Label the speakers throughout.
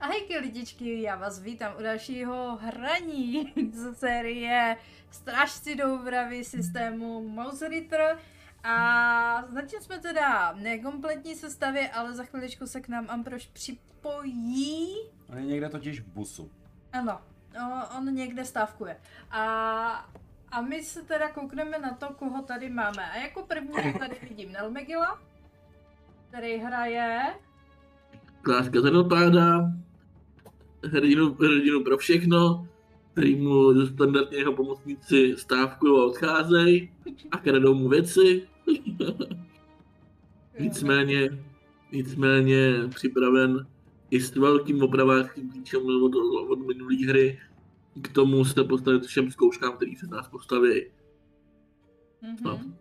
Speaker 1: Ahojky lidičky, já vás vítám u dalšího hraní z série Strážci dopravy systému Mouse Ritter. A zatím jsme teda v nekompletní sestavě, ale za chviličku se k nám Amproš připojí.
Speaker 2: On je někde totiž v busu.
Speaker 1: Ano, o- on někde stávkuje. A, a my se teda koukneme na to, koho tady máme. A jako první tady vidím Nelmegila, který hraje
Speaker 3: Kláska Zenopáda, hrdinu, hrdinu pro všechno, který mu standardně jeho pomocníci stávkují a odcházejí a kradou mu věci, nicméně, nicméně připraven i s velkým opravářským klíčem od, od minulé hry k tomu se postavit všem zkouškám, který se nás postaví.
Speaker 1: Mhm.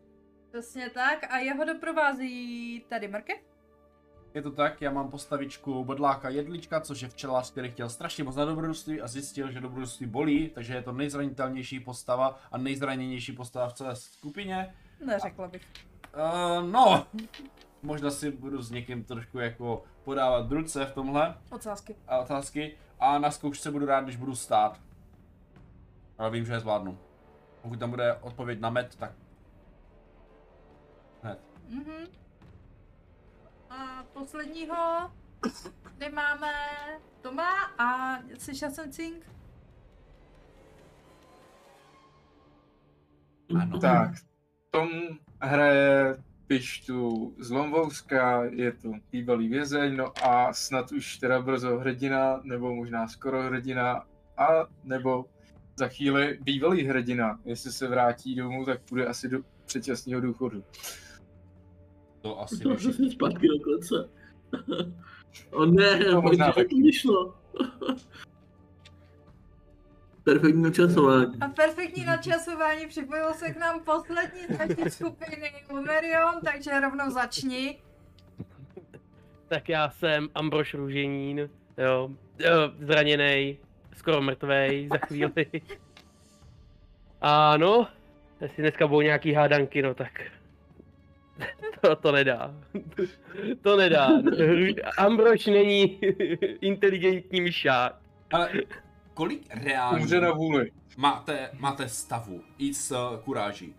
Speaker 1: Přesně tak. A jeho doprovází tady Mrkev.
Speaker 2: Je to tak, já mám postavičku bodláka jedlička, což je včelář, který chtěl strašně moc na dobrodružství a zjistil, že dobrodružství bolí, takže je to nejzranitelnější postava a nejzraněnější postava v celé skupině.
Speaker 1: Neřekla bych.
Speaker 2: Uh, no, možná si budu s někým trošku jako podávat ruce v tomhle
Speaker 1: Ocásky.
Speaker 2: a otázky a na zkoušce budu rád, když budu stát. Ale vím, že je zvládnu. Pokud tam bude odpověď na met, tak
Speaker 1: Mhm. A posledního tady máme Toma a slyšel jsem cink.
Speaker 2: Ano.
Speaker 4: Tak, Tom hraje pištu z Lombouska, je to bývalý vězeň, no a snad už teda brzo hrdina, nebo možná skoro hrdina, a nebo za chvíli bývalý hrdina. Jestli se vrátí domů, tak půjde asi do předčasného důchodu.
Speaker 2: to asi
Speaker 3: To
Speaker 2: nešiš.
Speaker 3: si zpátky do klece. O ne,
Speaker 4: No, možná
Speaker 3: možná to
Speaker 4: taky.
Speaker 3: vyšlo. Perfektní časování.
Speaker 1: A perfektní načasování připojilo se k nám poslední z naší skupiny Lumerion, takže rovnou začni.
Speaker 5: Tak já jsem Ambroš Růženín, jo, eh, zraněný, skoro mrtvej za chvíli. A no, jestli dneska budou nějaký hádanky, no tak to, to nedá. To nedá. Rů- Ambroš není inteligentní myšák.
Speaker 2: Ale kolik reálně
Speaker 4: Umře na vůli.
Speaker 2: máte, máte stavu i s eh, kuráží?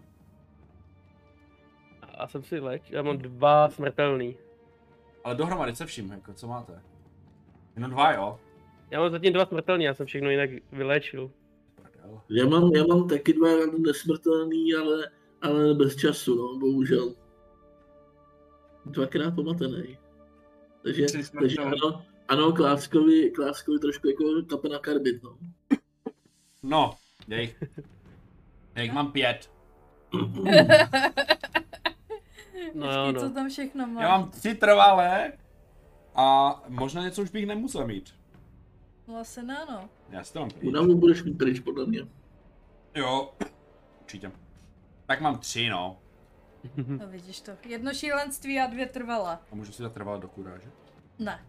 Speaker 5: A jsem si leč, já mám dva smrtelný.
Speaker 2: Ale dohromady se vším, jako co máte? Jenom dva, jo?
Speaker 5: Já mám zatím dva smrtelný, já jsem všechno jinak vyléčil.
Speaker 2: Prdel.
Speaker 3: Já mám, já mám taky dva nesmrtelný, ale, ale bez času, no, bohužel. Dvakrát pomatený. Takže,
Speaker 4: Tři
Speaker 3: takže
Speaker 4: smrtelný.
Speaker 3: ano, ano Kláskovi, Kláskovi trošku jako kape na karbit, no.
Speaker 2: No, já jich, já jich mám pět.
Speaker 5: No
Speaker 1: Počkej,
Speaker 5: jo,
Speaker 1: co
Speaker 5: no.
Speaker 1: tam všechno má.
Speaker 2: Já mám tři trvalé a možná něco už bych nemusel mít.
Speaker 1: Vlastně ne, no.
Speaker 2: Já si to mám pět.
Speaker 3: Unavu budeš mít pryč, podle mě.
Speaker 2: Jo, určitě. Tak mám tři, no.
Speaker 1: No vidíš to. Jedno šílenství a dvě trvala.
Speaker 2: A můžu si dát trvalé do kuráže?
Speaker 1: Ne.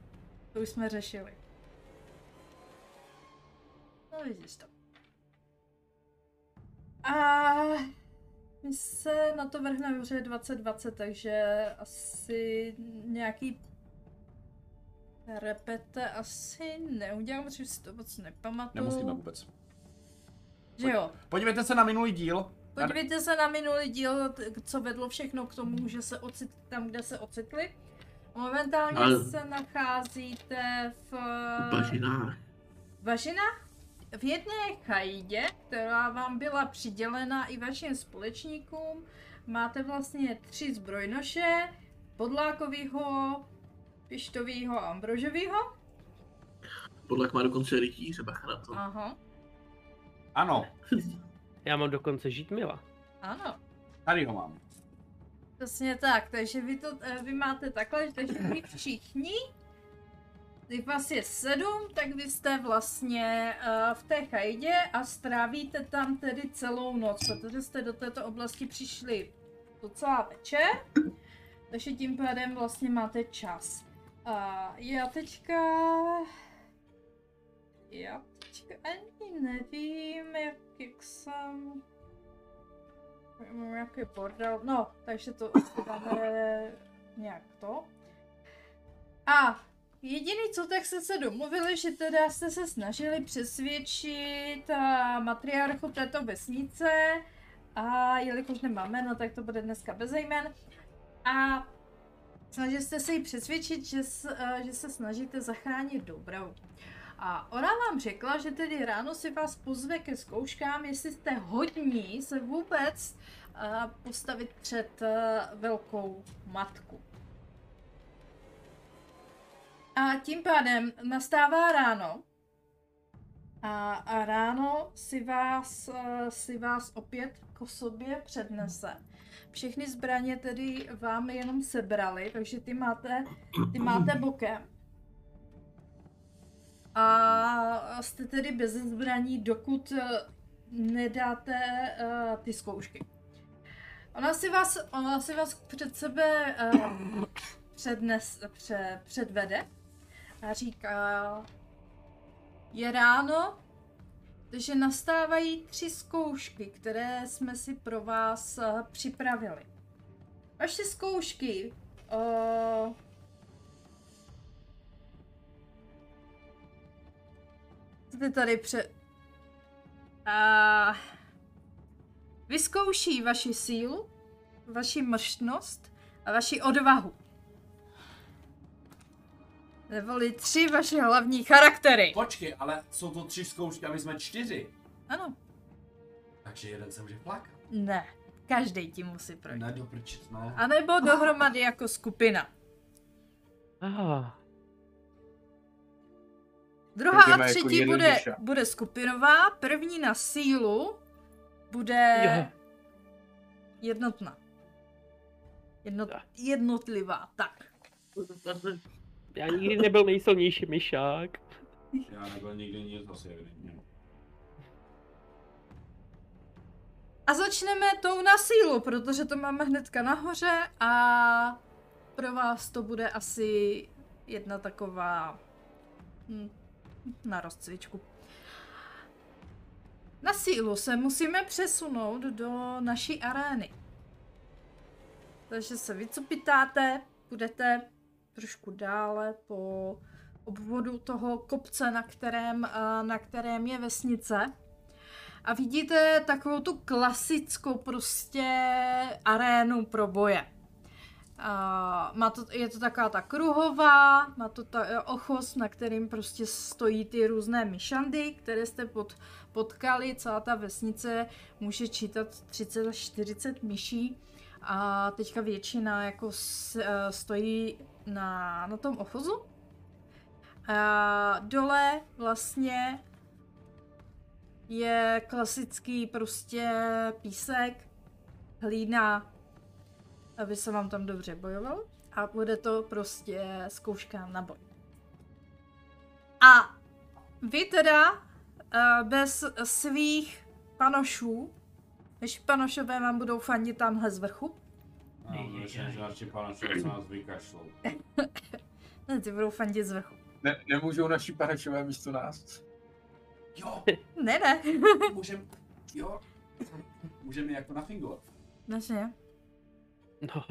Speaker 1: To už jsme řešili. No vidíš to. A my se na to vrhneme, protože je 2020, takže asi nějaký repete asi neudělám, protože si to moc nepamatuju.
Speaker 2: Nemusíme vůbec.
Speaker 1: Že jo.
Speaker 2: Podívejte se na minulý díl.
Speaker 1: Podívejte se na minulý díl, t- co vedlo všechno k tomu, že se ocitli tam, kde se ocitli. Momentálně
Speaker 3: Ale-
Speaker 1: se nacházíte v Eh.
Speaker 3: V bažinách.
Speaker 1: Važinách, v jedné chajdě, která vám byla přidělena i vašim společníkům. Máte vlastně tři zbrojnoše, podlákovýho, pištovýho a ambrožovýho.
Speaker 3: Podlak má dokonce rytíře, bacha na to.
Speaker 1: Aha,
Speaker 2: Ano,
Speaker 5: Já mám dokonce žítmila.
Speaker 1: ano.
Speaker 2: tady ho mám.
Speaker 1: Přesně tak, takže vy to, eh, vy máte takhle, takže vy všichni, když vás je sedm, tak vy jste vlastně eh, v té chajdě a strávíte tam tedy celou noc, protože jste do této oblasti přišli docela večer, takže tím pádem vlastně máte čas. A já teďka... Já teďka ani nevím, jak, jak jsem Mám nějaký bordel, no, takže to asi dáme nějak to. A Jediný, co tak jste se domluvili, že teda jste se snažili přesvědčit a, matriarchu této vesnice a jelikož nemáme, no tak to bude dneska bez jmen. A snažili jste se jí přesvědčit, že, s- a, že se snažíte zachránit dobrou. A ona vám řekla, že tedy ráno si vás pozve ke zkouškám, jestli jste hodní se vůbec a, postavit před a, velkou matku. A tím pádem nastává ráno. A, a ráno si vás, eh, si vás opět k sobě přednese. Všechny zbraně tedy vám jenom sebrali, takže ty máte, ty máte bokem. A jste tedy bez zbraní, dokud eh, nedáte eh, ty zkoušky. Ona si vás, ona si vás před sebe eh, přednes, pře, předvede a říká, je ráno, takže nastávají tři zkoušky, které jsme si pro vás eh, připravili. Vaše zkoušky uh, Jste tady pře... A... Vyzkouší vaši sílu, vaši mrštnost a vaši odvahu. Neboli tři vaše hlavní charaktery.
Speaker 2: Počkej, ale jsou to tři zkoušky a my jsme čtyři.
Speaker 1: Ano.
Speaker 2: Takže jeden se může plakat.
Speaker 1: Ne, každý ti musí projít.
Speaker 2: Ne, do prčet, no.
Speaker 1: A nebo dohromady jako skupina.
Speaker 5: Ah,
Speaker 1: Druhá
Speaker 4: Jdeme
Speaker 1: a
Speaker 4: jako
Speaker 1: třetí
Speaker 4: jeden
Speaker 1: bude,
Speaker 4: duša.
Speaker 1: bude skupinová, první na sílu bude
Speaker 5: Jo.
Speaker 1: jednotná. Jednot,
Speaker 5: Tak.
Speaker 1: jednotlivá, tak.
Speaker 5: já nikdy nebyl nejsilnější myšák.
Speaker 2: Já nebyl nikdy nic asi evidentně.
Speaker 1: A začneme tou na sílu, protože to máme hnedka nahoře a pro vás to bude asi jedna taková hm, na rozcvičku. Na sílu se musíme přesunout do naší arény. Takže se vycupitáte, budete trošku dále po obvodu toho kopce, na kterém, eh, na kterém je vesnice. A vidíte takovou tu klasickou prostě arénu pro boje. A má to, je to taková ta kruhová, má to ta e, ochos, na kterým prostě stojí ty různé myšandy, které jste pod, potkali. Celá ta vesnice může čítat 30 až 40 myší. A teďka většina jako s, eh, stojí na, na tom ochozu. A dole vlastně je klasický prostě písek, hlína, aby se vám tam dobře bojovalo. A bude to prostě zkouška na boj. A vy teda eh, bez svých panošů, než panošové vám budou fandit tamhle z vrchu,
Speaker 2: Já mám došel, že naši pana se nás vykašlou.
Speaker 1: ne, ty budou fandit z vrchu.
Speaker 4: Ne, nemůžou naši panečové místo nás?
Speaker 2: Jo,
Speaker 1: Ne, ne.
Speaker 2: můžem, jo. Můžeme jako nafingovat.
Speaker 1: Naše.
Speaker 5: No,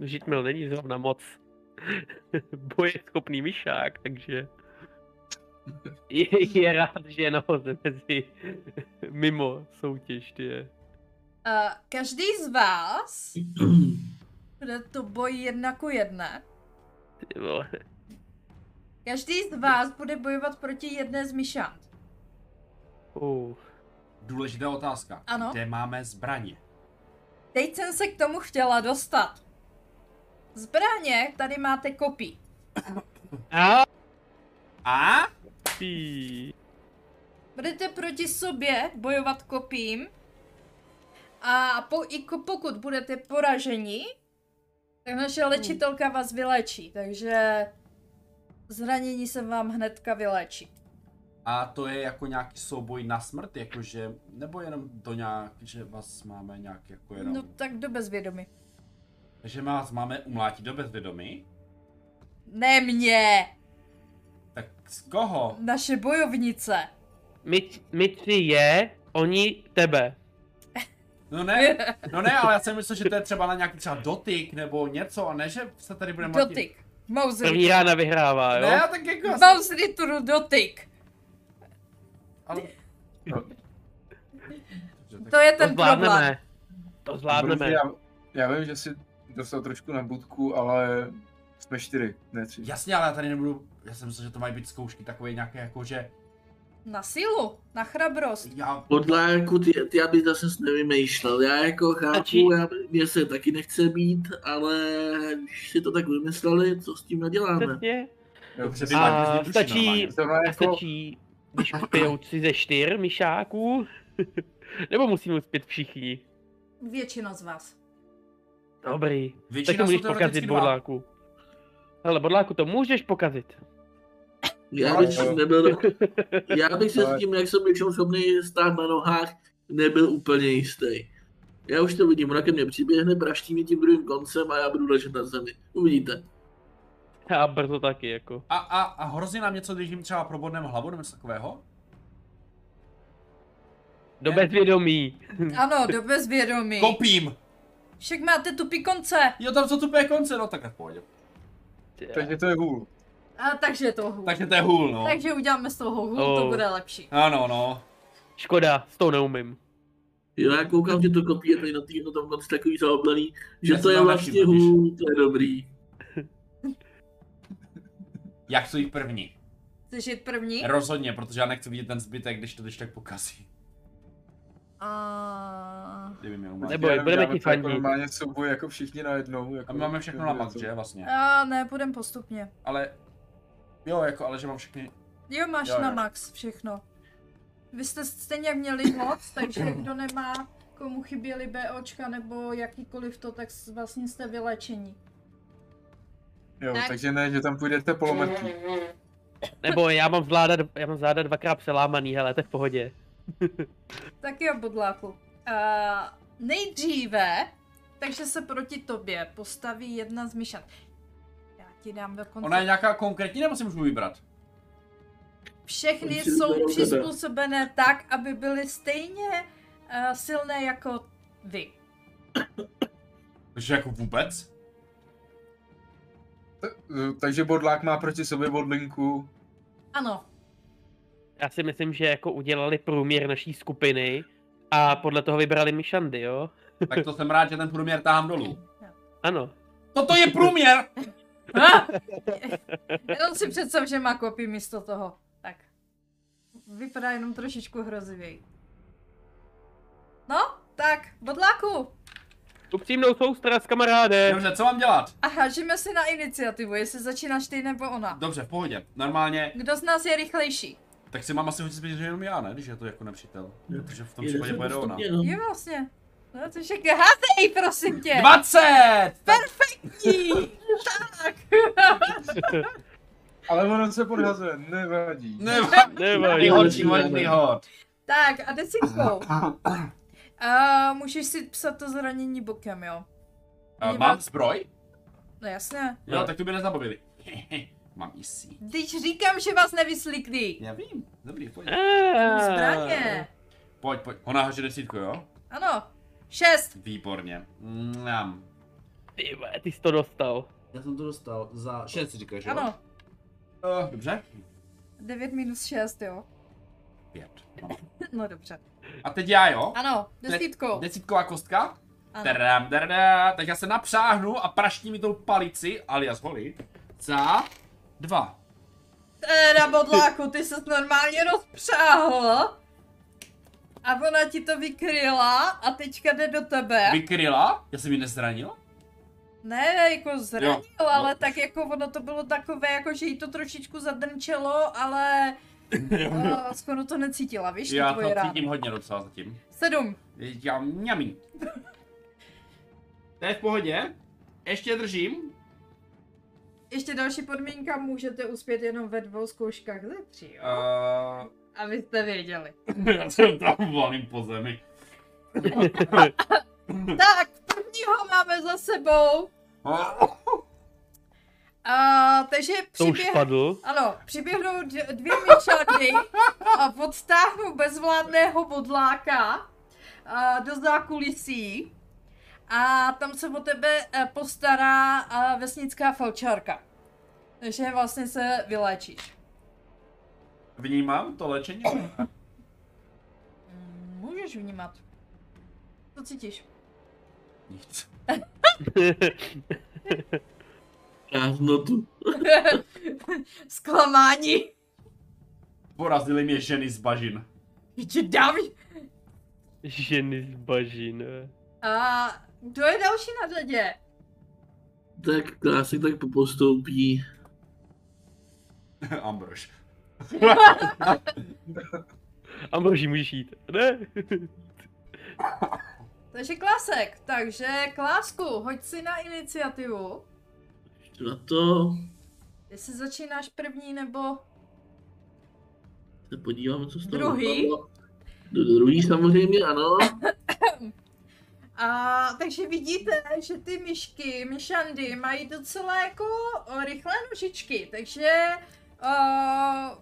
Speaker 5: Žitmil není zrovna moc bojeschopný myšák, takže je, je rád, že je nahoře mezi mimo soutěž, ty je.
Speaker 1: Uh, každý z vás bude to boj jedna ku jedné.
Speaker 5: Ty vole.
Speaker 1: Každý z vás bude bojovat proti jedné z myšant.
Speaker 5: Uh,
Speaker 2: Důležitá otázka.
Speaker 1: Ano.
Speaker 2: Kde máme zbraně?
Speaker 1: Teď jsem se k tomu chtěla dostat. Zbraně, tady máte kopí.
Speaker 5: A
Speaker 2: A?
Speaker 5: ty.
Speaker 1: Budete proti sobě bojovat kopím. A po, i ko, pokud budete poraženi, tak naše léčitelka vás vyléčí. Takže zranění se vám hnedka vyléčí.
Speaker 2: A to je jako nějaký souboj na smrt, jakože, nebo jenom do nějak, že vás máme nějak jako jenom,
Speaker 1: No tak do bezvědomí.
Speaker 2: že vás máme umlátit do bezvědomí?
Speaker 1: Ne mě,
Speaker 2: Tak z koho?
Speaker 1: naše bojovnice.
Speaker 5: My, my tři je, oni tebe.
Speaker 2: No ne, no ne, ale já jsem myslel, že to je třeba na nějaký třeba dotyk nebo něco a ne, že se tady budeme mlátit-
Speaker 1: Dotyk. Mouzry.
Speaker 5: První rána vyhrává,
Speaker 2: Ne,
Speaker 5: jo?
Speaker 2: já tak jako...
Speaker 1: Mouzry tu dotyk.
Speaker 2: Ale...
Speaker 1: To je ten problém.
Speaker 5: zvládneme. To zvládneme.
Speaker 4: Protože Já, já vím, že jsi dostal trošku na budku, ale jsme čtyři, ne tři.
Speaker 2: Jasně, ale já tady nebudu... Já jsem myslel, že to mají být zkoušky takové nějaké jako, že...
Speaker 1: Na sílu, na chrabrost.
Speaker 5: No,
Speaker 2: Já...
Speaker 3: Podlárku, ty, ty já bych zase nevymýšlel. Já jako chápu, já, mě se taky nechce být, ale když si to tak vymysleli, co s tím naděláme?
Speaker 5: Přesně.
Speaker 4: Jo,
Speaker 2: Dobře,
Speaker 4: přesně.
Speaker 2: vypadne
Speaker 5: A
Speaker 2: z ní duše
Speaker 5: stačí-
Speaker 2: normálně.
Speaker 4: To má
Speaker 5: A
Speaker 4: jako,
Speaker 5: stačí, když uspějou tři ze čtyř myšáků? Nebo musíme uspět všichni?
Speaker 1: Většina z vás.
Speaker 4: No.
Speaker 5: Dobrý. Tak to
Speaker 2: Většina
Speaker 5: můžeš
Speaker 2: jsou teoreticky
Speaker 5: pokazit,
Speaker 2: dva.
Speaker 5: bodláku. Hele, bodláku, to můžeš pokazit.
Speaker 3: Já
Speaker 2: Ale
Speaker 3: bych,
Speaker 4: jo.
Speaker 3: nebyl, já bych se
Speaker 4: Ale-
Speaker 3: s tím, jak jsem většinou schopný stát na nohách, nebyl úplně jistý. Já už to vidím, ona ke mně přiběhne, praští mě tím druhým koncem a já budu ležet na zemi. Uvidíte.
Speaker 5: A brzo taky, jako.
Speaker 2: A, a, a hrozí nám něco, když jim třeba probodneme hlavu nebo něco takového?
Speaker 5: Do
Speaker 2: Ne.
Speaker 5: bezvědomí.
Speaker 2: Hm.
Speaker 1: Ano, do bezvědomí.
Speaker 2: Kopím!
Speaker 1: Však máte tupý konce.
Speaker 2: Jo, tam jsou tupé konce, no tak v pohodě.
Speaker 4: takže to je hůl.
Speaker 1: A, takže je to hůl.
Speaker 2: Takže to je hůl, no.
Speaker 1: takže uděláme z toho hůl, to
Speaker 5: Oh.
Speaker 1: bude lepší.
Speaker 2: Ano, no.
Speaker 5: Škoda, s tou neumím.
Speaker 3: Jo, já koukám, že to kopí je tady na tý, na tom konci takový zaoblený, že
Speaker 2: Já
Speaker 3: to
Speaker 2: si
Speaker 3: je
Speaker 2: mám
Speaker 3: vlastně
Speaker 2: nevšiml,
Speaker 3: hůl, to je dobrý.
Speaker 2: Jak jsou jich první?
Speaker 1: Chceš jít první?
Speaker 2: Rozhodně, protože já nechci vidět ten zbytek, když to když tak pokazí.
Speaker 1: A...
Speaker 2: Kdyby mě uměl.
Speaker 5: Neboj,
Speaker 4: Já nevím,
Speaker 5: budeme
Speaker 4: dáme
Speaker 5: ti
Speaker 4: to jako
Speaker 5: fandit.
Speaker 4: Normálně souboj jako všichni najednou. Jako,
Speaker 2: A my máme všechno na max, že vlastně.
Speaker 1: A ne, půjdem postupně.
Speaker 2: Ale... Jo, jako, ale že mám všechny...
Speaker 1: Jo, máš
Speaker 2: Jo,
Speaker 1: na
Speaker 2: jo.
Speaker 1: max všechno. Vy jste stejně měli moc, takže kdo nemá, komu chyběly BOčka nebo jakýkoliv to, tak s- vlastně jste vylečení.
Speaker 4: Jo,
Speaker 1: Tak.
Speaker 4: takže ne, že tam půjdete polometí.
Speaker 5: Nebo já mám zvládat, já mám záda dvakrát přelámaný, hele, to je v pohodě.
Speaker 1: Tak jo, bodláku. Uh, nejdříve, takže se proti tobě postaví jedna z myšat. Já ti dám dokonce.
Speaker 2: Ona je nějaká konkrétní, nebo si můžu vybrat?
Speaker 1: Všechny
Speaker 3: Určitě
Speaker 1: jsou
Speaker 3: berou
Speaker 1: přizpůsobené tak, aby byly stejně uh, silné jako vy.
Speaker 2: Takže jako vůbec?
Speaker 4: T- Takže bodlák má proti sobě bodlinku.
Speaker 1: Ano,
Speaker 5: Já si myslím, že jako udělali průměr naší skupiny a podle toho vybrali myšandy, jo?
Speaker 2: Tak to jsem rád, že ten průměr táhám dolů.
Speaker 5: Ano.
Speaker 2: Toto je průměr!
Speaker 1: Ah! jenom si představ, že má kopii místo toho. Tak. Vypadá jenom trošičku hrozivěji. No, tak, bodláku.
Speaker 5: Upřímnou soustrast, kamaráde.
Speaker 2: Dobře, co mám dělat?
Speaker 1: A hážeme si na iniciativu, jestli začínáš ty nebo ona.
Speaker 2: Dobře, v pohodě. Normálně,
Speaker 1: Kdo z nás je rychlejší?
Speaker 2: tak si mám asi hodit zbyt, že jenom já, ne? Když je to jako nepřítel. Protože v tom
Speaker 3: Jde
Speaker 2: případě
Speaker 3: se
Speaker 6: prostě
Speaker 2: pojede ona.
Speaker 3: postupně, no.
Speaker 1: Jo, vlastně. No, to však házej, prosím tě.
Speaker 2: 20!
Speaker 1: Perfektní! tak.
Speaker 4: Ale ono se podhazuje, nevadí.
Speaker 2: Nevadí.
Speaker 5: Nevadí.
Speaker 2: Nejhorší možný hod.
Speaker 1: tak, a desinkou. A můžeš si psat to zranění bokem, jo?
Speaker 2: A Eh, Mám zbroj?
Speaker 1: No jasně.
Speaker 2: Jo, tak to by nezabavili. Mám jistý.
Speaker 1: Když říkám, že vás nevyslíkný.
Speaker 2: Já vím. Dobrý, pojď.
Speaker 6: Eh?
Speaker 1: Zbraně.
Speaker 2: Pojď, pojď. Ona haže desítku, jo?
Speaker 1: Ano. Šest.
Speaker 2: Výborně. Mňam.
Speaker 5: Ty, vole, ty jsi to dostal.
Speaker 6: Já jsem to dostal za 6, říkáš, jo?
Speaker 1: Ano.
Speaker 2: Eh, Dobře?
Speaker 1: 9 minus 6, jo.
Speaker 2: Pět.
Speaker 1: No dobře.
Speaker 2: A teď já, jo?
Speaker 1: Ano, desítkou.
Speaker 2: Desítková kostka?
Speaker 1: Ano.
Speaker 2: Tadam, tadadá. Tak já se napřáhnu a praští mi tou palici, alias holy, za dva.
Speaker 1: Teda bodláku, ty se normálně rozpřáhl. A ona ti to vykryla a teďka jde do tebe.
Speaker 2: Vykryla? Já jsem ji nezranil?
Speaker 1: Ne, jako zranil,
Speaker 2: Jo,
Speaker 1: ale
Speaker 2: no.
Speaker 1: tak jako ono to bylo takové, jako že jí to trošičku zadrnčelo, ale uh, skoro to necítila, víš, ty
Speaker 2: Já to
Speaker 1: tvoje rány.
Speaker 2: cítím hodně docela zatím.
Speaker 1: Sedm.
Speaker 2: Já mňamí. To je v pohodě. Ještě držím.
Speaker 1: Ještě další podmínka, můžete uspět jenom ve dvou zkouškách ze tří, jo?
Speaker 2: Uh,
Speaker 1: Abyste věděli.
Speaker 2: já jsem tam volím po zemi.
Speaker 1: Tak, prvního máme za sebou.
Speaker 2: Eh,
Speaker 1: A, takže
Speaker 5: To už
Speaker 1: přiběh...
Speaker 5: padl.
Speaker 1: Ano, přiběhnou dvě, dvě myčadny a podtáhnou bezvládného bodláka a, do zákulisí. e, A tam se o tebe eh, postará a, vesnická falčárka. že vlastně se vyléčíš.
Speaker 2: Vnímám to léčení?
Speaker 1: Mm, Můžeš vnímat. Co cítíš?
Speaker 2: Nic.
Speaker 3: Prázdnotu.
Speaker 1: Zklamání.
Speaker 2: Porazili mě ženy z bažin.
Speaker 1: Že dám.
Speaker 5: Ženy z bažin.
Speaker 1: A kdo je další na řadě?
Speaker 3: Tak klásek tak popostoupí.
Speaker 2: Ambrož.
Speaker 5: Ambroží, můžeš jít. Ne?
Speaker 1: Takže klasek. Takže klásku, hoď si na iniciativu.
Speaker 3: Jdu na to.
Speaker 1: Jestli začínáš první nebo...
Speaker 3: Se podívám, co z toho
Speaker 1: Druhý.
Speaker 3: vypadlo. Do do druhý samozřejmě, ano.
Speaker 1: A takže vidíte, že ty myšky, myšandy mají docela jako o, rychlé nožičky, takže o,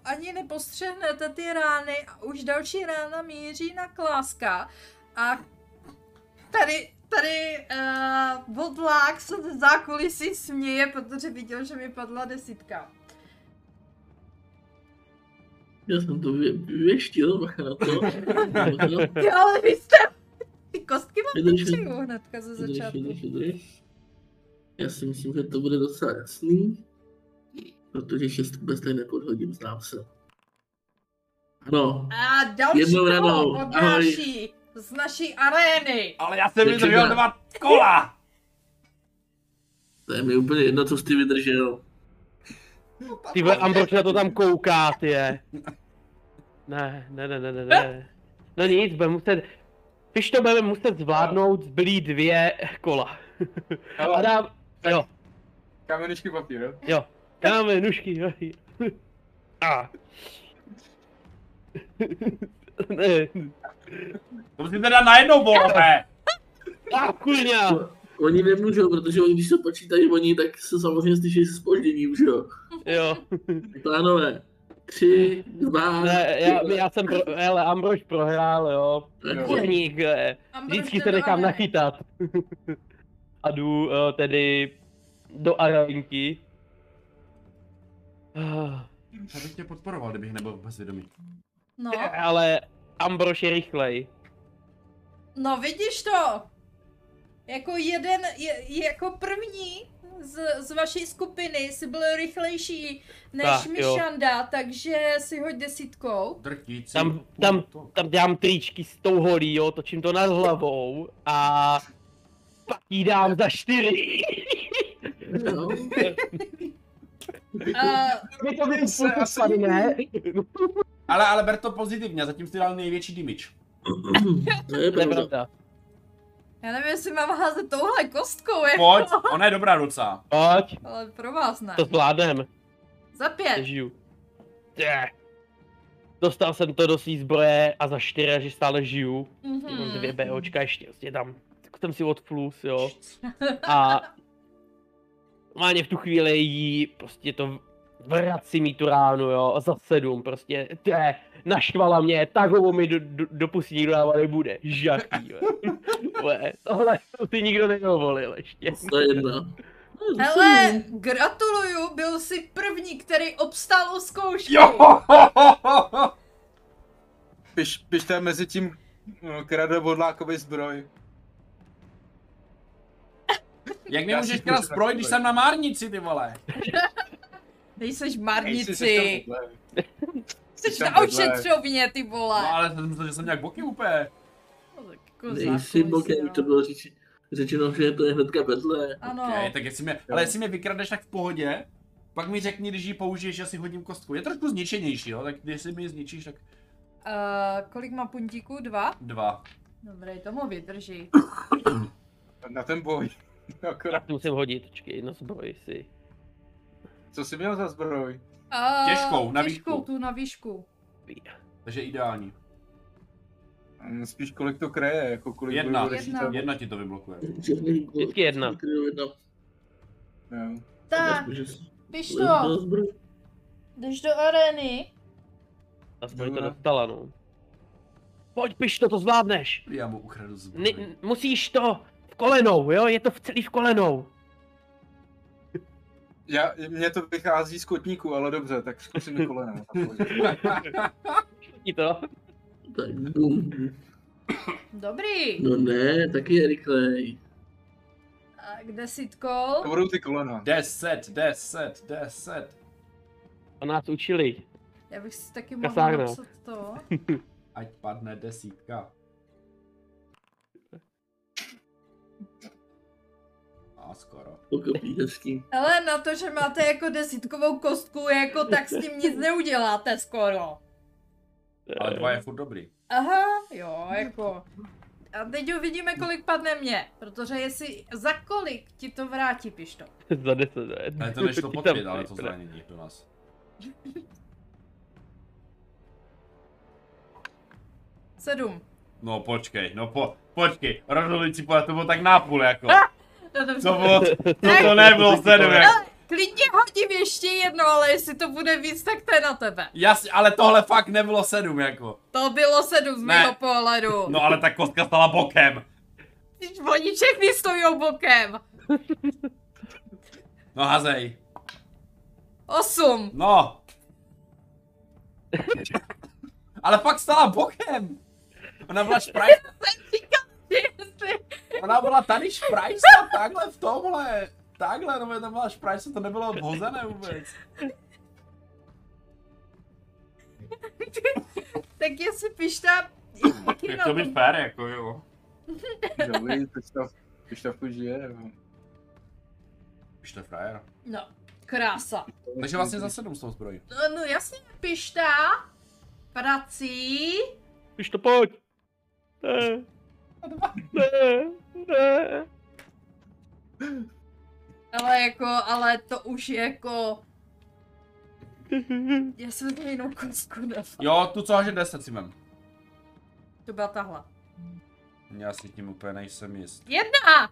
Speaker 1: ani nepostřehnete ty rány a už další rána míří na kláska. A tady, tady uh, bodlák se ze zákulisí směje, protože viděl, že mi padla desítka.
Speaker 3: Já jsem to vě, věštil, bacha na to.
Speaker 1: Ty ale vy jste... Ty kostky mám
Speaker 3: Vydrž,
Speaker 1: pečenou hnedka ze
Speaker 3: vydrž,
Speaker 1: začátku.
Speaker 3: vydrž, vydrž. Já si myslím, že to bude docela jasný. Protože šest bez té nepodhodím, znám se. Ano,
Speaker 1: A další
Speaker 3: Jednou ranou.
Speaker 1: kolo odnáší z naší arény.
Speaker 2: Ale já jsem
Speaker 3: Takže
Speaker 2: vydržel
Speaker 3: ne.
Speaker 2: dva kola!
Speaker 3: to je mi úplně jedno, co jsi ty vydržel.
Speaker 5: Ty vole, Ambrož na to tam kouká, ty je. Ne, ne, ne, ne, ne, ne. No nic, budeme muset... Když to budeme muset zvládnout, zbylý dvě kola.
Speaker 4: Hele,
Speaker 5: A dám... Jo,
Speaker 4: Kameničky papír, jo?
Speaker 5: jo. Dáme nůžky, jo. A. Ne.
Speaker 2: To musíte dát najednou, borové!
Speaker 5: A kurňa.
Speaker 3: Oni nemůžou, protože oni, když se počítají oni, tak se samozřejmě slyší se spožděním, že jo?
Speaker 5: Jo.
Speaker 3: Pánové, tři, dva,
Speaker 5: Ne, já, já jsem pro... Hele, Ambrož prohrál, jo.
Speaker 3: tak,
Speaker 5: Kurník, eh.
Speaker 1: Ambrož
Speaker 5: Vždycky
Speaker 1: jde
Speaker 5: se
Speaker 1: do
Speaker 5: nechám
Speaker 1: arény.
Speaker 5: nachytat. A jdu uh, tedy do arenky. Ah,
Speaker 2: Já bych tě podporoval, kdybych nebyl vůbec vědomý.
Speaker 1: No,
Speaker 5: Eh, Ale Ambrož je rychlej.
Speaker 1: no vidíš to. Jako jeden, je, jako první z, z vaší skupiny si byl rychlejší než
Speaker 5: Tak,
Speaker 1: tak,
Speaker 5: jo.
Speaker 1: Mišanda, takže si hoď desítkou.
Speaker 2: Drtící.
Speaker 5: Tam-
Speaker 2: půl
Speaker 5: tam-
Speaker 2: to-
Speaker 5: Tam dám tričky s tou holí, jo, točím to nad hlavou a pak jí dám za čtyři.
Speaker 3: jo.
Speaker 1: A,
Speaker 5: Mě to
Speaker 4: Se asi-
Speaker 5: vypadne, ne?
Speaker 2: Ale, ale ber to pozitivně, zatím jsi dal největší damage.
Speaker 3: To je
Speaker 5: To je
Speaker 3: pravda.
Speaker 5: pravda.
Speaker 1: já nevím, jestli mám házet touhle kostkou, je,
Speaker 2: Pojď, ona je dobrá docela.
Speaker 5: Pojď,
Speaker 1: ale pro vás ne.
Speaker 5: to zvládnem.
Speaker 1: Za pět.
Speaker 5: Žiju. Je. Dostal jsem to do svý zbroje a za čtyři, že stále žiju.
Speaker 1: Mhm.
Speaker 5: Mám dvě BOčka ještě, prostě tam. Tak jsem si odplus, jo. A Máně v tu chvíli jí prostě to vrací mi tu ránu, jo, za sedm, prostě, té, naštvala mě, takovou mi do, do, do pusy nikdo dávat nebude, žaký, jo. Vole, tohle si nikdo nedovolil ještě.
Speaker 3: To je jedna. No,
Speaker 1: Hele, gratuluju, byl jsi první, který obstál u zkoušky.
Speaker 2: Jo!
Speaker 4: Piš, pište mezi tím no, krade bodlákovi zbroj.
Speaker 2: Jak mi
Speaker 4: Já
Speaker 2: můžeš
Speaker 4: si
Speaker 2: kras
Speaker 4: půjču
Speaker 2: projít,
Speaker 4: takový.
Speaker 2: když jsem na márnici, ty vole?
Speaker 1: Nejseš
Speaker 4: Nejsi, jsi tam
Speaker 1: marnici.
Speaker 4: vedle.
Speaker 1: Jsi
Speaker 4: tam
Speaker 1: na
Speaker 4: vedle.
Speaker 1: ošetřovně, ty vole.
Speaker 2: No ale jsem myslel, že jsem nějak boky úplně.
Speaker 1: No, tak jako
Speaker 3: Nejsi
Speaker 1: zákulisí,
Speaker 3: bokem,
Speaker 1: no.
Speaker 3: to bylo řeči, řečeno, že to je hnedka vedle.
Speaker 1: Ano.
Speaker 2: Okay, tak jestli mě, ale jestli mě vykradeš, tak v pohodě. Pak mi řekni, když ji použiješ, že si hodím kostku. Je trošku zničenější, jo? Tak jestli mi ji zničíš, tak
Speaker 1: Eh, kolik má puntíků? Dva?
Speaker 2: dva.
Speaker 1: Dobrý, tomu vydrží.
Speaker 4: Na ten boj. Akorát.
Speaker 5: Tak musím hodit, počkej, no zbroj si.
Speaker 4: Co jsi měl za zbroj?
Speaker 1: Eh,
Speaker 2: Těžkou, na
Speaker 1: těžkou,
Speaker 2: výšku.
Speaker 1: tu na výšku.
Speaker 2: Takže ideální.
Speaker 4: Mm, Spíš kolik to kraje, jako kolik
Speaker 2: Jedna.
Speaker 4: bojů
Speaker 1: Jedna.
Speaker 4: odečítám.
Speaker 2: Jedna ti to vyblokuje.
Speaker 3: Černý-
Speaker 5: Vždycky jedna.
Speaker 3: jako jedna.
Speaker 4: Jo.
Speaker 1: Tak,
Speaker 3: Aspoň, že-
Speaker 1: piš to,
Speaker 3: Zbroj.
Speaker 1: jdeš do arény.
Speaker 5: Aspoň to
Speaker 4: Dobrá.
Speaker 5: dostala, no. Pojď, piš to, to zvládneš.
Speaker 2: Já mu ukradu
Speaker 5: Ni,
Speaker 2: zbroj.
Speaker 5: n- musíš to v kolenou, jo, je to v celý v kolenou.
Speaker 4: Já, mně to vychází z kotníku, ale dobře, tak zkusím i kolenem.
Speaker 5: Ti to?
Speaker 3: Tak bum.
Speaker 1: Dobrý.
Speaker 3: No ne, taky je rychlej.
Speaker 1: A kde sitko?
Speaker 4: To budou ty kolena.
Speaker 2: 10, 10, 10.
Speaker 5: A nás učili.
Speaker 1: Já bych si taky mohla
Speaker 5: Kasáhne.
Speaker 1: napsat to.
Speaker 2: Ať padne desítka. A skoro.
Speaker 3: Pokopí, hezký.
Speaker 1: Ale na to, že máte jako desítkovou kostku, jako tak s tím nic neuděláte skoro.
Speaker 5: eh,
Speaker 2: Ale dva je furt dobrý.
Speaker 1: Aha, jo, jako. A teď uvidíme, kolik padne mě, protože jestli za kolik ti to vrátí, piš to.
Speaker 5: Za deset, ne?
Speaker 2: Ale to nešlo
Speaker 5: Tam-
Speaker 2: potvrdit, ale to zranění do nás.
Speaker 1: Sedm.
Speaker 2: No počkej, no po, počkej, rozhodující pole, to bylo tak napůl jako.
Speaker 1: No dobře.
Speaker 2: To bylo, to, to nebylo sedm jako.
Speaker 1: Klidně hodím ještě jedno, ale jestli to bude víc, tak to je na tebe.
Speaker 2: Jasně, ale tohle fakt nebylo sedm jako.
Speaker 1: To bylo sedm z
Speaker 2: Ne.
Speaker 1: mého pohledu.
Speaker 2: No ale ta kostka stala bokem.
Speaker 1: Vždyť Oni všechny stojí bokem.
Speaker 2: No hazej.
Speaker 1: Osm.
Speaker 2: No. Ale fakt stala bokem. Ona byla šprajs,
Speaker 1: Jestli...
Speaker 2: ona byla tady šprajsa, takhle v tomhle. Takhle, no to byla šprajsa, to nebylo odhozené vůbec.
Speaker 1: Tak jestli pišta...
Speaker 2: Jak to být fér, jako jo.
Speaker 4: Dobrý, Krištof, Krištof tu žije. no.
Speaker 2: Už to je frajer.
Speaker 1: No, krása.
Speaker 2: Takže vlastně za sedm s tou zbrojí.
Speaker 1: No, no jasně, pišta. Prací.
Speaker 5: Už to pojď. Ne. Ne. Ne.
Speaker 1: Ale jako, ale to už je jako... Já jsem vezmu jinou kostku dala.
Speaker 2: Jo, tu co haže 10 si mám.
Speaker 1: To byla tahle.
Speaker 2: Já si tím úplně nejsem jist.
Speaker 1: Jedna!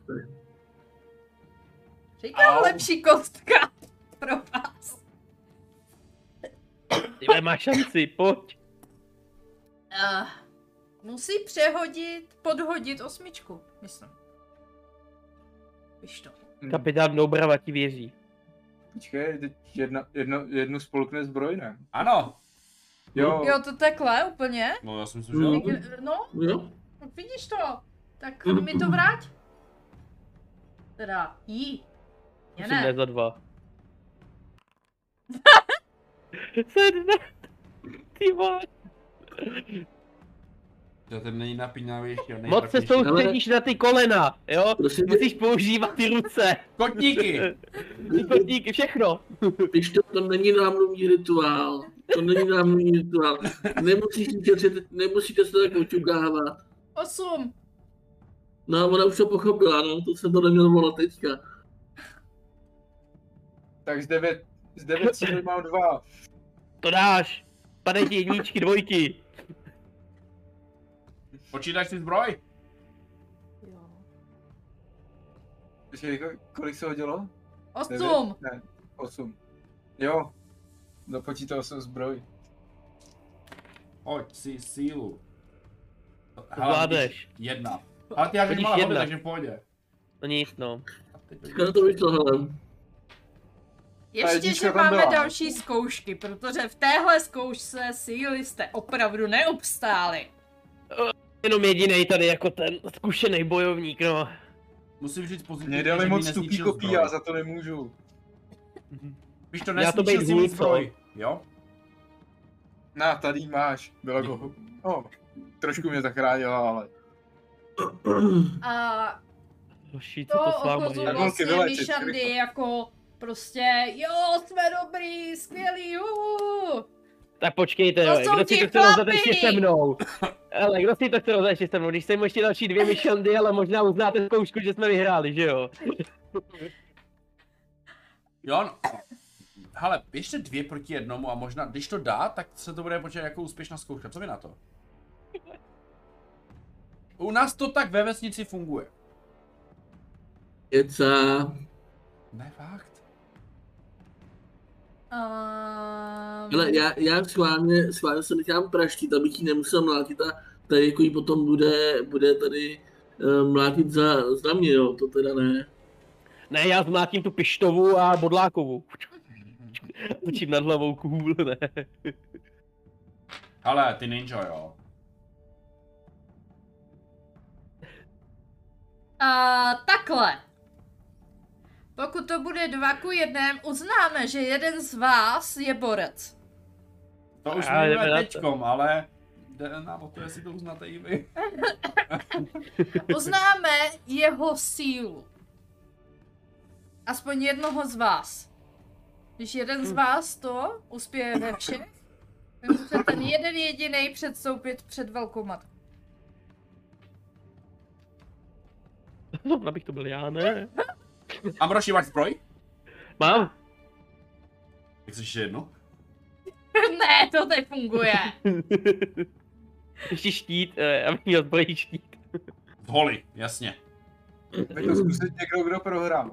Speaker 1: Říkám
Speaker 2: Au.
Speaker 1: lepší kostka pro vás.
Speaker 5: Ty vole, máš šanci, pojď.
Speaker 1: Uh, musí přehodit, podhodit osmičku, myslím. Víš to.
Speaker 4: Hm,
Speaker 5: Kapitán Dobrava ti věří.
Speaker 4: Počkej, teď jedna, jedno, jednu spolkne zbroj, ne?
Speaker 2: Ano.
Speaker 4: Jo,
Speaker 1: Jo, to takhle úplně?
Speaker 2: No já jsem si
Speaker 3: No.
Speaker 2: myslím, že...
Speaker 1: Někde- No,
Speaker 3: Jo,
Speaker 1: vidíš to? Tak mi to vrať. Teda jí. Je
Speaker 5: Musím ne
Speaker 1: ne.
Speaker 5: za dva. Sedne. Ty vole.
Speaker 2: To ten nejnapínavější a
Speaker 5: Moc se
Speaker 2: nejtrapnější.
Speaker 5: soustředíš na ty kolena, jo?
Speaker 3: prosím tě,
Speaker 5: Musíš používat ty ruce,
Speaker 2: Kotníky!
Speaker 5: ty kotníky, všechno.
Speaker 3: když to, to není námluvní rituál, to není námluvní rituál, nemusíte, šetřit, nemusíte se tak oťukávat.
Speaker 1: Osm.
Speaker 3: No, ona už to pochopila, no, to jsem to neměl volat teďka.
Speaker 4: tak z devět, z devět cílů mám dva.
Speaker 5: To dáš. Pane ti jedničky, dvojky.
Speaker 2: Počítáš si zbroj?
Speaker 1: Jo.
Speaker 4: Počkej, ko- kolik se hodilo? Devět?
Speaker 1: Osm.
Speaker 4: Ne, osm. Jo, dopočítal jsem zbroj.
Speaker 2: Hoď si sílu.
Speaker 5: Zvládneš.
Speaker 2: vidíš, Jedna. Ale ty já
Speaker 5: Vidíš
Speaker 2: mám hodně,
Speaker 5: jedna.
Speaker 2: takže v pohodě.
Speaker 5: No nic, no.
Speaker 2: A teď
Speaker 3: Tak na to vyšlo, hele.
Speaker 4: Ta
Speaker 1: Ještě,
Speaker 4: jednička
Speaker 1: že
Speaker 4: tam
Speaker 1: máme
Speaker 4: byla.
Speaker 1: další zkoušky, protože v téhle zkoušce síly jste opravdu neobstáli.
Speaker 5: Jenom jediný tady jako ten zkušený bojovník, no.
Speaker 2: Musím říct pozitivně,
Speaker 4: Mě
Speaker 2: že
Speaker 4: dali
Speaker 2: mi
Speaker 4: moc
Speaker 2: nesničil
Speaker 4: tupý kopí,
Speaker 2: zbroj.
Speaker 4: já za to nemůžu.
Speaker 2: Když to
Speaker 5: Já
Speaker 2: nesničil
Speaker 5: to bejt no.
Speaker 2: si mi
Speaker 5: vůl, co?
Speaker 2: zbroj. Jo?
Speaker 4: Na, tady máš. Bylo go. No, trošku mě zachránila, ale.
Speaker 1: A
Speaker 5: Hoši, co
Speaker 1: to
Speaker 5: to s váma
Speaker 1: okozu
Speaker 5: je?
Speaker 4: Tak on
Speaker 1: vlastně
Speaker 4: si vylečit,
Speaker 1: Myšandy
Speaker 4: rychle.
Speaker 1: jako prostě jo, jsme dobrý, skvělý, juhu.
Speaker 5: Tak počkejte,
Speaker 1: To
Speaker 5: jo,
Speaker 1: jsou
Speaker 5: kdo
Speaker 1: ti
Speaker 5: si to chce
Speaker 1: chlapi!
Speaker 5: rozdat ještě se mnou? Ale kdo si to chce rozdat ještě se mnou? Když jsem ještě další dvě myšandy, ale možná uznáte zkoušku, že jsme vyhráli, že jo?
Speaker 2: Jo, no. Hele, ještě dvě proti jednomu a možná, když to dá, tak se to bude počítat jako úspěšná zkouška. Co vy na to? U nás to tak ve vesnici funguje.
Speaker 3: Keca.
Speaker 2: Ne, fakt.
Speaker 1: Um,
Speaker 3: Hele, já, já schválně, schválně se nechám praštit, abych ji nemusel mlátit a tady jako ji potom bude, bude tady eh, mlátit za, za mě, jo, to teda ne.
Speaker 5: Ne, já zmlátím tu pištovu a bodlákovou. Točím nad hlavou kůl, ne.
Speaker 2: Ale ty ninja, jo.
Speaker 1: A takhle. Pokud to bude dva ku jednem, uznáme, že jeden z vás je borec.
Speaker 2: To už víme
Speaker 5: Ale jdeme na to.
Speaker 2: teďkom, ale jde nám o to, jestli to uznáte i vy.
Speaker 1: Uznáme jeho sílu. Aspoň jednoho z vás. Když jeden
Speaker 5: Hm.
Speaker 1: z vás to uspěje ve všech, tak může ten jeden jediný předstoupit před velkou matku.
Speaker 5: Zrovna bych No, to byl já, ne?
Speaker 2: Amroši, máš zbroj?
Speaker 5: Mám?
Speaker 2: Jak jsi ještě jedno?
Speaker 1: ne, to nefunguje.
Speaker 5: Ještě štít, eh, abych měl zbrojí štít.
Speaker 2: V holi, jasně.
Speaker 4: Tak to zkusit někdo, kdo prohrál.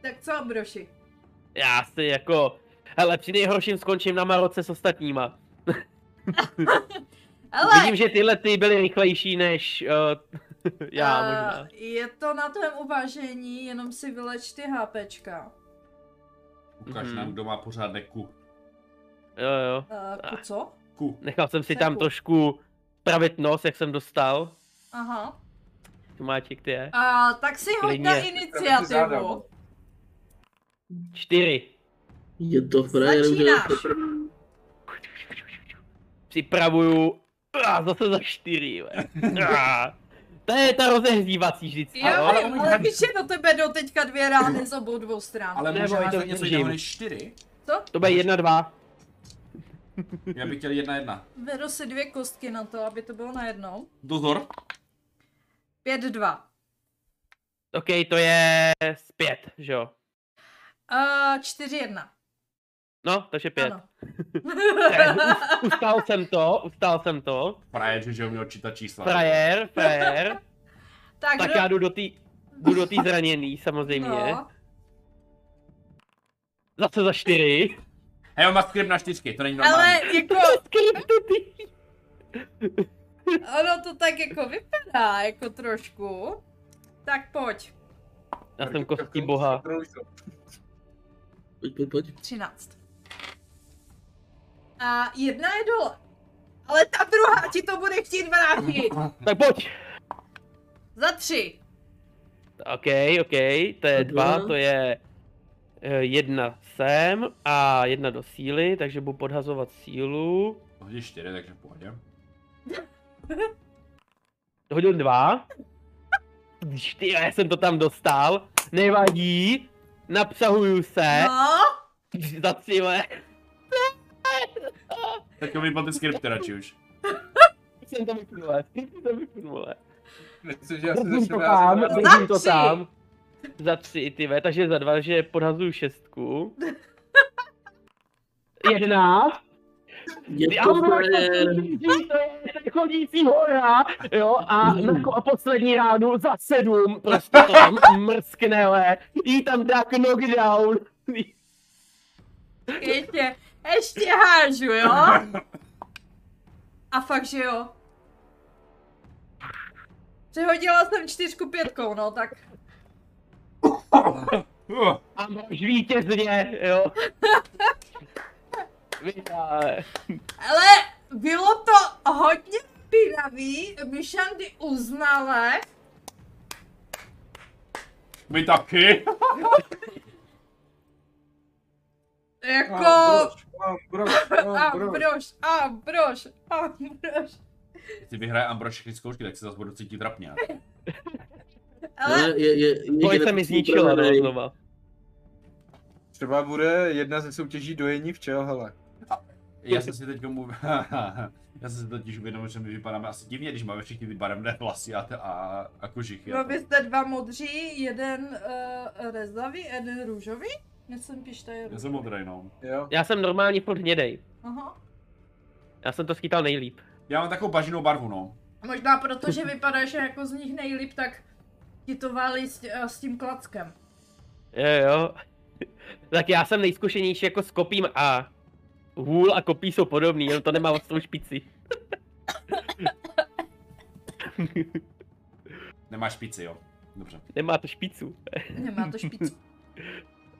Speaker 1: tak co, Broši?
Speaker 5: Já si jako... Hele, při nejhorším skončím na Maroce s ostatníma.
Speaker 1: Ale
Speaker 5: Vidím, že tyhle ty byly rychlejší než uh, já
Speaker 1: eh,
Speaker 5: možná.
Speaker 1: je to na tvém uvážení, jenom si vyleč ty HPčka.
Speaker 2: Ukaž
Speaker 5: Mhm.
Speaker 2: nám, kdo má pořád deku.
Speaker 5: Jo, jo.
Speaker 1: Uh, ku
Speaker 5: Ah.
Speaker 1: co?
Speaker 2: Ku.
Speaker 5: Nechal jsem si
Speaker 1: Seku.
Speaker 5: tam trošku pravit nos, jak jsem dostal.
Speaker 1: Aha.
Speaker 5: Tomáček ty je.
Speaker 1: A, tak si hoď na
Speaker 5: Klidně.
Speaker 4: Záda.
Speaker 1: iniciativu.
Speaker 5: Čtyři.
Speaker 3: Je to frajer, že
Speaker 1: Začínáš.
Speaker 5: Připravuju. A zase za čtyři. jo. Ah, To je ta rozehřívací vždycky.
Speaker 1: Jo,
Speaker 5: no.
Speaker 1: ale, ale víš, že do tebe jdou teďka dvě rány z obou dvou stran.
Speaker 2: Ale
Speaker 5: Nebo
Speaker 2: může
Speaker 5: je to
Speaker 2: házet něco
Speaker 5: vydržím.
Speaker 2: jiného než čtyři?
Speaker 1: To?
Speaker 5: To bude jedna, dva.
Speaker 2: Já bych chtěl jedna jedna.
Speaker 1: Beru si dvě kostky na to, aby to bylo najednou.
Speaker 2: Dozor?
Speaker 1: Pět, dva.
Speaker 5: OK, to je zpět, že jo?
Speaker 1: A Eh, čtyři, jedna.
Speaker 5: No, takže pět.
Speaker 1: Ano.
Speaker 5: Ustál jsem to, ustál jsem to.
Speaker 2: Frajer, že- že umí odčítat čísla.
Speaker 5: Frajer, frajer.
Speaker 1: tak,
Speaker 5: Tak
Speaker 1: tak
Speaker 5: já jdu do té jdu do tý zraněný samozřejmě.
Speaker 1: no,
Speaker 5: Zase za čtyři.
Speaker 2: Hej, on má skript na čtyřky, to není normální.
Speaker 1: ale jako,
Speaker 5: Kryptoty.
Speaker 1: ono to tak jako vypadá, jako trošku. Tak pojď,
Speaker 5: Já jsem kostí boha.
Speaker 3: Pojď, pojď, pojď.
Speaker 1: třináct. A jedna je dole. Ale ta druhá ti to bude chtít vrátit.
Speaker 5: Tak pojď.
Speaker 1: Za tři.
Speaker 5: OK, OK, to je dva, to je eh, jedna sem a jedna do síly, takže budu podhazovat sílu.
Speaker 2: Hodíš No, čtyři, takže v pohodě.
Speaker 5: Hodil dva. Čtyři, já jsem to tam dostal. Nevadí. Napřahuju se.
Speaker 1: No,
Speaker 5: Za tři, vole.
Speaker 2: Tak jo, vypal ty skripty radši už.
Speaker 5: jsem to vypnul, vole. Jsem to vypnul, vole.
Speaker 4: Myslím, že já se
Speaker 5: Hodím
Speaker 4: začnu
Speaker 5: to tam,
Speaker 4: já se-
Speaker 5: hodím to
Speaker 1: tři.
Speaker 5: tam. Za tři i ty ve, takže za dva, že podhazuju šestku. Jedenáct.
Speaker 3: Jako Je
Speaker 5: Já
Speaker 3: to
Speaker 5: mám rád
Speaker 3: frajer.
Speaker 5: chodící, to je ten chodící hora, jo, a, na, ko- a poslední ránu za sedm, prostě to tam mrskne, ale jí tam dá knockdown.
Speaker 1: ještě, ještě hážu, jo? A fakt, že jo. Přehodila jsem čtyřku pětkou, no, tak
Speaker 2: Uh,
Speaker 5: A máš vítězně, jo. Vyhrále.
Speaker 1: Ale bylo to hodně pinavý, Myšandy uznala,
Speaker 2: My taky.
Speaker 1: jako
Speaker 4: Ambrož, Ambrož, Ambrož.
Speaker 1: Ambrož, Ambrož, Ambrož.
Speaker 2: Ty vyhraje Ambrož všechny zkoušky, tak se zase budu cítit trapně.
Speaker 1: Ale
Speaker 3: Je- je- je- je-
Speaker 5: Boj
Speaker 3: je-
Speaker 5: se mi zničila, no,
Speaker 3: frajer.
Speaker 5: znova.
Speaker 4: Třeba bude jedna ze soutěží dojení včel, hele.
Speaker 2: Já jsem si teď mu... Já jsem si totiž uvědomil, že my vypadáme asi divně, když máme všichni ty barevné vlasy a, t- a, a kožichy. A
Speaker 1: no,
Speaker 2: to.
Speaker 1: vy jste dva modří, jeden uh, rezavý, jeden růžový. Myslím, pište je
Speaker 2: Já
Speaker 1: růžový.
Speaker 2: jsem modrý, no.
Speaker 4: Jo.
Speaker 5: Já jsem normálně pod hnědej.
Speaker 1: Aha.
Speaker 5: Já jsem to schytal nejlíp.
Speaker 2: Já mám takovou bažinou barvu, no.
Speaker 1: Možná proto, že vypadáš jako z nich nejlíp, tak ti to válí s, eh, s tím klackem.
Speaker 5: Jo, jo. Tak já jsem nejzkušenější jako s kopím a hůl a kopí jsou podobný, jenom to nemá ostrou špici.
Speaker 2: Nemá špici, jo. Dobře.
Speaker 5: Nemá to špicu.
Speaker 1: Nemá to špicu.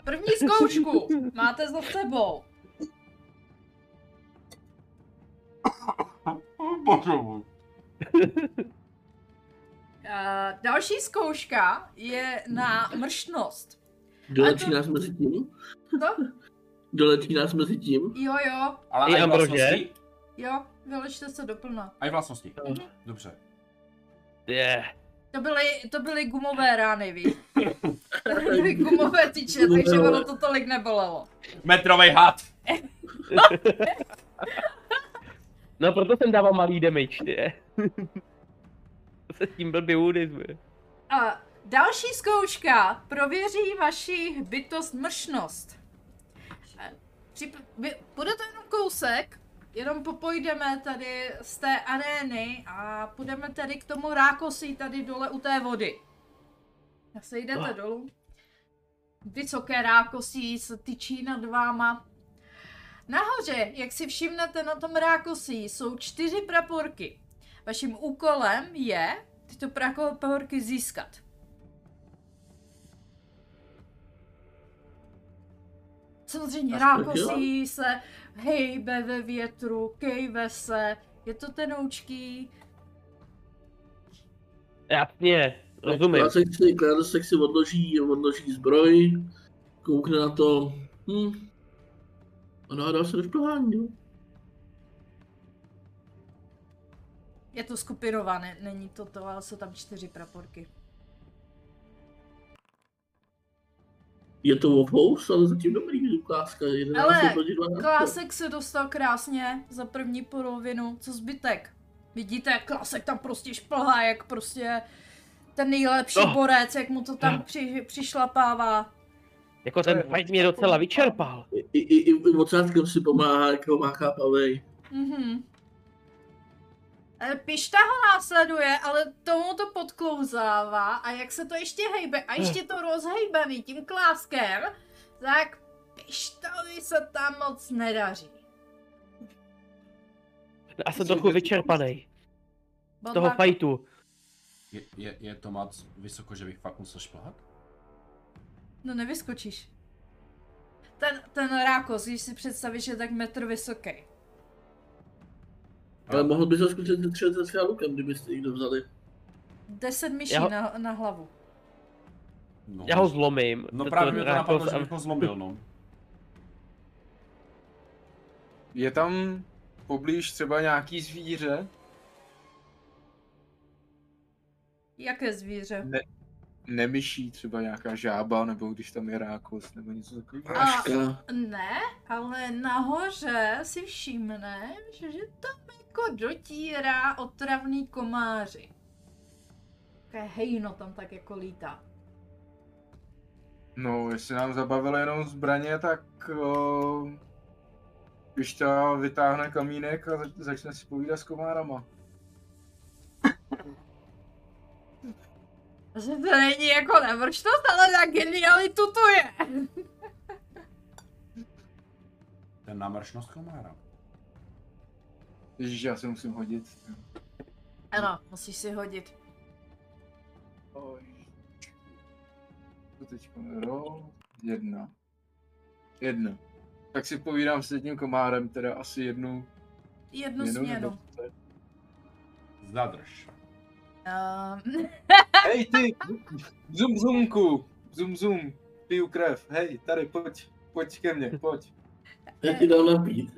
Speaker 1: První zkoušku máte za sebou.
Speaker 2: Bože
Speaker 1: Eh, další zkouška je na mrštnost.
Speaker 3: Dolečí
Speaker 1: A to-
Speaker 3: nás mezi tím?
Speaker 1: To?
Speaker 3: Dolečí nás mezi tím?
Speaker 1: Jo, jo,
Speaker 2: Ale
Speaker 5: I
Speaker 2: i
Speaker 5: Ambrože?
Speaker 2: vlastnosti?
Speaker 1: jo, vylečte se doplna.
Speaker 2: A i vlastnosti.
Speaker 3: Mhm.
Speaker 2: Dobře.
Speaker 5: Je.
Speaker 1: To byly, to byly gumové rány, víš? To byly gumové tyče, takže ono to tolik nebolelo.
Speaker 2: Metrovej had!
Speaker 5: No proto jsem dával malý damage, ty je. to se s tím blbě údizuje.
Speaker 1: A další zkouška prověří vaši bytost mršnost. E, přip- vy- Bude to jenom kousek, jenom popojdeme tady z té arény a půjdeme tady k tomu rákosi tady dole u té vody. A sejdete
Speaker 5: Ah.
Speaker 1: dolů. Vysoké rákosí se tyčí nad váma. Nahoře, jak si všimnete na tom rákosí, jsou čtyři praporky. Vaším úkolem je tyto praporky získat. Samozřejmě
Speaker 3: Aspoň
Speaker 1: rákosí se hejbe ve větru, kejve se, je to tenoučký.
Speaker 5: Jasně, rozumím.
Speaker 3: Klásek si, klásek si odloží, odloží zbroj, koukne na to. Hm. A nahádá se do šplhání, jo.
Speaker 1: Je to skupinová, ne, není to to, ale jsou tam čtyři praporky.
Speaker 3: Je to off ale zatím dobrý, kláska.
Speaker 1: Hele,
Speaker 3: 11 proti 12.
Speaker 1: Klásek se dostal krásně za první polovinu, co zbytek? Vidíte, Klásek tam prostě šplhá, jak prostě ten nejlepší
Speaker 5: Oh.
Speaker 1: borec, jak mu to tam
Speaker 5: Oh.
Speaker 1: při, přišlapává.
Speaker 5: Jako ten fight mě docela vyčerpal.
Speaker 3: I, i, i, i odsátkem si pomáhá, jak ho má chápavej.
Speaker 1: Mhm. E, Pišta ho následuje, ale tomu to podklouzává a jak se to ještě hejbe a ještě to rozhejbaný tím kláskem, tak Pištovi se tam moc nedaří.
Speaker 5: A jsem trochu vyčerpaný z toho
Speaker 1: Bodlák-
Speaker 5: fightu.
Speaker 2: Je, je, je to moc vysoko, že bych fakt musel šplhat?
Speaker 1: No nevyskočíš. Ten, ten rákos, když si představíš, je tak metr vysoký.
Speaker 3: Ale mohl by se zkusit třeba se třeba lukem, kdybyste někdo vzali.
Speaker 1: 10 myší
Speaker 5: Já ho-
Speaker 1: na, na hlavu.
Speaker 2: No,
Speaker 5: Já ho zlomím.
Speaker 2: No
Speaker 5: To-
Speaker 2: právě mi to
Speaker 5: Rakos
Speaker 2: napadlo, že
Speaker 5: a-
Speaker 2: bych ho zlomil, no.
Speaker 4: Je tam poblíž třeba nějaký zvíře?
Speaker 1: Jaké zvíře?
Speaker 4: Nemyší třeba nějaká žába, nebo když tam je rákos, nebo něco takového?
Speaker 1: A-
Speaker 3: Aška.
Speaker 1: Ne, ale nahoře si všimneš, že tam jako dotírá otravný komáři. Také hejno tam tak jako lítá.
Speaker 4: No, jestli nám zabavila jenom zbraně, tak uh, když ta vytáhne kamínek a zač- začne si povídat s komárama.
Speaker 1: Že to není jako nevrčnost, ale na genialitu to je.
Speaker 2: Ten námršnost komára.
Speaker 4: Ježíš, já se musím hodit.
Speaker 1: Ano, musíš si hodit.
Speaker 4: Oj. To teď ro, jedna. Jedna. Tak si povídám s jedním komárem, teda asi jednu,
Speaker 1: Jednu
Speaker 4: jednu
Speaker 1: směnu.
Speaker 2: Zadrž.
Speaker 1: Ehm,
Speaker 4: Hej ty, zum zumku, zum zum, piju krev, hej, tady pojď, pojď ke mně, pojď.
Speaker 3: Já ti dám napít.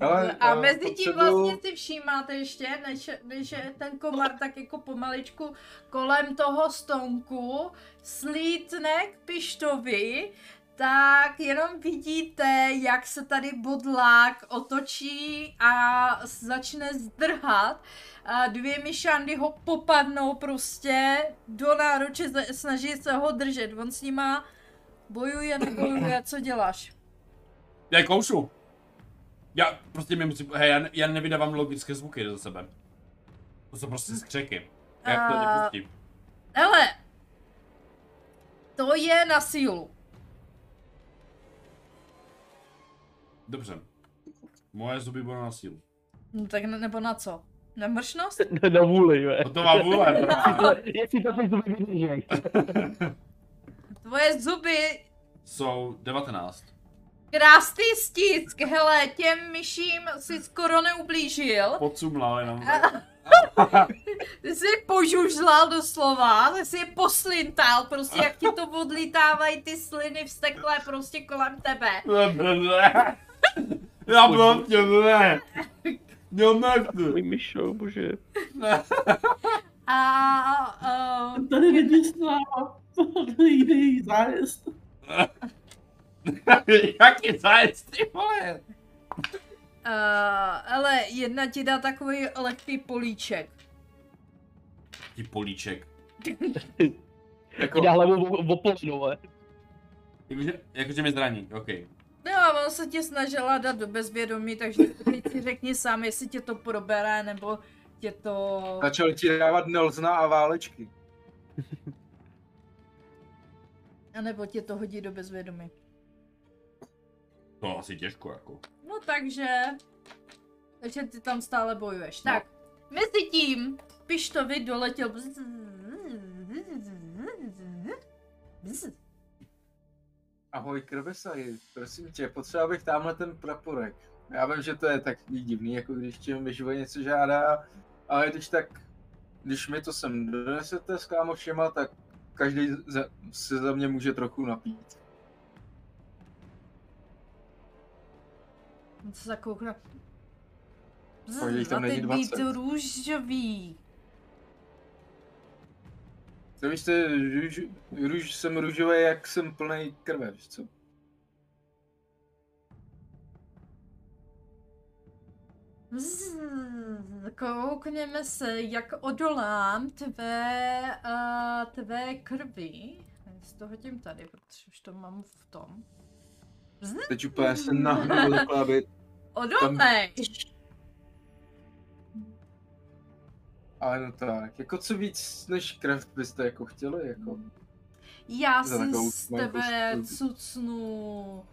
Speaker 4: Ale,
Speaker 1: a
Speaker 4: eh,
Speaker 1: mezi tím
Speaker 4: potřebuju-
Speaker 1: vlastně si všímáte ještě, než, než je ten komar tak jako pomaličku kolem toho stonku slítne k Pištovi, tak jenom vidíte, jak se tady bodlák otočí a začne zdrhat. A dvě myšandy ho popadnou prostě do náruče, za- snaží se ho držet. On s nima bojuje, nebojuje, co děláš?
Speaker 2: Já je koušu. Já prostě mi musím, hej, já, ne, já nevydávám logické zvuky do sebe. To jsou prostě skřeky. Já to
Speaker 1: A-
Speaker 2: nepustím.
Speaker 1: Hele, to je na sílu.
Speaker 2: Dobře. Moje zuby budou na sílu.
Speaker 1: No tak ne, nebo na co? Na mršnost?
Speaker 5: na vůli, jo.
Speaker 2: To má vůle.
Speaker 5: Jestli to teď zuby vydržíš.
Speaker 1: Tvoje zuby
Speaker 2: Jsou 19.
Speaker 1: krásný stisk, hele, těm myším si skoro neublížil.
Speaker 2: Podsumlal jenom.
Speaker 1: Ty jsi je požužlal doslova, ty jsi je poslintal, prostě jak ti to odlítávají ty sliny vsteklé prostě kolem tebe.
Speaker 2: Já byl tě, ne. Jo, nechci.
Speaker 5: Můj myšo, bože.
Speaker 2: Ne.
Speaker 1: A, a
Speaker 3: Tady není sláva, to jde jí zájezd.
Speaker 2: Jaký zajec, ty vole?
Speaker 1: Uh, ale jedna ti dá takový lehký políček.
Speaker 2: Ty políček.
Speaker 4: Jako,
Speaker 5: Dá hlavu v opolenou,
Speaker 2: Jakože, jakože mi zraní, okej.
Speaker 1: No a on se tě snažila dát do bezvědomí, takže teď si řekni sám, jestli tě to probere, nebo tě to...
Speaker 4: začal ti dávat nelzna a válečky.
Speaker 1: A nebo tě to hodí do bezvědomí.
Speaker 2: To asi těžko, jako.
Speaker 1: No takže... Takže ty tam stále bojuješ. Tak, mezi tím Pištovi doletěl...
Speaker 4: Ahoj krvesaji, prosím tě, potřeba bych tamhle ten praporek. Já vím, že to je takový divný, jako když tě vyživuje něco žádá, ale když tak, když mi to sem donesete s kámošema, tak každý za, se za mě může trochu napít.
Speaker 1: On se zakoukne.
Speaker 4: Pojď, jich tam
Speaker 1: A
Speaker 4: není
Speaker 1: teď
Speaker 4: 20.
Speaker 1: být růžový.
Speaker 4: To víš, to je, růž, růž, jsem růžový, jak jsem plný krve, víš co?
Speaker 1: Zzz, Koukneme Hmm, se, jak odolám tvé, uh, tvé krvi. Já si to hodím tady, protože už to mám v tom.
Speaker 4: Teď úplně se nahnul takhle, aby...
Speaker 1: Odolnej!
Speaker 4: Ale no tak, jako co víc než krev byste jako chtěli, jako.
Speaker 1: Já
Speaker 4: za
Speaker 1: si
Speaker 4: takovou
Speaker 1: z
Speaker 4: malinkou
Speaker 1: tebe
Speaker 4: škodu.
Speaker 1: cucnu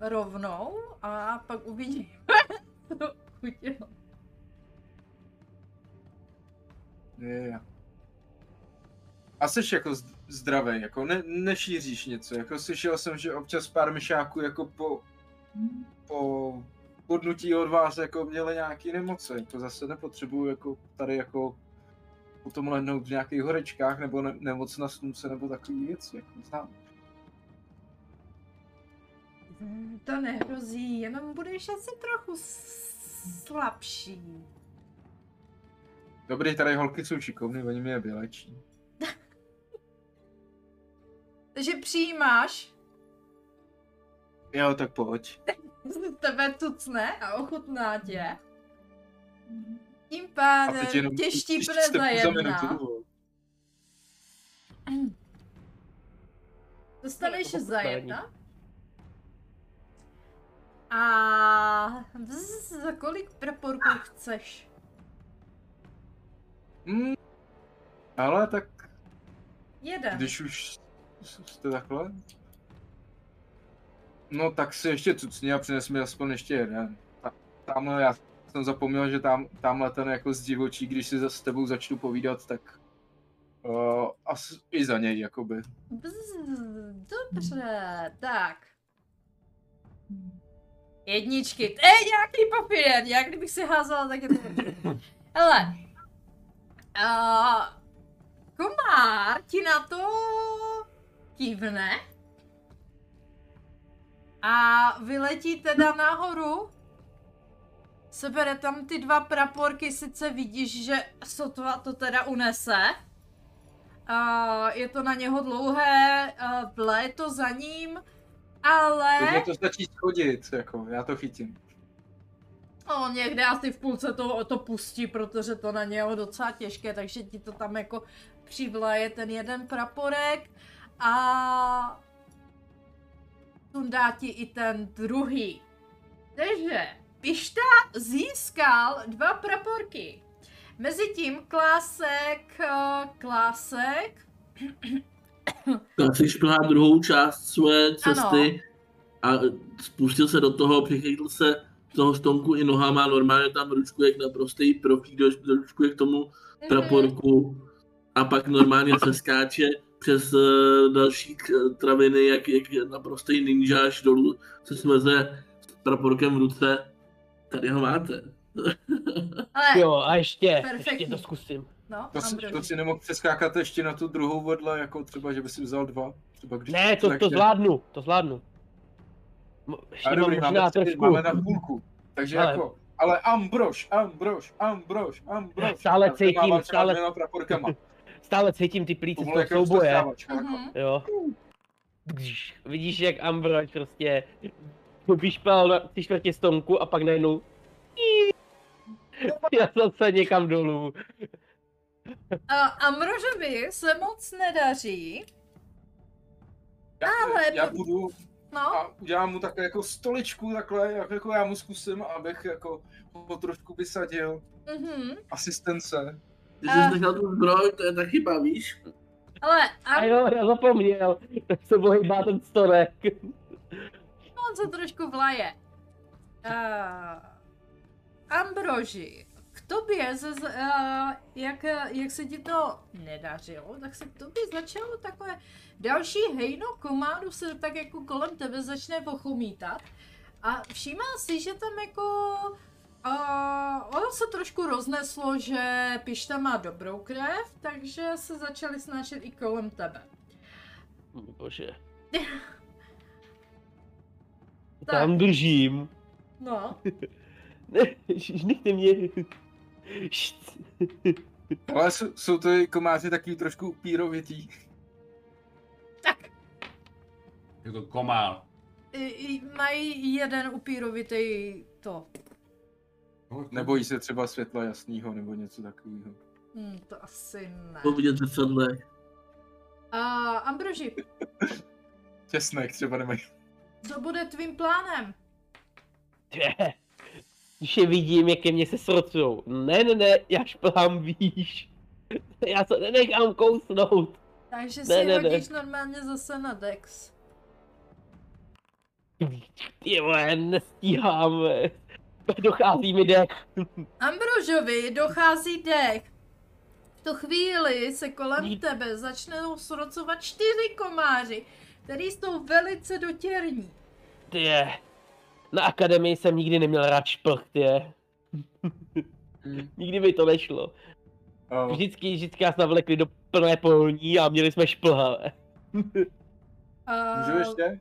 Speaker 1: rovnou a pak uvidíme, co udělám.
Speaker 4: Je. A jsi jako zd- zdravý, jako ne, nešíříš něco, jako slyšel jsem, že občas pár myšáků jako po, po podnutí od vás jako měli nějaký nemoci, jako zase nepotřebuju jako tady jako potom lehnout v nějakých horečkách nebo ne, nemoc na slunce nebo takový věci, jako znám.
Speaker 1: Mm, To nehrozí, jenom budeš asi trochu s- slabší.
Speaker 4: Dobrý, tady holky jsou šikovný, oni mě je vylečí.
Speaker 1: Takže přijímáš
Speaker 4: Jo, tak pojď.
Speaker 1: z tebe tucne a ochutná tě. Tím
Speaker 4: A
Speaker 1: pádem
Speaker 4: teď jenom
Speaker 1: tě štípne
Speaker 4: stepů
Speaker 1: za
Speaker 4: za minutu.
Speaker 1: jedna.
Speaker 4: vole.
Speaker 1: Dostaneš
Speaker 5: Jako
Speaker 1: za
Speaker 5: potkání.
Speaker 1: jedna. A vzz, za kolik praporků chceš?
Speaker 4: Hmm. Ale tak
Speaker 1: Jeden.
Speaker 4: Když už s- jste takhle? No tak si ještě cucni a přines mi aspoň ještě jeden. Ta- Tamhle já jsem zapomněl, že tam, tamhle ten jako z divočí, když si za, s tebou začnu povídat, tak uh, as, i za něj jakoby.
Speaker 1: Bzz, dobře, tak. Jedničky, to je nějaký papír, já kdybych si házela, tak je to Hele, uh, komár ti na to kývne a vyletí teda nahoru. Sebere tam ty dva praporky, sice vidíš, že sotva to teda unese. Uh, je to na něho dlouhé, uh, vle to za ním, ale...
Speaker 4: Teď mě to stačí schodit, jako, já to chytím.
Speaker 1: No, někde asi v půlce to, to pustí, protože to na něho docela těžké, takže ti to tam jako přivlaje ten jeden praporek a sundá ti i ten druhý. Takže Pišta získal dva praporky. Mezitím Klásek, eh, Klásek,
Speaker 3: Tak si šplhá druhou část své cesty a spustil se do toho, přichytl se toho stonku i nohama, normálně tam ručkuje jak naprostý profík, doš- ručkuje k tomu praporku a pak normálně se skáče přes eh, další k- traviny, jak, jak naprostý ninja až dolů, se smeze s praporkem v ruce. Tady ho máte.
Speaker 1: Mhm. Ale,
Speaker 5: Jo, a ještě,
Speaker 1: Perfektní.
Speaker 5: ještě to zkusím.
Speaker 1: no,
Speaker 4: To si, to
Speaker 1: Ambrozí.
Speaker 4: si nemohl přeskákat ještě na tu druhou vedle, jako třeba, že by si vzal dva. Třeba když
Speaker 5: Ne, to,
Speaker 4: tak
Speaker 5: to
Speaker 4: tě-
Speaker 5: zvládnu, to zvládnu. Mo- Ještě
Speaker 4: A
Speaker 5: mám
Speaker 4: dobrý, máme,
Speaker 5: možná
Speaker 4: tři,
Speaker 5: trošku,
Speaker 4: máme na půlku. Takže
Speaker 5: Ale-
Speaker 4: ale... jako, ale Ambrož, Ambrož, Ambrož, Ambrož.
Speaker 5: Stále
Speaker 4: A ten má
Speaker 5: cítím,
Speaker 4: vám třeba
Speaker 5: stále-
Speaker 4: dvěma praporkama.
Speaker 5: stále cítím ty plíce
Speaker 4: To bylo
Speaker 5: z toho
Speaker 4: jako
Speaker 5: souboje.
Speaker 4: roztrhávačka, jako.
Speaker 1: Mhm.
Speaker 5: Jo. Kdž. Vidíš, jak Ambrož prostě vyšpal na tři čtvrtě stonku a pak najednou já zase někam dolů.
Speaker 1: A Amrožovi Eh, se moc nedaří,
Speaker 4: Já,
Speaker 1: Ale-
Speaker 4: já budu
Speaker 1: no,
Speaker 4: a udělám mu takhle jako stoličku, takhle, jak- jako já mu zkusím, abych jako ho trošku vysadil.
Speaker 1: mhm.
Speaker 4: Asistence.
Speaker 3: Ty
Speaker 1: A-
Speaker 3: jsi nechal tu zbroj, to je ta chyba, víš?
Speaker 1: ale
Speaker 5: A
Speaker 1: Am-
Speaker 5: jo, já zapomněl, tak se bohybá ten stonek.
Speaker 1: on se trošku vlaje. Uh, Ambroži, k tobě, ze, z- eh, jak, jak se ti to nedařilo, tak se k tobě začalo takové další hejno komádu se tak jako kolem tebe začne pochomítat. A všímá si, že tam jako... Uh, ono se trošku rozneslo, že Pišta má dobrou krev, takže se začali snášet i kolem tebe.
Speaker 5: Bože.
Speaker 1: Tak.
Speaker 5: Tam držím.
Speaker 1: No,
Speaker 5: Ne, žnichte mě. Št.
Speaker 4: Ale jsou, jsou to i komáři takový trošku pírovitý.
Speaker 2: Je to komár.
Speaker 1: I- i- mají jeden upírovitý to.
Speaker 4: Nebojí se třeba světla jasného nebo něco takového.
Speaker 1: Hm, to asi ne.
Speaker 3: To vidět zrcadle.
Speaker 1: A Ambroži,
Speaker 4: Těsnek třeba nemají.
Speaker 1: co bude tvým plánem?
Speaker 5: Tě. Když je vidím, jak ke mně se srocujou. Ne, ne, ne, já šplhám výš. Já se nenechám kousnout.
Speaker 1: Takže si
Speaker 5: Ne, ne, ne.
Speaker 1: hodíš normálně zase na Dex.
Speaker 5: Ty vole, nestíhám. eh. Dochází mi dech.
Speaker 1: Ambrožovi dochází dech. V tu chvíli se kolem
Speaker 5: Jí.
Speaker 1: tebe začnou srocovat čtyři komáři, který jsou velice dotěrní.
Speaker 5: Ty je. Na akademii jsem nikdy neměl rád šplh, ty je.
Speaker 4: Hmm.
Speaker 5: Nikdy mi to nešlo.
Speaker 4: A-
Speaker 5: Vždycky, vždycky nás navlekli do plné polní a měli jsme šplhavé.
Speaker 1: A
Speaker 4: Můžu ještě?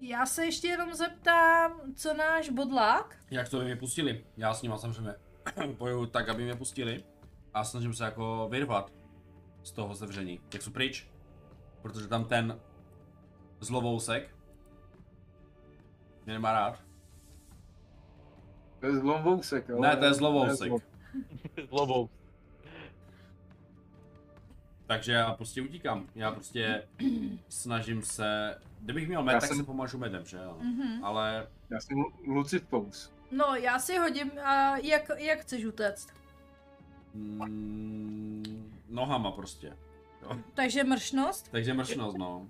Speaker 1: já se ještě jenom zeptám, co náš bodlák?
Speaker 2: Jak to by mě pustili? Já s nima samozřejmě boju tak, aby mě pustili. A snažím se jako vyrvat z toho zevření. Jak jsou pryč? Protože tam ten zlovousek mě nemá rád.
Speaker 4: To je zlomousek, jo?
Speaker 2: Ne, to je zlovousek.
Speaker 4: zlo-
Speaker 5: S lobou.
Speaker 2: Takže já prostě utíkám. Já prostě snažím se... Kdybych měl med,
Speaker 4: Já
Speaker 2: tak
Speaker 4: jsem-
Speaker 2: se pomažu medem, že jo?
Speaker 1: Mhm.
Speaker 2: Ale
Speaker 4: Já jsem Lu- Lucid Pose.
Speaker 1: No, já si hodím, a jak, jak chceš utéct?
Speaker 2: Mm, nohama prostě.
Speaker 1: Takže mršnost?
Speaker 2: Takže mršnost, no.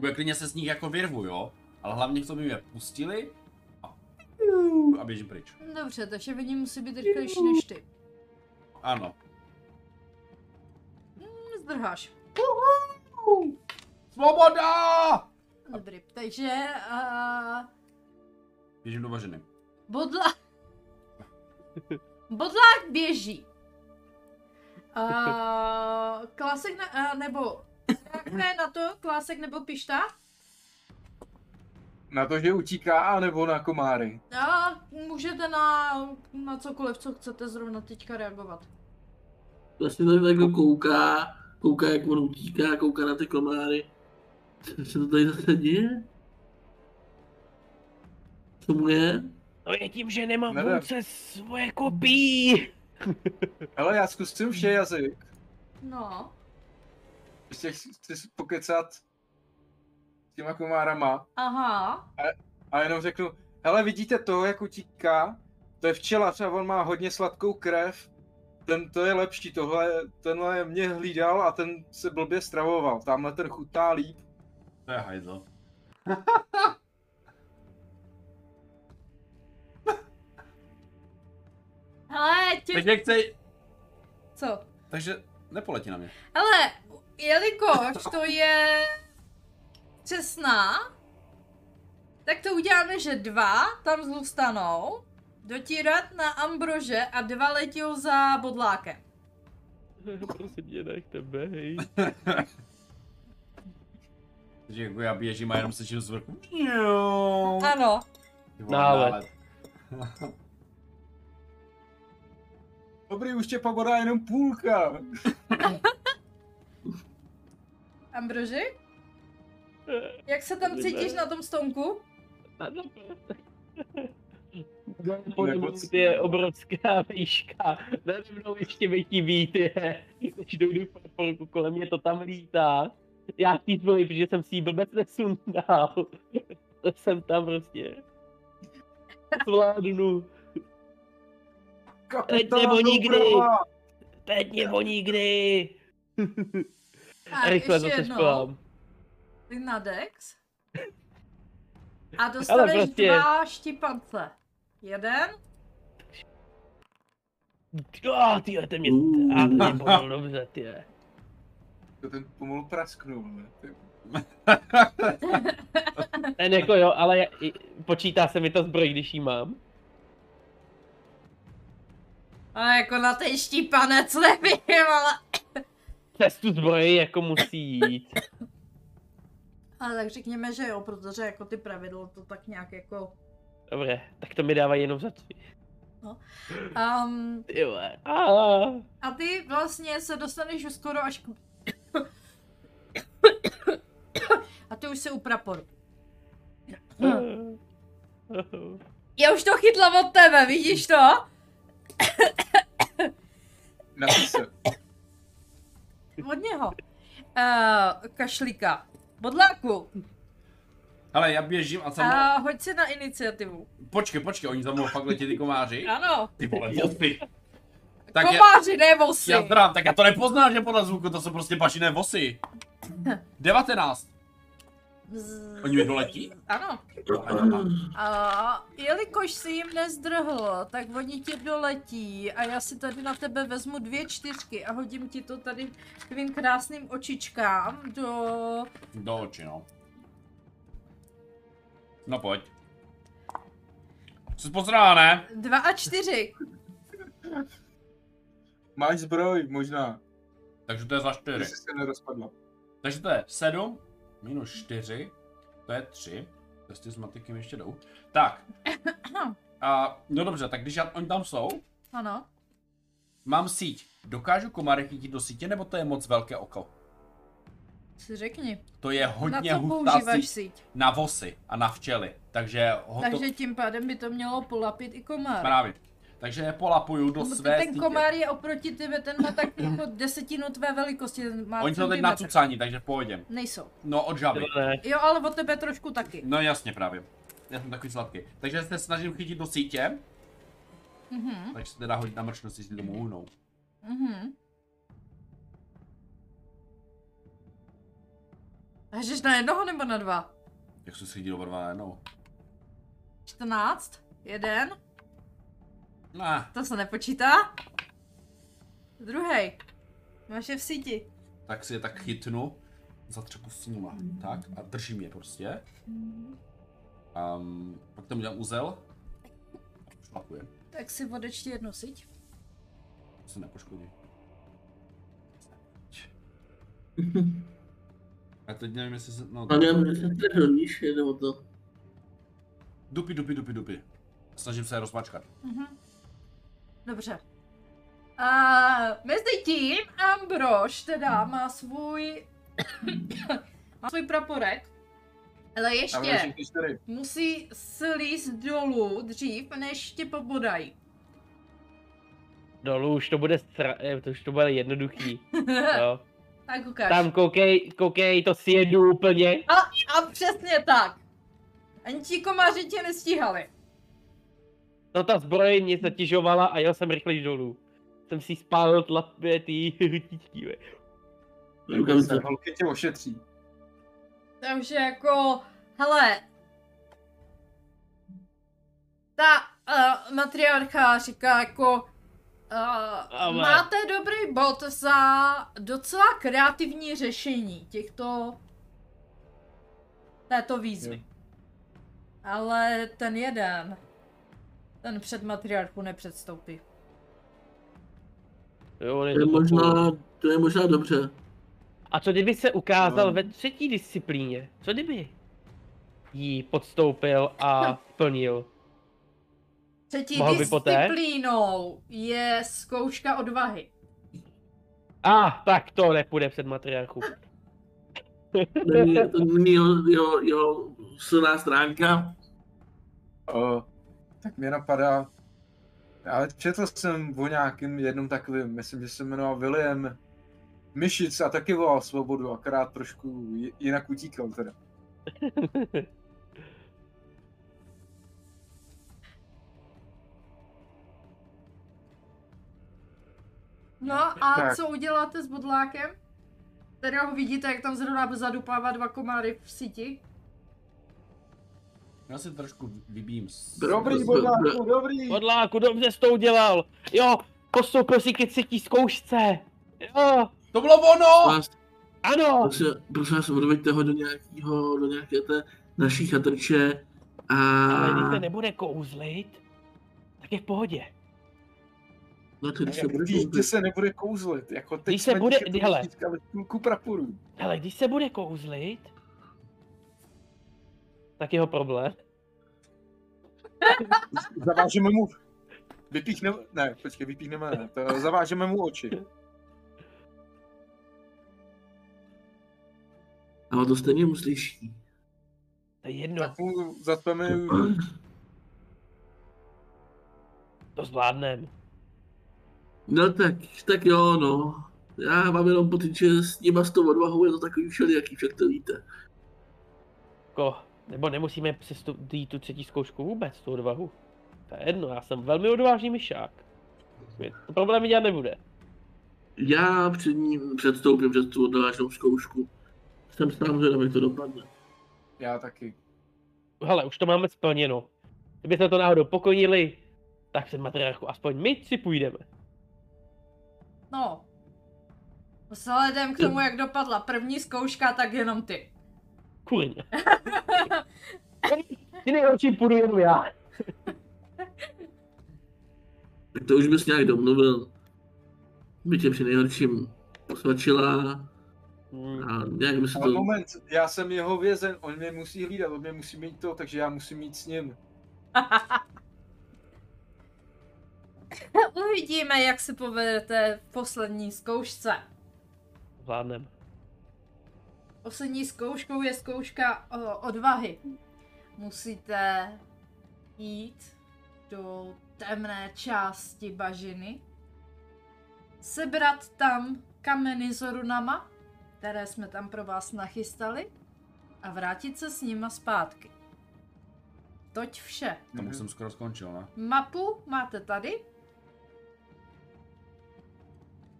Speaker 2: Bude klidně se z nich jako vyrvu, jo? Ale hlavně chcou, aby mě pustili a, a běžím pryč.
Speaker 1: Dobře, takže oni musí být rychlejší než ty.
Speaker 2: Ano.
Speaker 1: Hm, Zdrháš.
Speaker 2: Svoboda!
Speaker 1: Dobrý, takže uh,
Speaker 2: Běžím do bažiny.
Speaker 1: bodla... Bodlák běží. Uh, klásek na, uh, nebo... Reakce na to, klásek nebo pišta?
Speaker 4: Na to, že utíká, nebo na komáry.
Speaker 1: A můžete na, na cokoliv, co chcete zrovna teďka reagovat.
Speaker 3: Vlastně tady tak jako kouká, kouká, jak on utíká, kouká na ty komáry. Co se to tady zase děje? Co mu je?
Speaker 5: To No je tím, že nemám
Speaker 4: Nevím.
Speaker 5: v ruce svoje kopí.
Speaker 4: Ale já zkusím vše jazyk.
Speaker 1: No.
Speaker 4: Prostě chci chci pokecat s těma komárama
Speaker 1: Aha.
Speaker 4: a jenom řeknu, hele vidíte toho, jak utíká? To je včelař a on má hodně sladkou krev. Ten to je lepší, tohle, tenhle mě hlídal a ten se blbě stravoval. Tamhle ten chutná líp.
Speaker 2: To je hajzl.
Speaker 1: Ale tě...
Speaker 2: Takže chci...
Speaker 1: Co?
Speaker 2: Takže nepoletí na mě.
Speaker 1: Ale, jelikož to je přesná, tak to uděláme, že dva tam zůstanou, dotírat na Ambrože a dva letí za bodlákem.
Speaker 5: Prosím tě, nechte bej.
Speaker 2: Takže jako já běžím a jenom slyším zvrk. Jo.
Speaker 1: Ano,
Speaker 2: Ty vole,
Speaker 5: Nálet.
Speaker 4: Dobrý, už tě pobodá jenom půlka.
Speaker 1: Ambroži, jak se tam cítíš na tom stonku?
Speaker 5: Nebo
Speaker 4: Nebo-
Speaker 5: je obrovská výška, nade mnou ještě větší vítě, když dojdu v parporku, kolem mě to tam lítá. Já v té chvíli, protože jsem si ji blbec nesundal, jsem tam prostě. Zvládnu. nebo nikdy.
Speaker 4: Dobrá.
Speaker 5: Teď nebo nikdy.
Speaker 1: A
Speaker 5: Rychle
Speaker 1: ještě
Speaker 5: zase
Speaker 1: jednou,
Speaker 5: školám.
Speaker 1: ty na dex. A dostaneš
Speaker 5: prostě-
Speaker 1: dva štípance. Jeden,
Speaker 5: Jo, tyhle, ten mě,
Speaker 3: Uh.
Speaker 5: a to mě pomohl dobře, tyhle.
Speaker 4: To ten pomalu prasknul, ne? Ty-
Speaker 5: Ten jako jo, ale já- i- počítá se mi ta zbroj, když ji mám.
Speaker 1: ale jako na ten štípanec nevím, ale
Speaker 5: Přes tu zbroj jako musí jít.
Speaker 1: Ale tak řekněme, že jo, protože jako ty pravidlo to tak nějak jako...
Speaker 5: Dobré, tak to mi dávají jenom za tři.
Speaker 1: Um,
Speaker 5: Ty vole. A,
Speaker 1: a ty vlastně se dostaneš už skoro až k... A ty už se u praporu. Já už to chytla od tebe, vidíš to?
Speaker 4: Na se.
Speaker 1: Od něho. Uh, kašlíka. Bodláku,
Speaker 2: Hele, já běžím a tam...
Speaker 1: a Uh, hoď si na iniciativu.
Speaker 2: Počkej, počkej, oni za mnou fakt letí ty komáři.
Speaker 1: Ano,
Speaker 2: Ty vole, vosy. Tak
Speaker 1: tak
Speaker 2: já-
Speaker 1: komáři, ne vosy.
Speaker 2: Já zdrám, tak já to nepoznám, že podle zvuku, to jsou prostě bašiné vosy. 19.
Speaker 1: Bzz.
Speaker 2: Oni mi doletí?
Speaker 1: Ano. A jelikož si jim nezdrhl, tak oni ti doletí a já si tady na tebe vezmu dvě čtyřky a hodím ti to tady k tvým krásným očičkám do...
Speaker 2: Do očí, no. No pojď. Jsi pozrá, ne?
Speaker 1: Dva a čtyři.
Speaker 4: Máš zbroj, možná.
Speaker 2: Takže to je za
Speaker 4: Že
Speaker 2: 4.
Speaker 4: jsi se nerozpadla.
Speaker 2: Takže to je 7 minus 4, to je 3. Testy s matikem ještě jdou. Tak. A, no dobře, tak když já, oni tam jsou,
Speaker 1: Ano.
Speaker 2: mám síť. Dokážu komárek jít do sítě, nebo to je moc velké oko?
Speaker 1: Si řekni,
Speaker 2: To je
Speaker 1: na
Speaker 2: hodně
Speaker 1: co
Speaker 2: hustá
Speaker 1: používáš
Speaker 2: síť
Speaker 1: síť?
Speaker 2: na vosy a na včely. Takže ho to...
Speaker 1: Takže tím pádem by to mělo polapit i komár.
Speaker 2: Právě. Takže je polapuju do
Speaker 1: Nebo
Speaker 2: své
Speaker 1: ten
Speaker 2: sítě.
Speaker 1: komár je oproti tebe, ten má tak jako desetinu tvé velikosti, ten má
Speaker 2: Oni jsou teď
Speaker 1: centimetr.
Speaker 2: na cucání, takže pohodě.
Speaker 1: Nejsou.
Speaker 2: No od žaby.
Speaker 5: ne.
Speaker 1: Jo, ale od tebe trošku taky.
Speaker 2: No jasně právě. Já jsem takový sladký. Takže se snažím chytit do sítě,
Speaker 1: Mhm,
Speaker 2: takže se teda hodit na mrčnost, jestli no. tomu uhnou.
Speaker 1: mhm. A žeš na jednoho nebo na dva?
Speaker 2: Jak jsem si chytil oba dva no. najednou?
Speaker 1: 14, jeden,
Speaker 2: Ne,
Speaker 1: to se nepočítá. Druhý. Máš je v síti.
Speaker 2: tak si je tak chytnu, zatřepu s nima, tak a držím je prostě. Um, pak tam udělám úzel. Šlapujem,
Speaker 1: Tak si odečti jednu síť.
Speaker 2: se nepoškodí. A teď nevím, jestli se, no,
Speaker 3: A nevím, jestli jsem trefil níž, nebo to.
Speaker 2: dupy, dupy, dupy, dupy. Snažím se je rozmačkat.
Speaker 1: Mhm. Dobře. A mezi tím Ambrož teda má svůj... má svůj praporek. Ale ještě...
Speaker 4: Tam je všichni čtyři.
Speaker 1: musí slíst dolů dřív, než tě pobodají.
Speaker 5: Dolů už to bude stra... eh, to už to bude jednoduchý. Jo.
Speaker 1: tak ukáž.
Speaker 5: Tam koukej, koukej, to si jedu úplně.
Speaker 1: A přesně tak. Ani ti komáři tě nestíhali.
Speaker 5: No ta zbroj mě zatěžovala a jel jsem rychleji dolů. Jsem si spálil tlapě ty hutičky, ve.
Speaker 3: Rukavice.
Speaker 4: Holky tě ošetří.
Speaker 1: Takže jako, hele. Ta uh, matriarcha eh, říká jako, Uh,
Speaker 5: Ale-
Speaker 1: Máte dobrý bod za docela kreativní řešení těchto této výzvy. Ale ten jeden, ten před matriarchu nepředstoupí.
Speaker 5: Jo, on je
Speaker 3: To je
Speaker 5: trochu-
Speaker 3: možná, to je možná dobře.
Speaker 5: A co kdyby se ukázal
Speaker 6: No.
Speaker 5: ve třetí disciplíně? Co kdyby ji podstoupil a plnil?
Speaker 1: Třetí
Speaker 5: Mohl by poté?
Speaker 1: disciplínou je zkouška odvahy.
Speaker 5: A, ah, tak to nepůjde před matriarchu.
Speaker 3: To není, to není jeho, jeho, jeho silná stránka.
Speaker 4: O, tak mě napadá, ale četl jsem o nějakým jednom takovým, myslím, že se jmenoval William Myšic a taky volal svobodu, akorát trošku ji- jinak utíkal teda.
Speaker 1: No a
Speaker 4: Tak.
Speaker 1: co uděláte s bodlákem? Kterého vidíte, jak tam zrovna zadupává dva komáry v síti.
Speaker 2: Já si trošku vybím s...
Speaker 4: Dobrý,
Speaker 3: Super.
Speaker 4: bodláku, dobrý!
Speaker 5: Podláku, dobře jsi to udělal. Jo, postoupil si ke třetí zkoušce. Jo,
Speaker 2: To bylo ono!
Speaker 3: Vás,
Speaker 5: ano.
Speaker 3: prosím, prosím vás, odveďte ho do nějakého, do nějaké té naší chatrče. A
Speaker 5: Ale když se nebude kouzlit, tak je v pohodě.
Speaker 3: na to, když se bude
Speaker 4: Dítě se nebude kouzlit, jako teď
Speaker 5: Když se bude- hele.
Speaker 4: Ale půlku praporů.
Speaker 5: Ale když se bude kouzlit, tak jeho problém.
Speaker 4: Zavážeme mu... Vypíchneme... Ne, počkej, vypíchneme ne. To zavážeme mu oči.
Speaker 3: A on to stejně mu slyší.
Speaker 5: To je jedno,
Speaker 4: Tak mu zatpeme...
Speaker 5: to zvládnem.
Speaker 3: No tak, tak jo, no. Já mám jenom pocit, že s nima s tou odvahou je to takový všelijaký, však to víte.
Speaker 5: Ko, Jako, nebo nemusíme přestoupit tu třetí zkoušku vůbec, tu odvahu. To je jedno, já jsem velmi odvážný myšák. Mě to problémy dělat nebude.
Speaker 3: Já před ním předstoupím před tu odvážnou zkoušku. Jsem sám zvědavý, jak to dopadne.
Speaker 4: Já taky.
Speaker 5: Hele, už to máme splněno. Kdyby jsme to náhodou pokonili, tak před matriarchu aspoň my tři půjdeme.
Speaker 1: No. Vzhledem k tomu, jak dopadla první zkouška, tak jenom ty.
Speaker 5: Kurně. Ty nejhorší půjdu jenom já.
Speaker 3: Tak to už bys nějak domluvil. By tě při nejhorším posvačila
Speaker 5: Hmm.
Speaker 2: No.
Speaker 3: a nějak by se
Speaker 4: Ale
Speaker 3: to...
Speaker 4: moment, já jsem jeho vězen, on mě musí hlídat, on mě musí mít to, takže já musím mít s ním.
Speaker 1: No, Uvidíme, jak se povedete v poslední zkoušce.
Speaker 5: Zvládnem.
Speaker 1: Poslední zkouškou je zkouška o, odvahy. Musíte jít do temné části bažiny, sebrat tam kameny s runama, které jsme tam pro vás nachystali, a vrátit se s nima zpátky. Toť vše.
Speaker 2: Tam už jsem skoro skončil, no. ne?
Speaker 1: Mapu máte tady.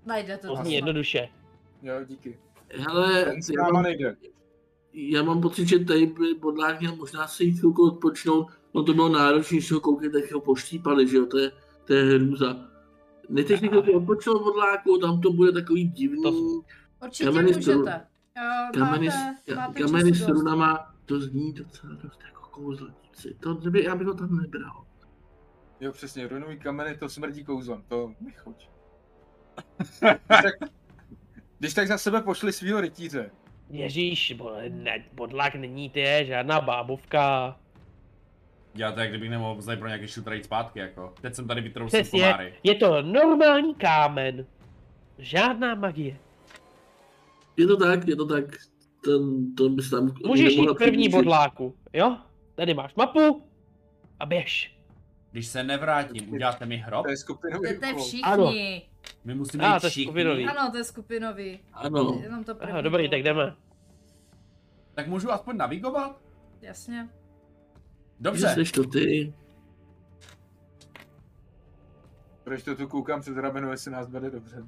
Speaker 1: Najdete
Speaker 5: To
Speaker 1: to.
Speaker 5: zní jednoduše.
Speaker 4: Mhm. Jo, díky.
Speaker 3: Hele,
Speaker 4: Ten s
Speaker 3: já
Speaker 4: náma
Speaker 3: mám,
Speaker 4: nejde.
Speaker 3: já mám pocit, že tady by bodlák měl možná si jít chvilku odpočnout. No to bylo náročný, že ho koukejte, jak ho poštípali, že jo, to je, to je hrůza. Nechte si chvilku odpočnout bodláku, tam to bude takový divný.
Speaker 1: Určitě
Speaker 3: Kameny s run-
Speaker 1: můžete. Eh,
Speaker 3: Kameny,
Speaker 1: máte,
Speaker 3: s- ka-
Speaker 1: máte
Speaker 3: kameny
Speaker 1: času
Speaker 3: s
Speaker 1: dost.
Speaker 3: runama, to zní docela dost jako kouzlenici. To by, já bych ho tam nebral.
Speaker 4: Jo, přesně, runují kameny, to smrdí kouzlem, to nechoď. Když tak, když tak za sebe pošli svýho rytíře.
Speaker 5: Ježíš, bo, ne, bodlák není ty, je, žádná bábovka.
Speaker 2: Já to jak kdybych nemohl vzít pro nějaký shooter jít zpátky, jako. Teď jsem tady vytrousil
Speaker 5: Přesně.
Speaker 2: komáry.
Speaker 5: Je to normální kámen. Žádná magie.
Speaker 3: Je to tak, je to tak. Ten, to by se tam...
Speaker 5: Můžeš
Speaker 3: nemohla
Speaker 5: jít první
Speaker 3: přiblížit.
Speaker 5: bodláku, jo? Tady máš mapu a běž.
Speaker 2: Když se nevrátím, uděláte mi hrob?
Speaker 4: To je skupinový
Speaker 1: Jdete
Speaker 2: Jako-
Speaker 4: úkol.
Speaker 1: všichni.
Speaker 2: My musíme
Speaker 5: A,
Speaker 2: jít
Speaker 5: to je skupinový.
Speaker 2: všichni.
Speaker 1: Ano, to je skupinový.
Speaker 2: No.
Speaker 3: Ano.
Speaker 1: Jenom to první.
Speaker 5: Aha, dobrý,
Speaker 1: kolo.
Speaker 5: tak jdeme.
Speaker 2: Tak můžu aspoň navigovat?
Speaker 1: Jasně.
Speaker 3: Dobře.
Speaker 2: Dobře.
Speaker 3: Jsi to ty.
Speaker 4: Proč to tu koukám před ramenu, jestli nás vede dobře.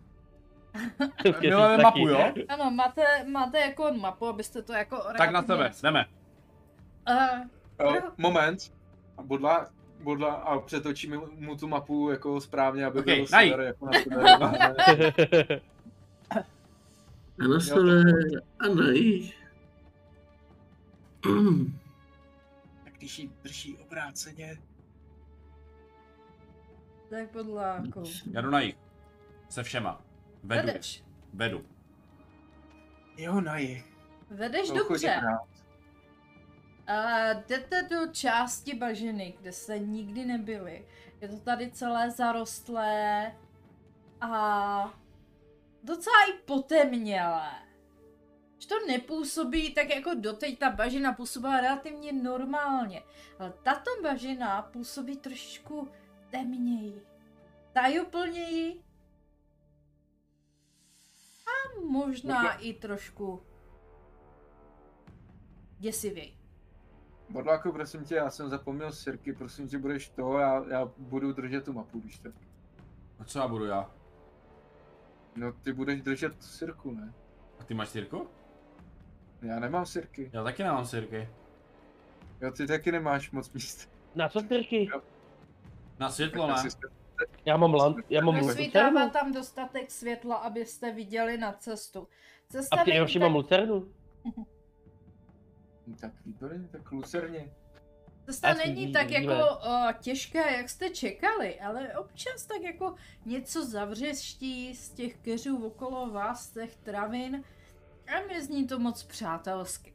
Speaker 5: Chtěl
Speaker 2: Milé
Speaker 5: říct
Speaker 2: mapu,
Speaker 5: taky.
Speaker 2: jo?
Speaker 1: Ano, máte, máte jako mapu, abyste to jako...
Speaker 2: Tak na
Speaker 1: relativně-
Speaker 2: tebe, jdeme.
Speaker 1: Eh,
Speaker 4: Jo, moment. A bodlá, bodla a přetočíme mu tu mapu jako správně, aby
Speaker 2: Okej,
Speaker 4: okay, bylo
Speaker 2: najít.
Speaker 4: sever, jako na sever.
Speaker 3: A na sever a na jih. Mm,
Speaker 4: tak když ji drží obráceně,
Speaker 1: Tak jako- podláku.
Speaker 2: Já jdu na jich. Se všema. Vedu. je.
Speaker 1: Vedeš.
Speaker 2: Vedu.
Speaker 4: jo, na jich.
Speaker 1: Vedeš
Speaker 4: No, chodí
Speaker 1: dobře.
Speaker 4: k nám.
Speaker 1: A Eh, jdete do části bažiny, kde jste nikdy nebyli. Je to tady celé zarostlé a docela i potemnělé. Že to nepůsobí tak jako doteď ta bažina působila relativně normálně. Ale tato bažina působí trošičku temněji. Tajuplněji. A možná i trošku děsivěji.
Speaker 4: Bodláku, prosím tě, já jsem zapomněl sirky, prosím tě, budeš to, já, já budu držet tu mapu, když tak.
Speaker 2: A co já budu já?
Speaker 4: No, ty budeš držet tu sirku, ne?
Speaker 2: A ty máš sirku?
Speaker 4: Já nemám sirky.
Speaker 2: Já taky nemám sirky.
Speaker 4: Jo, ty taky nemáš moc míst.
Speaker 5: Na co trky?
Speaker 2: Na světlo No, ne.
Speaker 5: Já mám lan, já mám
Speaker 1: Rozsvítává
Speaker 5: lucernu.
Speaker 1: tam dostatek světla, abyste viděli na cestu. Cesta
Speaker 5: A ty
Speaker 1: není
Speaker 5: Eroši mám lucernu.
Speaker 4: No, Tak výborně, tak lucerně.
Speaker 1: Cesta
Speaker 5: Já si
Speaker 1: není
Speaker 5: vidím,
Speaker 1: tak
Speaker 5: vidíme.
Speaker 1: jako uh, těžká, jak jste čekali, ale občas tak jako něco zavřeští z těch keřů okolo vás, z těch travin a nezní to moc přátelsky.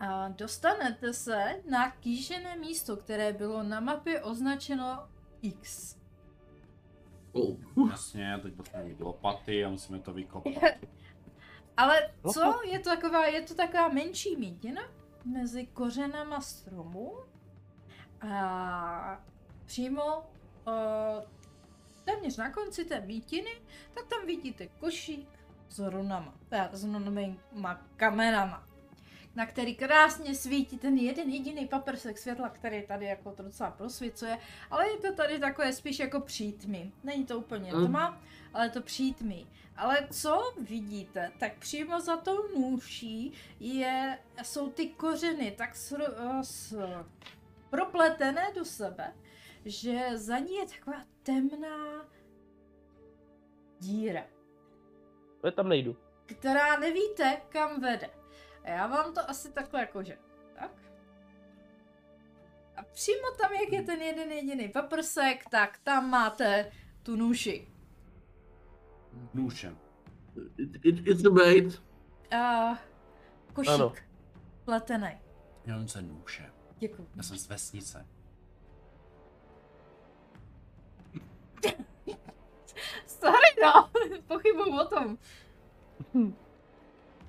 Speaker 1: A dostanete se na kýžené místo, které bylo na mapě označeno X.
Speaker 3: oh,
Speaker 2: Jasně, teď potřebujeme mít lopaty a musíme to vykopat.
Speaker 1: Ale
Speaker 5: No.
Speaker 1: co? Je to taková, je to taková menší mítina mezi kořenama stromů a přímo uh, téměř na konci té mítiny, tak tam vidíte košík s runama, teda s runovýma kamenama, na který krásně svítí ten jeden jediný paprsek světla, který tady jako to docela prosvěcuje, ale je to tady takové spíš jako přítmy. Není to úplně
Speaker 3: Mm.
Speaker 1: tma, ale je to přítmy. Ale co vidíte, tak přímo za tou nůší je, jsou ty kořeny tak sro, eh, s, propletené do sebe, že za ní je taková temná díra,
Speaker 5: Já tam nejdu.
Speaker 1: která nevíte, kam vede. A já vám to asi takhle jakože, tak? A přímo tam, jak je ten jeden jediný paprsek, tak tam máte tu nůši.
Speaker 2: Nůšem.
Speaker 3: it, it, it's a bait.
Speaker 1: Uh, košík.
Speaker 5: Ano.
Speaker 1: Pletený.
Speaker 2: Já jsem se nůše.
Speaker 1: Děkuji.
Speaker 2: Já jsem z vesnice.
Speaker 1: Sorry, no, pochybuju o tom.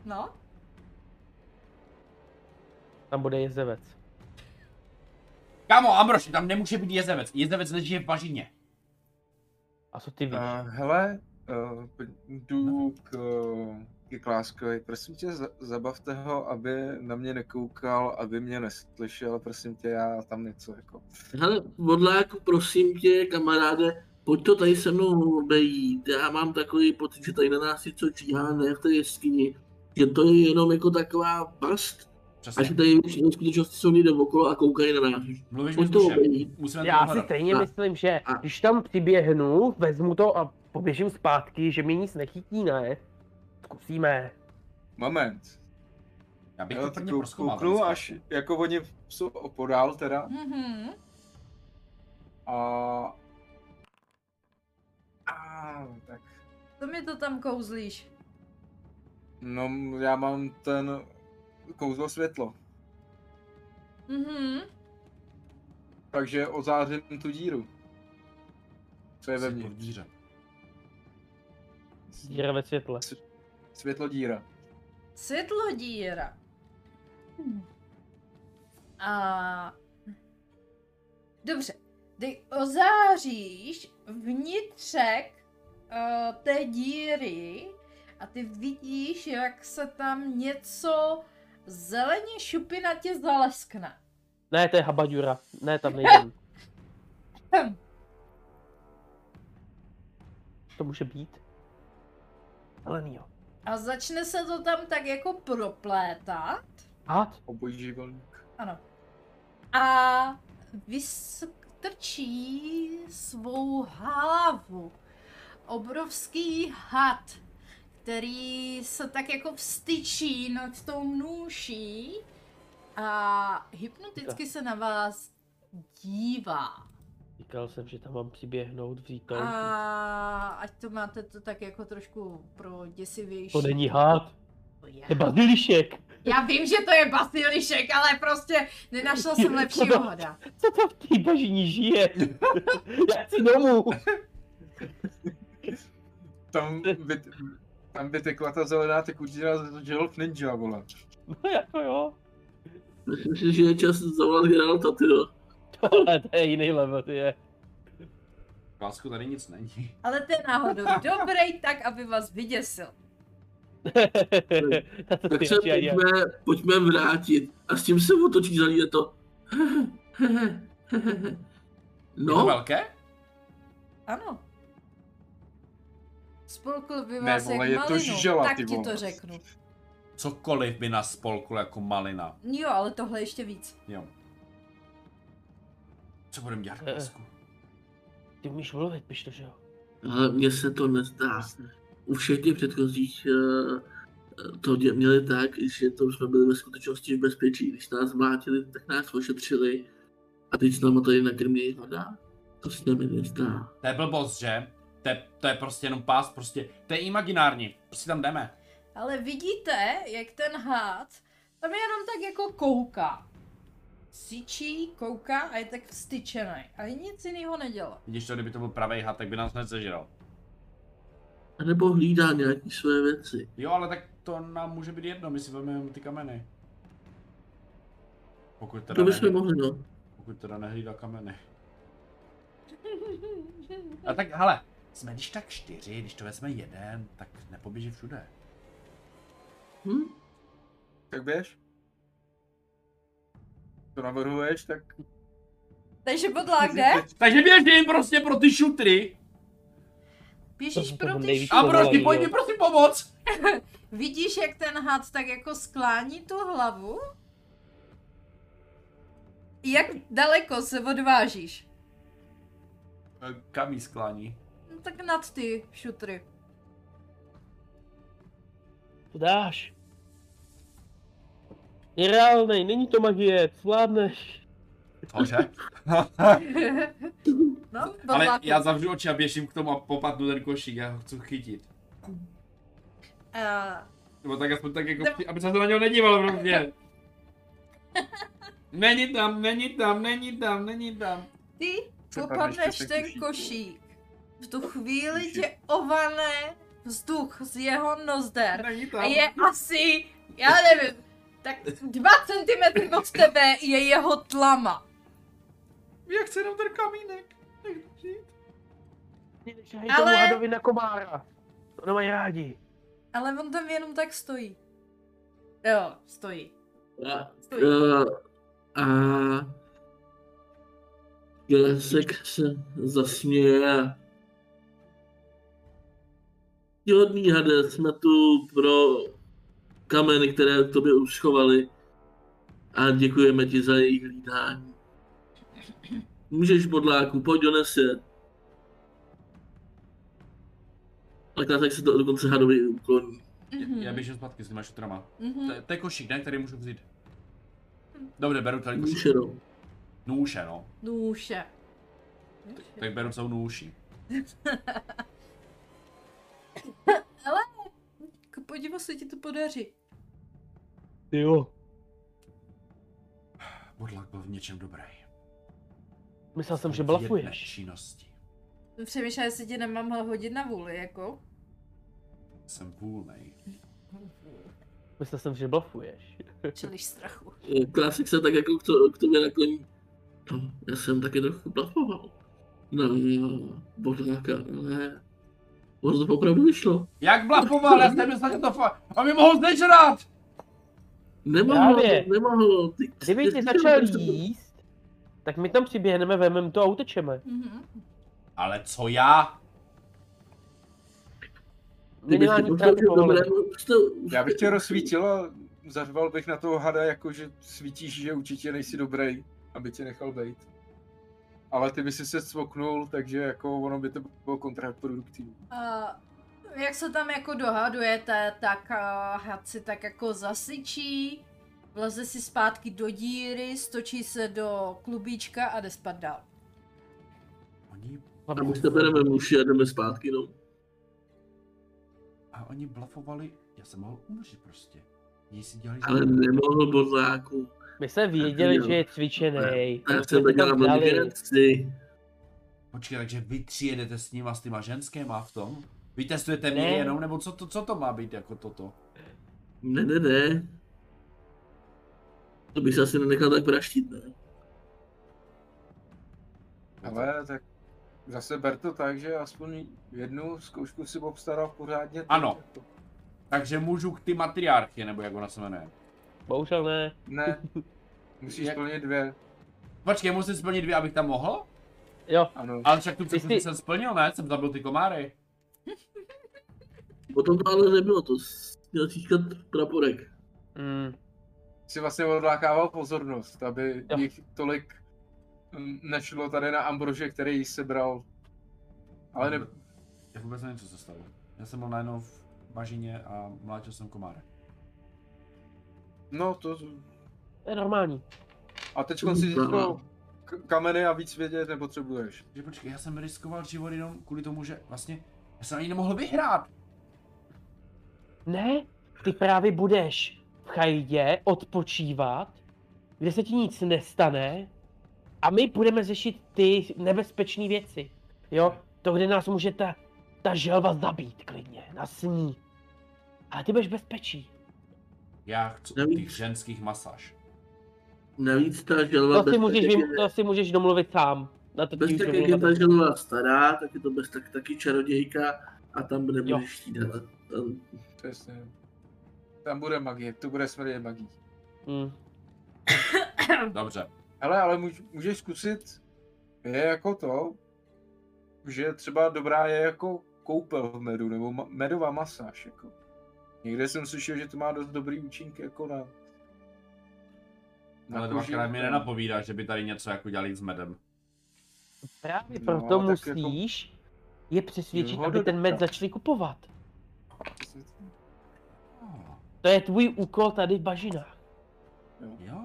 Speaker 1: No,
Speaker 5: Tam bude jezevec.
Speaker 2: Kámo, Ambroši, tam nemůže být jezevec. Jezevec nežije v bažině.
Speaker 5: A co
Speaker 2: No.
Speaker 5: ty víš?
Speaker 4: Uh, hele, uh, jdu k, eh, ke Kláskovi. Prosím tě, za- zabavte ho, aby na mě nekoukal, aby mě neslyšel. Prosím tě, já tam něco jako...
Speaker 3: Hele, vodláku, prosím tě, kamaráde, pojď to tady se mnou obejít. Já mám takový pocit, že tady na nás něco číhá, ne v té jeskyni. Že to je jenom jako taková past, a
Speaker 2: Přesně.
Speaker 3: že tady ve skutečnosti jsou někde okolo a koukají na nás.
Speaker 2: Mluvíš mi
Speaker 3: Pojď to
Speaker 2: dušem.
Speaker 3: obejít.
Speaker 2: Musíme to
Speaker 5: Já si
Speaker 2: dohledat.
Speaker 5: stejně
Speaker 3: A-
Speaker 5: myslím, že
Speaker 3: a-
Speaker 5: když tam přiběhnu, vezmu to a poběžím zpátky, že mě nic nechytí, ne? Zkusíme.
Speaker 4: Moment.
Speaker 2: Já bych
Speaker 4: Jo,
Speaker 2: to
Speaker 4: tak
Speaker 2: prvně
Speaker 4: kou-
Speaker 2: proskoumal.
Speaker 4: kouknu,
Speaker 2: ten
Speaker 4: až jako oni jsou opodál teda.
Speaker 1: mhm.
Speaker 4: A... A, tak.
Speaker 1: To mi to tam kouzlíš.
Speaker 4: No, já mám ten kouzlo světlo.
Speaker 1: Mhm.
Speaker 4: Takže ozářím tu díru. Co je ve
Speaker 2: svět. Jsi
Speaker 4: mně?
Speaker 2: v díře.
Speaker 5: Díra ve světle.
Speaker 4: Světlo díra.
Speaker 1: Světlo díra. Hm. A... Dobře. Ty ozáříš vnitřek uh, té díry a ty vidíš, jak se tam něco zeleně šupinatě zaleskne.
Speaker 5: Ne, to je habaďura. Ne, tam nejdem.
Speaker 1: Hm.
Speaker 5: To může být? Zelený jo.
Speaker 1: A začne se to tam tak jako proplétat.
Speaker 5: Had?
Speaker 4: Obojí živelník.
Speaker 1: Ano. A jako
Speaker 5: Říkal jsem, že tam mám přiběhnout, vzít to.
Speaker 1: A ať to máte to tak jako trošku pro děsivější.
Speaker 5: To není hád, to je bazilišek.
Speaker 1: Já vím, že to je basilišek, ale prostě nenašla jsem lepšího hoda.
Speaker 5: Co to v té bažiní žije? Já chci domů.
Speaker 4: Tam by, tam by tekla ta zelená tekutina z želv ninja, vole.
Speaker 5: No jako jo.
Speaker 3: Myslím si, že je čas zavolat Geralta, ty jo.
Speaker 5: Tohle to je jiný level, ty je.
Speaker 2: Lásku, tady nic není.
Speaker 1: Ale ten náhodou dobrý tak, aby vás vyděsil.
Speaker 5: Na to
Speaker 3: Tak
Speaker 5: ty
Speaker 3: se
Speaker 5: oči ani-
Speaker 3: pojďme, pojďme vrátit a s tím se otočí za ní je to.
Speaker 2: Je to
Speaker 3: No,
Speaker 2: velké?
Speaker 1: Ano. Spolkl by
Speaker 4: Ne,
Speaker 1: vás
Speaker 4: vole, je
Speaker 1: jak
Speaker 4: to
Speaker 1: malinu,
Speaker 4: žela,
Speaker 1: tak
Speaker 4: ty
Speaker 1: ti to
Speaker 4: vole.
Speaker 1: řeknu.
Speaker 2: Cokoliv by nás spolklo jako malina.
Speaker 1: Jo, ale tohle ještě víc.
Speaker 2: Jo. Co budeme dělat,
Speaker 5: Eh.
Speaker 2: Lásku?
Speaker 5: Ty umíš mluvit, piš to, že jo?
Speaker 3: ale mně se to nezdá. U všech těch předchozích eh, to dě- měli tak, že to jsme byli ve skutečnosti v bezpečí. Když nás mlátili, tak nás ošetřili a teď s náma tady nakrmějí voda. To se mi nezdá.
Speaker 2: To je blbost, že? To je, to je prostě jenom pás, prostě, to je imaginární, prostě tam jdeme.
Speaker 1: Ale vidíte, jak ten hád tam jenom tak jako kouká. Sičí, kouká a je tak vstyčený. A nic jiného nedělá.
Speaker 2: Vidíš to, kdyby to byl pravý had, tak by nás nesežral.
Speaker 3: A nebo hlídá nějaký své věci.
Speaker 2: Jo, ale tak to nám může být jedno, my si vezmeme ty kameny. Pokud teda,
Speaker 3: To bychom
Speaker 2: ne,
Speaker 3: mohli, no.
Speaker 2: pokud teda nehlídá kameny. A tak, hele, jsme když tak čtyři, když to vezme jeden, tak nepoběží všude.
Speaker 3: Hm?
Speaker 4: Tak běž? To navrhuješ, tak...
Speaker 1: Takže bodlák jde?
Speaker 2: Takže běžím prostě pro ty šutry.
Speaker 1: Běžíš
Speaker 5: To
Speaker 1: pro
Speaker 5: jsem
Speaker 1: ty
Speaker 5: nejvíc
Speaker 2: A
Speaker 1: šup.
Speaker 5: povolal.
Speaker 2: prostě, pojď mi prosím pomoc.
Speaker 1: Vidíš, jak ten had tak jako sklání tu hlavu? Jak daleko se odvážíš?
Speaker 2: Kam jí sklání?
Speaker 1: No, tak nad ty šutry.
Speaker 5: To dáš. Je reálnej, není to magie, zvládneš.
Speaker 2: Hoře.
Speaker 1: No,
Speaker 2: Ale
Speaker 1: bodláku.
Speaker 2: já zavřu oči a běžím k tomu a popadnu ten košík, já ho chci chytit.
Speaker 1: Eh,
Speaker 2: Nebo tak aspoň tak jako,
Speaker 1: Nebo-
Speaker 2: vtip- aby se to na něho nedíval prostě. Není tam, není tam, není tam, není tam.
Speaker 1: Ty
Speaker 4: Propadneš
Speaker 1: popadneš
Speaker 4: přes
Speaker 1: ten
Speaker 4: ten
Speaker 1: košík. V tu chvíli
Speaker 4: Košík.
Speaker 1: tě ovane vzduch z jeho nozder.
Speaker 2: Není
Speaker 1: A
Speaker 2: tam.
Speaker 1: je asi, já nevím, tak 2 cm od tebe je jeho tlama.
Speaker 2: Já chci jenom ten kamínek.
Speaker 1: Ale-
Speaker 5: Ale... Hadovi na komára. To nemají rádi.
Speaker 1: Ale on tam jenom tak stojí. Jo, stojí.
Speaker 3: A
Speaker 1: Stojí.
Speaker 3: Eh, a Glesek se zasměje. Jodný hade, jsme tu pro kameny, které k tobě už schovali. A děkujeme ti za jejich hlídání. Můžeš, bodláku, pojď dones je. A Glesek se to dokonce hadovi ukloní.
Speaker 1: Mhm.
Speaker 2: Já běžím zpátky s těma šutrama.
Speaker 1: Mhm.
Speaker 2: To- To je košík, ne, který můžu vzít. Dobře, beru tady košík.
Speaker 3: Míšerou.
Speaker 2: Nůše, no.
Speaker 1: Nůše.
Speaker 2: Tak beru celou nůši.
Speaker 1: K podivu Jako se ti to podaří.
Speaker 5: Ty jo.
Speaker 2: Bodlak byl v něčem dobrý.
Speaker 5: Myslel jsem, že
Speaker 2: V jedné
Speaker 5: blafuješ.
Speaker 2: činnosti.
Speaker 1: Přemýšlel, jestli tě nemám hodit na vůli, jako.
Speaker 2: Jsem vůlnej.
Speaker 5: Myslel jsem, že blafuješ.
Speaker 1: Čeliš strachu.
Speaker 3: Klasik Eh, se tak jako k, to, k tobě nakloní. No, já jsem taky trochu blafoval. No, no, bodláka, ale... Ono to opravdu vyšlo.
Speaker 2: Jak blafoval? Já jsem myslel, že to fa... A my mohou zežrat!
Speaker 3: Nemohlo,
Speaker 5: Právě.
Speaker 3: nemohlo. Ty,
Speaker 5: Kdyby ti začal jíst, tak my tam přiběhneme, vememe to a utečeme.
Speaker 1: Mhm.
Speaker 2: Ale co já?
Speaker 5: Minimální ztráty povolení.
Speaker 4: Já bych tě rozsvítil a zařval bych na toho hada, jako že svítíš, že určitě nejsi dobrý, aby tě nechal být. ale ty by si se cvoknul, takže jako ono by to bylo kontraproduktivní.
Speaker 1: Uh, jak se tam jako dohadujete, tak uh, had si tak jako zasyčí, vleze si zpátky do díry, stočí se do klubíčka a jde spát dál.
Speaker 2: Oni,
Speaker 3: A my se bereme muši a jdeme zpátky, no.
Speaker 2: a oni blafovali, já jsem mohl umřít prostě. Oni si dělali...
Speaker 3: Ale nemohl bodláku.
Speaker 5: My jsme věděli, že je cvičený.
Speaker 3: A já sebe dělám legraci.
Speaker 2: Počkej, takže vy tři jedete s nima, s těma ženskýma v tom? Vy testujete mě
Speaker 5: Ne.
Speaker 2: jenom, nebo co to, co to má být jako toto?
Speaker 3: Ne, ne, ne. To bych se asi nenechal tak praštit, ne?
Speaker 4: Ale tak zase ber to tak, že aspoň jednu zkoušku si obstaral pořádně. ty.
Speaker 2: Ano. Takže můžu k ty matriarchy, nebo jak ona se jmenuje.
Speaker 5: Bohužel ne.
Speaker 4: Ne, musíš
Speaker 2: Jak-
Speaker 4: plnit dvě,
Speaker 2: Počkej, musím splnit dvě, abych tam mohl?
Speaker 5: Jo,
Speaker 4: ano.
Speaker 2: Ale však tu předtím
Speaker 5: ty-
Speaker 2: jsem splnil, ne? Jsem zabil ty komáry.
Speaker 3: Potom to ale nebylo, to s- měl třískat praporek.
Speaker 5: mm,
Speaker 4: Si vlastně odlákával pozornost, aby
Speaker 5: Jo.
Speaker 4: jich tolik mm, nešlo tady na Ambrože, který ji sebral. Ale ne,
Speaker 2: Já vůbec nevím, co se stalo. Já jsem byl najednou v bažině a mlátil jsem komáry.
Speaker 4: no to...
Speaker 5: to je normální.
Speaker 4: A teď si
Speaker 3: Aha.
Speaker 4: získal k- kameny a víc vědět nepotřebuješ.
Speaker 2: Že počkej, já jsem riskoval život jenom kvůli tomu, že vlastně já jsem ani nemohl vyhrát.
Speaker 5: Ne, ty právě budeš v chajdě odpočívat, kde se ti nic nestane a my budeme řešit ty nebezpečné věci. Jo, to, kde nás může ta, ta želva zabít klidně, nás sní. Ale ty budeš v bezpečí.
Speaker 2: Já chci
Speaker 3: Navíc-
Speaker 2: těch ženských masáž.
Speaker 3: Navíc ta želva...
Speaker 5: To
Speaker 3: bez-
Speaker 5: si Vlastně můžeš, vym- to si můžeš domluvit sám. Na to ti
Speaker 3: Bez
Speaker 5: už
Speaker 3: tak, jak je
Speaker 5: domluvit.
Speaker 3: ta želva stará, tak je to bez tak, taky čarodějka a tam nebudeš štídat. Tam,
Speaker 4: Přesně. Tam bude magie, to bude smrdě magii.
Speaker 5: Mm.
Speaker 2: Dobře.
Speaker 4: Hele, ale můž, můžeš zkusit, je jako to, že třeba dobrá je jako koupel v medu, nebo ma, medová masáž, jako. Někde jsem slyšel, že to má dost dobrý účinky, jako na... jako-
Speaker 2: Ale
Speaker 4: kůži.
Speaker 2: dvakrát mi nenapovídá, že by tady něco jako dělali s medem.
Speaker 5: Právě
Speaker 4: No,
Speaker 5: proto
Speaker 4: tak jako-
Speaker 5: musíš je přesvědčit,
Speaker 4: Jo,
Speaker 5: aby ten med
Speaker 4: dobrá.
Speaker 5: začali kupovat.
Speaker 2: Oh,
Speaker 5: To je tvůj úkol tady v bažinách.
Speaker 2: jo.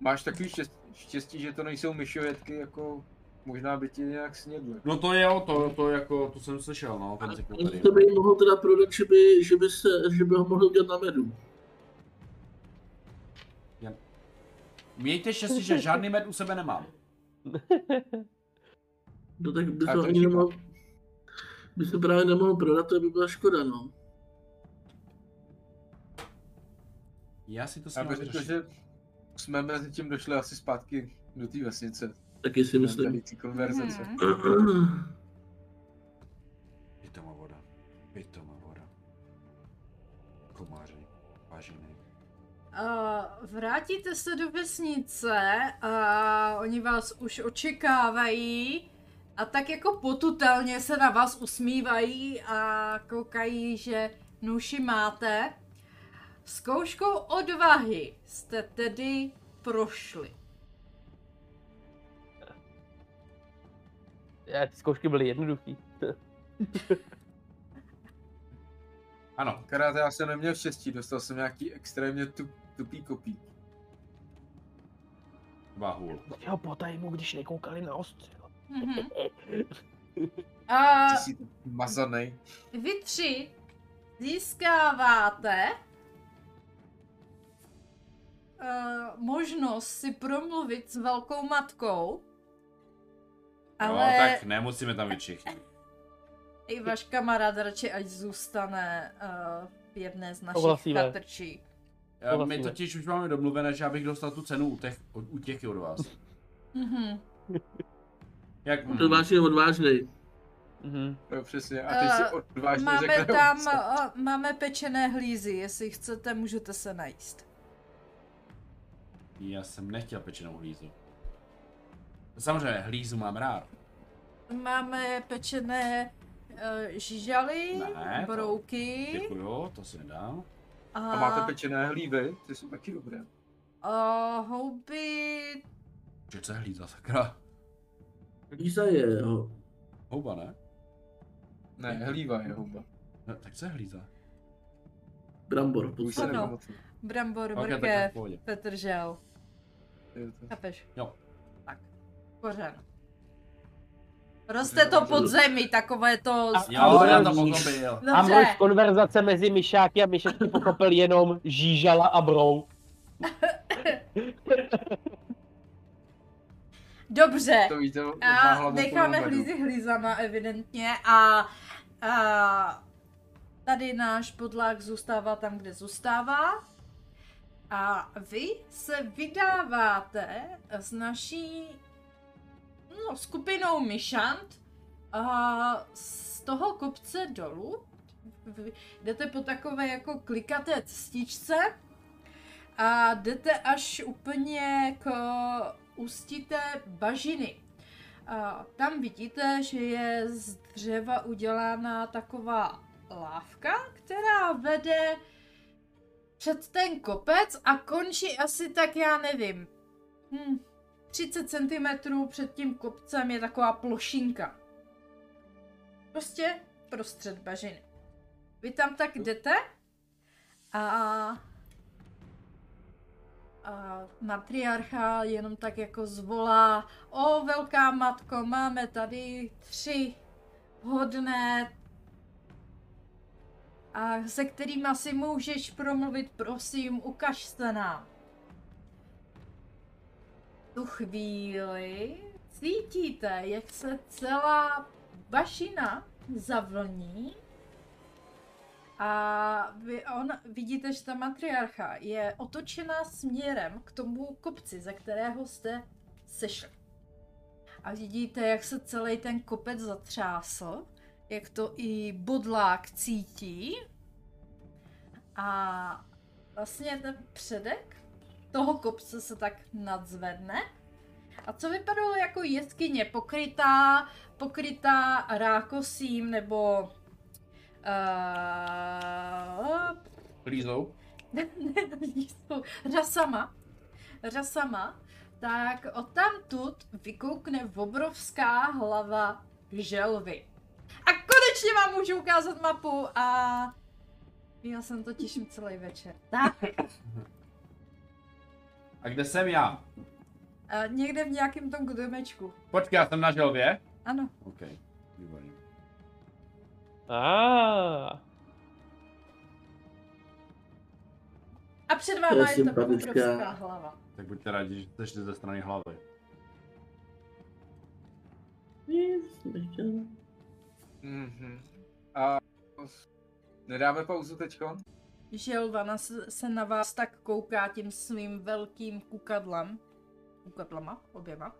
Speaker 4: Máš takový štěstí, štěstí, že to nejsou myšovědky, jako možná by ti nějak snědly.
Speaker 2: No to je o to, to jako, to jsem slyšel, no, ten cykl
Speaker 3: tam
Speaker 2: tady.
Speaker 3: to by mohl teda prodat, že by, že by, se, že by ho mohl udělat na medu.
Speaker 2: Mějte štěstí, že žádný med u sebe nemám.
Speaker 3: No tak by
Speaker 4: A
Speaker 3: to
Speaker 4: to
Speaker 3: ani
Speaker 4: chyba.
Speaker 3: nemohl, by se právě nemohl prodat, to by byla škoda, no.
Speaker 2: Já si to
Speaker 4: Já
Speaker 2: s
Speaker 4: bych
Speaker 2: ním
Speaker 4: řekl, že jsme mezi tím došli asi zpátky do té vesnice.
Speaker 3: Taky si
Speaker 4: Tady
Speaker 3: myslím.
Speaker 4: ty konverzace.
Speaker 1: Hmm.
Speaker 2: Pitomá voda. Pitomá voda. Komáři. Vážený.
Speaker 1: Uh, vrátíte se do vesnice a oni vás už očekávají a tak jako potutelně se na vás usmívají a koukají, že nuši máte. Zkouškou odvahy jste tedy prošli.
Speaker 5: Já, ty zkoušky byly jednoduchý.
Speaker 2: Ano,
Speaker 4: Akorát já jsem neměl štěstí, dostal jsem nějaký extrémně tup, tupý kopí.
Speaker 2: váhul.
Speaker 5: Jo, potaj mu, když nekoukali na ostřel.
Speaker 1: Mhm. A
Speaker 4: Ty jsi mazanej.
Speaker 1: vy tři získáváte uh, možnost si promluvit s velkou matkou, ale...
Speaker 2: No, tak nemusíme tam být všichni.
Speaker 1: I váš kamarád radši ať zůstane uh, v jedné z našich
Speaker 5: Souhlasíme.
Speaker 1: chatrčí.
Speaker 2: Eh, My
Speaker 5: vlastně.
Speaker 2: totiž už máme domluvené, že já bych dostal tu cenu utech, od- útěky od vás.
Speaker 1: Mhm.
Speaker 2: Jak?
Speaker 3: To je vážně odvážnej.
Speaker 5: Mhm.
Speaker 4: Jo, přesně. A teď si
Speaker 1: Eh,
Speaker 4: odvážně
Speaker 1: Máme
Speaker 4: řekne
Speaker 1: tam,
Speaker 4: obsah.
Speaker 1: uh, máme pečené hlízy, jestli chcete, můžete se najíst.
Speaker 2: Já jsem nechtěl pečenou hlízu. Samozřejmě, hlízu mám rád.
Speaker 1: Máme pečené uh, žižaly,
Speaker 2: Ne, to-
Speaker 1: brouky
Speaker 2: Děkuju, to si nedám.
Speaker 1: a,
Speaker 4: A máte pečené hlívy, ty jsou taky dobré.
Speaker 1: a Eh, houby,
Speaker 2: Že co je hlíza, sakra?
Speaker 3: Líza je jeho.
Speaker 2: Houba, ne?
Speaker 4: Ne, hlíva je houba.
Speaker 2: ne tak co je hlíza?
Speaker 3: Brambor.
Speaker 4: Už se
Speaker 1: Ano.
Speaker 4: nepamatuju.
Speaker 1: Brambor,
Speaker 2: Ok, tak to je v
Speaker 1: brkev,
Speaker 2: pohodě.
Speaker 1: petržel.
Speaker 4: Je to-
Speaker 1: Chápeš?
Speaker 2: Jo.
Speaker 1: Tak. Kořen. Roste to pod zemi, takové to...
Speaker 5: A-
Speaker 2: Jo,
Speaker 5: Ale-
Speaker 2: já to pochopil.
Speaker 5: A
Speaker 1: Dobře,
Speaker 5: mluv konverzace mezi myšáky a myšetky pochopil jenom žížala a brou.
Speaker 1: dobře.
Speaker 4: To víte, má
Speaker 1: A
Speaker 4: hlavu
Speaker 1: necháme
Speaker 4: plnou bedu.
Speaker 1: hlízy hlízama evidentně a, a tady náš podlák zůstává tam, kde zůstává. A vy se vydáváte s naší no, skupinou myšant a z toho kopce dolů. Vy jdete po takové jako klikaté cestičce a jdete až úplně k ústí té bažiny. A tam vidíte, že je z dřeva udělána taková lávka, která vede před ten kopec a končí asi tak, já nevím, hm, 30 cm před tím kopcem je taková plošinka. Prostě prostřed bažiny. Vy tam tak jdete a a matriarcha jenom tak jako zvolá, o velká matko, máme tady tři hodné a se kterými si můžeš promluvit, prosím, ukaž se nám. V tu chvíli cítíte, jak se celá bašina zavlní a vy, on, vidíte, že ta matriarcha je otočená směrem k tomu kopci, ze kterého jste sešli. A vidíte, jak se celý ten kopec zatřásl, jak to i bodlák cítí. A vlastně ten předek toho kopce se tak nadzvedne. A co vypadalo jako jeskyně, pokrytá, pokrytá rákosím nebo Uh,
Speaker 2: Hlízou?
Speaker 1: jsou řasama, řasama, tak odtamtud vykoukne obrovská hlava želvy. A konečně vám můžu ukázat mapu a já jsem to těším celý večer. Tak,
Speaker 2: A kde jsem já?
Speaker 1: eh, někde v nějakém tom domečku.
Speaker 2: Počkej, já jsem na želvě?
Speaker 1: Ano,
Speaker 2: OK, výborně.
Speaker 5: Ah.
Speaker 1: a před
Speaker 3: To
Speaker 1: váma
Speaker 3: je
Speaker 1: je, ta
Speaker 3: sympatická.
Speaker 1: obrovská hlava.
Speaker 2: Tak buďte rádi, že jste šli ze strany hlavy.
Speaker 3: Nic, nechtěl.
Speaker 4: Mhm. A nedáme pauzu teďkon?
Speaker 1: Želvana se se na vás tak kouká tím svým velkým kukadlem. Kukadlama, oběma.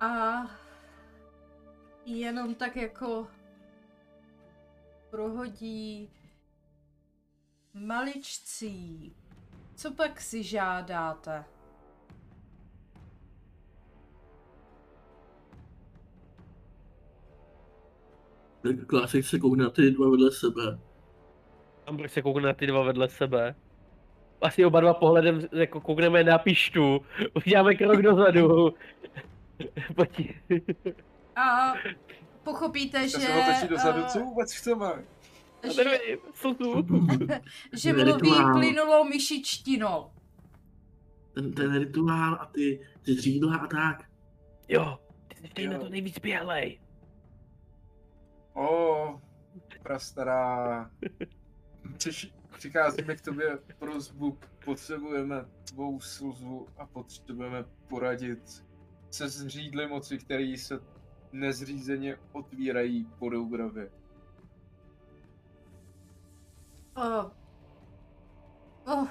Speaker 1: A jenom tak jako prohodí maličcí. Co pak si žádáte?
Speaker 3: Tak Klásek se koukne na ty dva vedle sebe.
Speaker 5: Amber se koukne na ty dva vedle sebe. Asi oba dva pohledem jako koukneme na pištu, uděláme krok dozadu. Pojď.
Speaker 1: A pochopíte,
Speaker 4: Že
Speaker 1: že...
Speaker 4: se otočí dozadu,
Speaker 1: eh,
Speaker 4: co vůbec chceme?
Speaker 5: Já
Speaker 1: že,
Speaker 5: nevím, Co tu?
Speaker 1: že
Speaker 3: Ten
Speaker 1: mluví
Speaker 3: rituál.
Speaker 1: plynulou myšičtinou.
Speaker 3: Ten, ten rituál a ty, ty řídla a tak.
Speaker 5: Jo, ty jsi tady
Speaker 4: Jo.
Speaker 5: na to nejvíc běhlej.
Speaker 4: O, prastará. Přiš, přicházíme k tobě prozbu, potřebujeme tvou službu a potřebujeme poradit se zřídly moci, které se nezřízeně otvírají po Doubravě.
Speaker 1: Oh. Oh.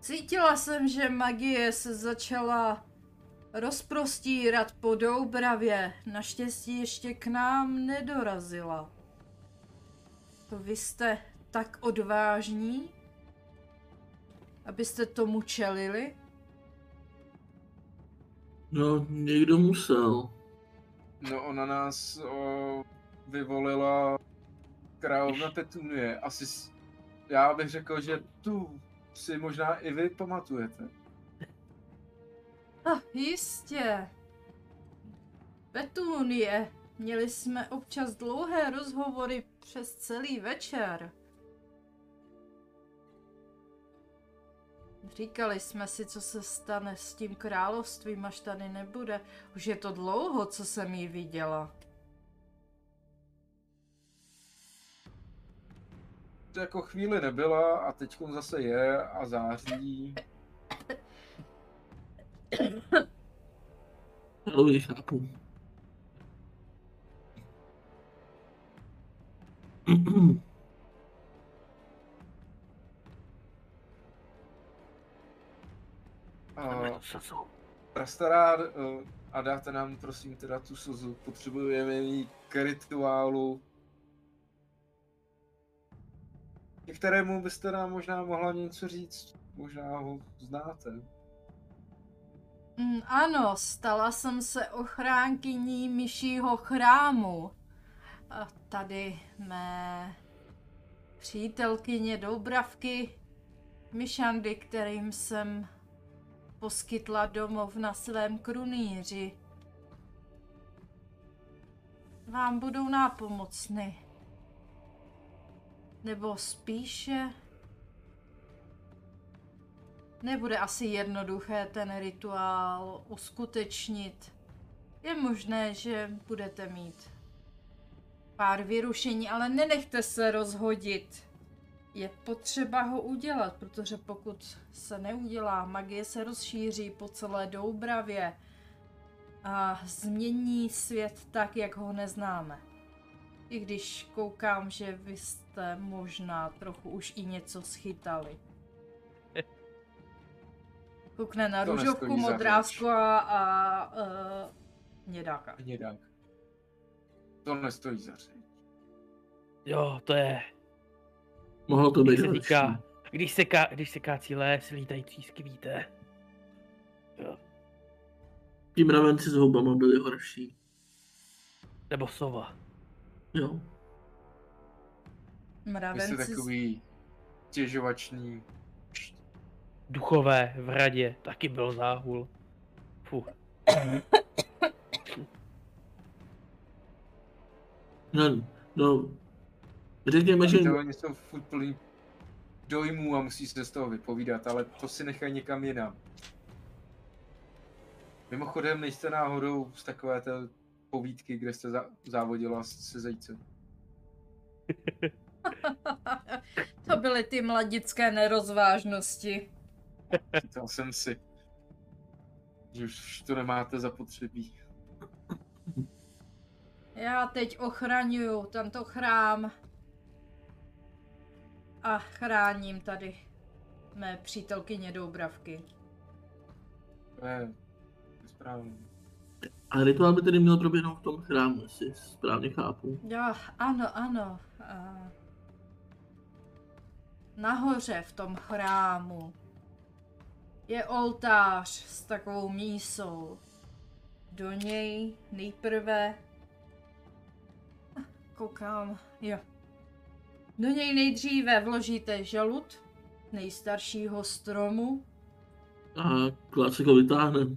Speaker 1: Cítila jsem, že magie se začala rozprostírat po Doubravě. Naštěstí ještě k nám nedorazila. To vy jste tak odvážní, abyste tomu čelili?
Speaker 3: No, někdo musel.
Speaker 4: No ona nás o, vyvolila královna Petunie. Asi s- já bych řekl, že tu si možná i vy pamatujete.
Speaker 1: Ah, jistě. Petunie, měli jsme občas dlouhé rozhovory přes celý večer. Říkali jsme si, co se stane s tím královstvím, až tady nebude. Už je to dlouho, co jsem ji viděla.
Speaker 4: To jako chvíli nebyla a teď zase je a září.
Speaker 3: Halloween chápu.
Speaker 4: A Eh, prastará eh, a dáte nám prosím teda tu slzu. Potřebujeme ji k rituálu. Ke kterému byste nám možná mohla něco říct. Možná ho znáte.
Speaker 1: Mm, ano, stala jsem se ochránkyní myšího chrámu. A tady mé přítelkyně Dobravky Myšandy, kterým jsem poskytla domov na svém krunýři. Vám budou nápomocny. Nebo spíše Nebude asi jednoduché ten rituál uskutečnit. Je možné, že budete mít pár vyrušení, ale nenechte se rozhodit. Je potřeba ho udělat, protože pokud se neudělá, magie se rozšíří po celé Doubravě a změní svět tak, jak ho neznáme. I když koukám, že vy jste možná trochu už i něco schytali. Koukne na
Speaker 4: To
Speaker 1: růžovku,
Speaker 4: nestojí za
Speaker 1: modrásku a, a uh, hnědáka.
Speaker 4: Ani tak. To nestojí za řeč.
Speaker 5: Jo, to je,
Speaker 3: Mohlo to být
Speaker 5: jak se
Speaker 3: lepší.
Speaker 5: říká, když se, ká, když se kácí les, lítají třísky, víte.
Speaker 3: Tím ravenci s houbama byli horší.
Speaker 5: Nebo sova.
Speaker 3: Jo.
Speaker 4: Vy jste
Speaker 1: Mravenci z-
Speaker 4: takový těžovační.
Speaker 5: Duchové v radě, taky byl záhul. Fuh.
Speaker 3: No, no. Řekněme, že...
Speaker 4: Že... Oni jsou furt plný dojmů a musí se z toho vypovídat, ale to si nechaj někam jinam. Mimochodem, nejste náhodou z takové té povídky, kde jste za- závodila s- se zajícem.
Speaker 1: to byly ty mladické nerozvážnosti.
Speaker 4: Říkal jsem si, že už to nemáte zapotřebí.
Speaker 1: Já teď ochraňuju tento chrám. A chráním tady mé přítelkyně Doubravky.
Speaker 4: To je správně.
Speaker 3: A rituál by tedy měl proběhnout v tom chrámu, jestli správně chápu.
Speaker 1: Jo, ano, ano. A... Nahoře v tom chrámu je oltář s takovou mísou. Do něj nejprve... Ah, Koukám, jo. Do něj nejdříve vložíte žalud nejstaršího stromu,
Speaker 3: A klásek ho vytáhne.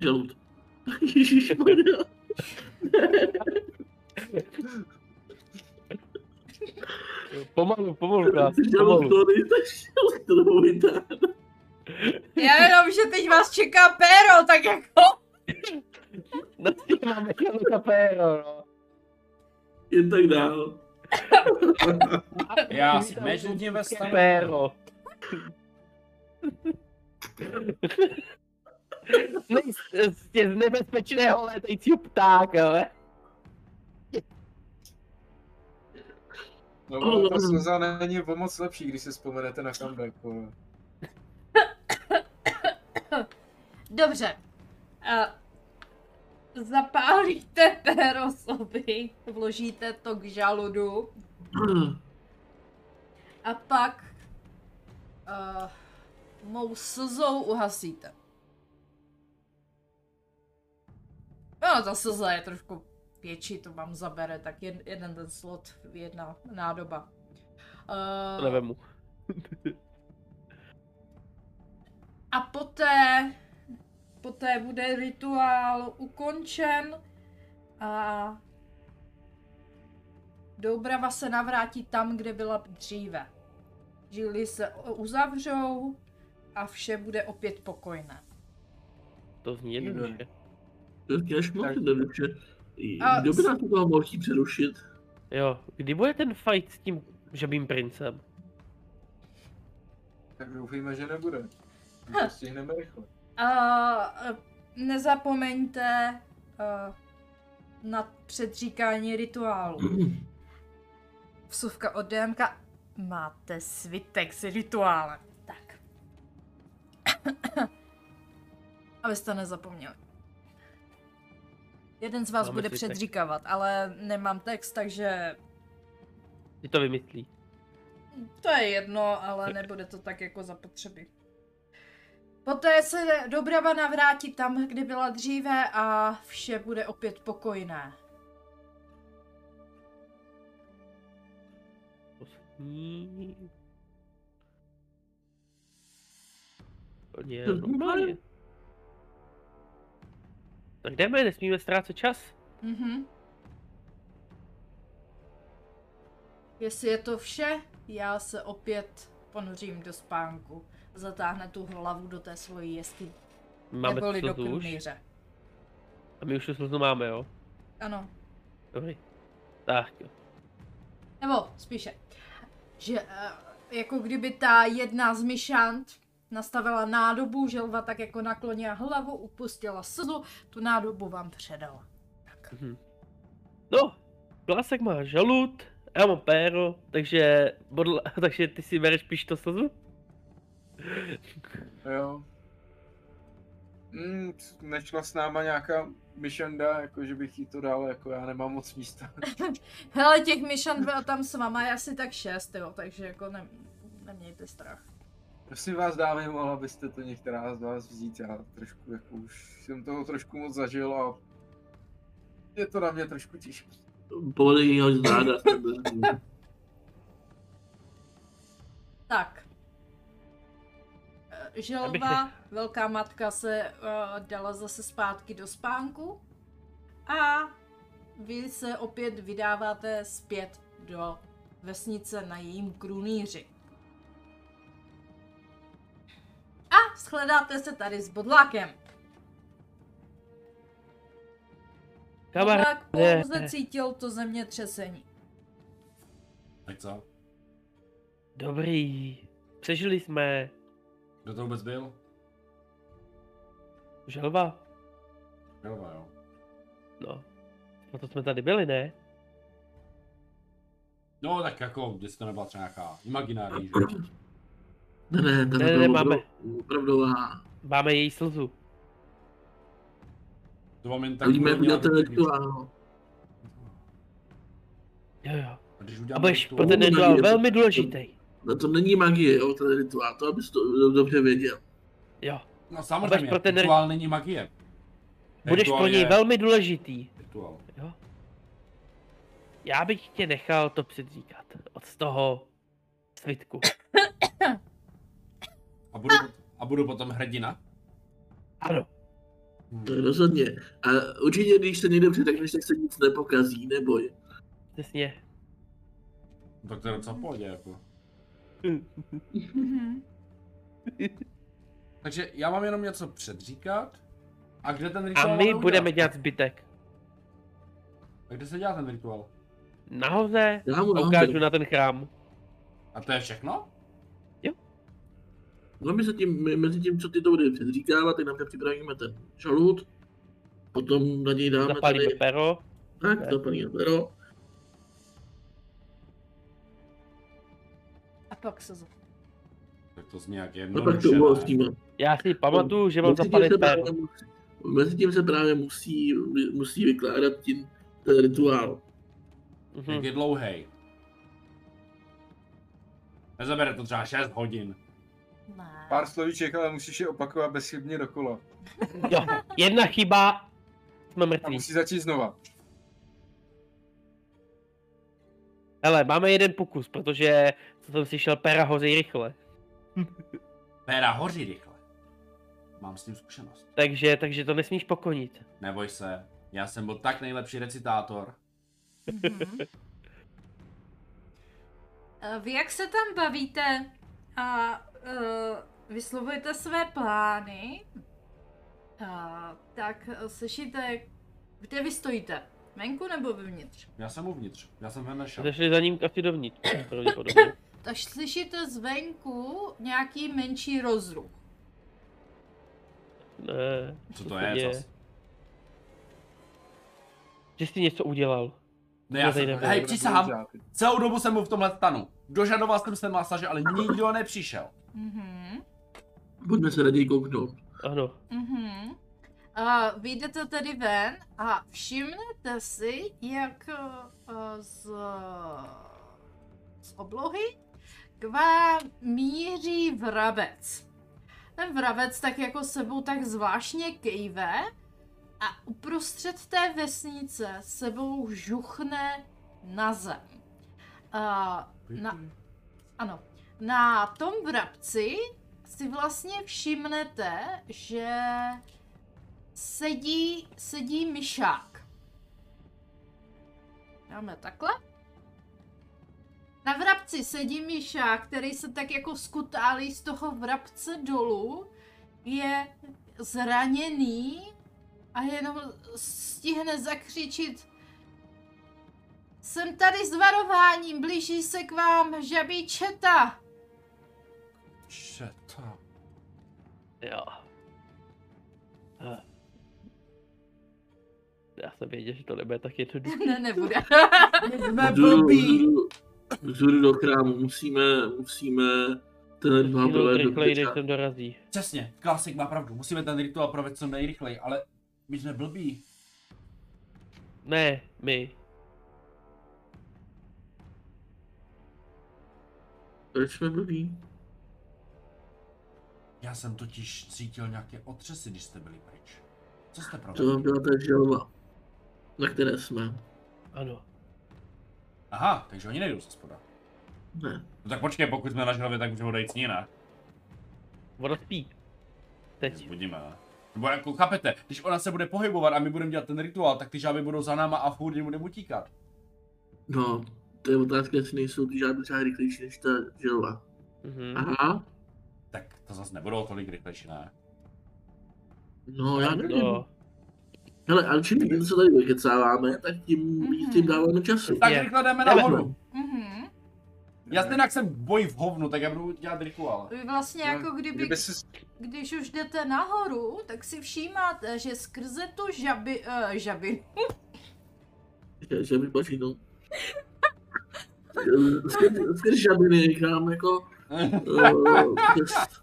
Speaker 3: Žalud. Ježišmarja.
Speaker 5: Pomalu, pomalu, krásně,
Speaker 3: Žalud
Speaker 5: pomalu.
Speaker 3: to nejstarší, ale to ho vytáhne.
Speaker 1: Já jenom, že teď vás čeká péro, tak jako...
Speaker 5: Na tím No, máme chvíli kapéro, no.
Speaker 3: Jen tak dál.
Speaker 2: Já si mezi tím ve stanu.
Speaker 5: Péro. Nej- z- z nebezpečného létajícího ptáka, ale.
Speaker 4: No, ale ta slza není o moc lepší, když si vzpomenete na comeback. vole.
Speaker 1: Dobře. A zapálíte péro soby, vložíte to k žaludu a pak uh, mou slzou uhasíte. No, ta slza je trošku větší, to vám zabere tak jen, jeden ten slot, jedna nádoba.
Speaker 5: To
Speaker 1: Uh,
Speaker 5: nevemu.
Speaker 1: A poté, poté bude rituál ukončen A Doubrava se navrátí tam, kde byla dříve. Žíly se uzavřou a vše bude opět pokojné.
Speaker 5: To zní jednoduše.
Speaker 3: To je taky až moc,
Speaker 4: Tak.
Speaker 3: nevím, že...
Speaker 1: A-
Speaker 3: Kdo by nás to toho mohl chtít přerušit?
Speaker 5: Jo, kdy bude ten fight s tím žabým princem?
Speaker 4: Tak doufejme, že nebude. Že
Speaker 1: Ha.
Speaker 4: To stihneme rychle.
Speaker 1: A e, nezapomeňte eh, na předříkání rituálu. Vsuvka od DMK. Máte svitek s rituálem. Tak. Abyste nezapomněli. Jeden z vás
Speaker 5: Máme
Speaker 1: bude
Speaker 5: svitek.
Speaker 1: předříkávat, ale nemám text, takže
Speaker 5: Ty to vymyslí.
Speaker 1: to je jedno, ale nebude to tak jako zapotřebí. Poté se Dobrava navrátí tam, kde byla dříve a vše bude opět pokojné.
Speaker 5: To sní... Plně,
Speaker 3: To zní
Speaker 5: normálně.
Speaker 3: fajn.
Speaker 5: Tak jdeme, nesmíme ztrácet čas.
Speaker 1: Mhm. Jestli je to vše, já se opět ponořím do spánku. Zatáhne tu hlavu do té svojí jeskyně.
Speaker 5: Máme
Speaker 1: Neboli
Speaker 5: to
Speaker 1: do
Speaker 5: tu už.
Speaker 1: krmíře.
Speaker 5: A my už to slzu máme, jo?
Speaker 1: Ano.
Speaker 5: Dobrý. Tak jo.
Speaker 1: Nebo spíše, že eh, jako kdyby ta jedna z myšant nastavila nádobu, želva tak jako naklonila hlavu, upustila slzu, tu nádobu vám předala. Tak.
Speaker 5: Mhm. No, Klásek má žalud, já mám péro, takže, bodla, takže ty si bereš píš to slzu?
Speaker 4: Jo. Mm, nešla s náma nějaká myšenda, jako že bych jí to dal, jako já nemám moc místa.
Speaker 1: Hele, těch myšant bylo tam s váma je asi tak šest, jo, takže jako ne, nemějte strach.
Speaker 4: Prosím vás, dámy, mohla byste to některá z vás vzít, já trošku, jako už jsem toho trošku moc zažil a je to na mě trošku těžké.
Speaker 3: Povolení ho záda z tebe.
Speaker 1: Tak. Eh,
Speaker 5: Abych
Speaker 1: Želva, velká matka, se eh, dala zase zpátky do spánku a vy se opět vydáváte zpět do vesnice na jejím krunýři. A shledáte se tady s bodlákem.
Speaker 5: Kamarád,
Speaker 1: Bodlák pouze cítil to zemětřesení.
Speaker 2: Tak co?
Speaker 5: dobrý, přežili jsme,
Speaker 2: Kdo to vůbec byl?
Speaker 5: želva,
Speaker 2: Milva, jo.
Speaker 5: no, proto jsme tady byli, ne?
Speaker 2: No tak jako, jestli to nebyla třeba nějaká imaginární, že?
Speaker 3: Ne, ne, ta
Speaker 5: Ne,
Speaker 3: nebyla
Speaker 5: ne,
Speaker 3: opravdu-
Speaker 5: máme.
Speaker 3: opravdová.
Speaker 5: Máme její slzu.
Speaker 2: To vám jen
Speaker 3: A
Speaker 2: tak
Speaker 3: víme, jak
Speaker 2: udělám
Speaker 3: udělat ten
Speaker 2: dobrý.
Speaker 3: rituál.
Speaker 5: Jo, jo.
Speaker 2: A když
Speaker 5: A
Speaker 2: uděláme
Speaker 5: budeš
Speaker 2: rituál-
Speaker 5: pro ten
Speaker 3: to
Speaker 5: rituál
Speaker 3: je-
Speaker 5: velmi důležitý.
Speaker 3: No to není magie, jo, ten rituál, to abys to dobře věděl.
Speaker 5: Jo,
Speaker 2: No
Speaker 5: A
Speaker 2: samozřejmě,
Speaker 5: budeš
Speaker 2: pro
Speaker 5: pro
Speaker 2: ten
Speaker 5: ten-
Speaker 2: rituál není magie.
Speaker 5: budeš pro
Speaker 2: Rituál
Speaker 5: něj
Speaker 2: je
Speaker 5: velmi důležitý.
Speaker 2: Rituál.
Speaker 5: Jo. Já bych tě nechal to předříkat od toho svitku.
Speaker 2: A budu, a budu potom hrdina?
Speaker 5: Ano,
Speaker 2: Hmm.
Speaker 3: To je rozhodně. A určitě, když se někde přetekneš, tak se nic nepokazí, neboj.
Speaker 5: přesně.
Speaker 2: No Tak to je docela v pohodě, jako. Takže já mám jenom něco předříkat. A kde ten rituál
Speaker 5: A
Speaker 2: máme
Speaker 5: my
Speaker 2: udělat?
Speaker 5: budeme dělat zbytek.
Speaker 2: A kde se dělá ten rituál?
Speaker 5: Nahoře
Speaker 3: Já mu
Speaker 5: a
Speaker 3: dám
Speaker 5: ukážu
Speaker 3: ten.
Speaker 5: na ten chrám.
Speaker 2: A to je všechno?
Speaker 3: No my se tím, my, mezi tím, co ty to budeš předříkávat, tak nám připravíme ten žalud. Potom na něj dáme
Speaker 5: Zapálíme
Speaker 3: tady,
Speaker 5: pero.
Speaker 3: tak, zapalíme pero.
Speaker 1: A pak se z...
Speaker 2: Tak to zní jak
Speaker 3: No pak
Speaker 2: jednoduše,
Speaker 3: to
Speaker 2: ne?
Speaker 3: uvolstíme.
Speaker 5: Já si pamatuju, že mám
Speaker 3: Mezi tím
Speaker 5: zapalit
Speaker 3: se
Speaker 5: pero.
Speaker 3: právě musí- Mezi tím se právě musí, musí vykládat tím ten rituál.
Speaker 5: Mhm.
Speaker 2: Jak je dlouhej. Nezabere to třeba 6 hodin.
Speaker 1: Ne.
Speaker 4: Pár slovíček, ale musíš je opakovat bezchybně dokola.
Speaker 5: Jo, jedna chyba, jsme
Speaker 4: A
Speaker 5: mrtví.
Speaker 4: musí začít znova.
Speaker 5: Hele, máme jeden pokus, protože co jsem si šel pera hoří rychle.
Speaker 2: Péra hoří rychle. Mám s tím zkušenost.
Speaker 5: Takže, takže to nesmíš pokonit.
Speaker 2: Neboj se, Já jsem byl tak nejlepší recitátor.
Speaker 1: Mhm. Eh, Vy jak se tam bavíte a eh, vyslovujete své plány, a tak eh, slyšíte, kde vy stojíte? Venku nebo vevnitř?
Speaker 2: Já jsem uvnitř, já jsem ven nešel.
Speaker 5: Zašli za ním asi dovnitř, pravděpodobně.
Speaker 1: Tak slyšíte zvenku nějaký menší rozruch.
Speaker 5: Ne,
Speaker 2: Co
Speaker 5: co
Speaker 2: to
Speaker 5: se
Speaker 2: je?
Speaker 5: děje?
Speaker 2: Zas?
Speaker 5: že jsi něco udělal.
Speaker 2: Ne, já jsem,
Speaker 5: Nezajdeme.
Speaker 2: hej, přísahám, celou dobu jsem byl v tomhle stanu. Dožadoval jsem se masaže, ale nikdo nepřišel.
Speaker 1: Mhm.
Speaker 3: Pojďme se raději kouknout.
Speaker 5: Ano.
Speaker 1: Mhm. A vyjdete tedy ven a všimnete si, jak eh, z, z oblohy k vám míří vrabec. Ten vrabec tak jako sebou tak zvláštně kejve a uprostřed té vesnice sebou žuchne na zem. A na, ano, na tom vrabci si vlastně všimnete, že sedí, sedí myšák. Dáme takhle. Na vrabci sedí myšák, který se tak jako skutálí z toho vrabce dolů. Je zraněný a jenom stihne zakřičit Jsem tady s varováním, blíží se k vám žabí četa.
Speaker 2: Četa.
Speaker 5: Jo. Eh. Já jsem věděl, že to nebude tak jednoduché.
Speaker 1: Ne, nebude.
Speaker 2: Jsme
Speaker 3: Vzhůru,
Speaker 2: blbí.
Speaker 3: vzhůru, vzhůru do krámu, musíme, musíme ten dva
Speaker 5: Jenom
Speaker 3: provést do
Speaker 5: rychleji, než
Speaker 3: konce.
Speaker 5: sem dorazí.
Speaker 2: Přesně, klasik má pravdu, musíme ten rituál provést co nejrychleji, ale my jsme blbí.
Speaker 5: Ne, my.
Speaker 3: Proč jsme blbí?
Speaker 2: Já jsem totiž cítil nějaké otřesy, když jste byli pryč. Co jste
Speaker 3: To vám
Speaker 2: provedli?
Speaker 3: byla ta želva, na které jsme.
Speaker 5: Ano.
Speaker 2: Aha, takže oni nejdou ze spoda.
Speaker 3: Ne.
Speaker 2: No tak počkej, pokud jsme na žlavě, tak můžeme odejít s ní, ne?
Speaker 5: Ona spí. Teď.
Speaker 2: Zbudíme, ne? Nebo jako chápete, když ona se bude pohybovat a my budeme dělat ten rituál, tak ty žáby budou za náma a furt jim budeme utíkat.
Speaker 3: No, to je otázka, jestli nejsou ty žádné třeba rychlejší než ta želva.
Speaker 5: Mhm.
Speaker 3: Aha,
Speaker 2: Tak to zase nebudou tolik rychlejší, ne?
Speaker 3: no já nevím.
Speaker 5: No.
Speaker 3: Hele, ale čím víc se tady vykecáváme, tak tím víc tím dáváme času.
Speaker 2: Tak
Speaker 5: Je.
Speaker 2: rychle jdeme
Speaker 5: Jdeme.
Speaker 2: nahoru.
Speaker 1: Mhm.
Speaker 2: Já stejně jak jsem boj v hovnu, tak já budu dělat rituál.
Speaker 1: Vy vlastně jako kdyby,
Speaker 4: Kdyby si
Speaker 1: když už jdete nahoru, tak si všímáte, že skrze tu žaby, uh, žaby,
Speaker 3: Že, že no. by pařinu. Skrz žabiny říkám jako... eh, přes-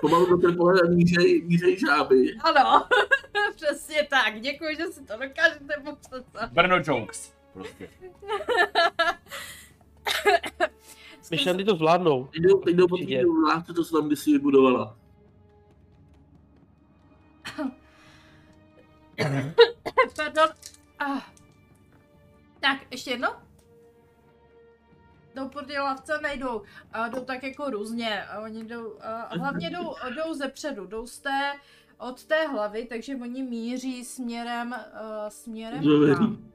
Speaker 3: Pomalu do té pole mířej, mířej žáby.
Speaker 1: ano, přesně tak, děkuji, že si to dokážete popsat.
Speaker 2: Brno jokes. Prostě.
Speaker 1: Skrze,
Speaker 5: Myšlenky to zvládnou.
Speaker 3: Teď jdou, teď jdou po té
Speaker 5: Určitě.
Speaker 3: vládce, co se tam kdysi vybudovala.
Speaker 1: pardon, ah. Tak, ještě jedno. Jdou po té lavce, nejdou, a jdou tak jako různě, a oni jdou, a hlavně jdou, jdou ze předu, jdou z té, od té hlavy, takže oni míří směrem, uh, směrem k
Speaker 3: Dobrý.
Speaker 1: vám.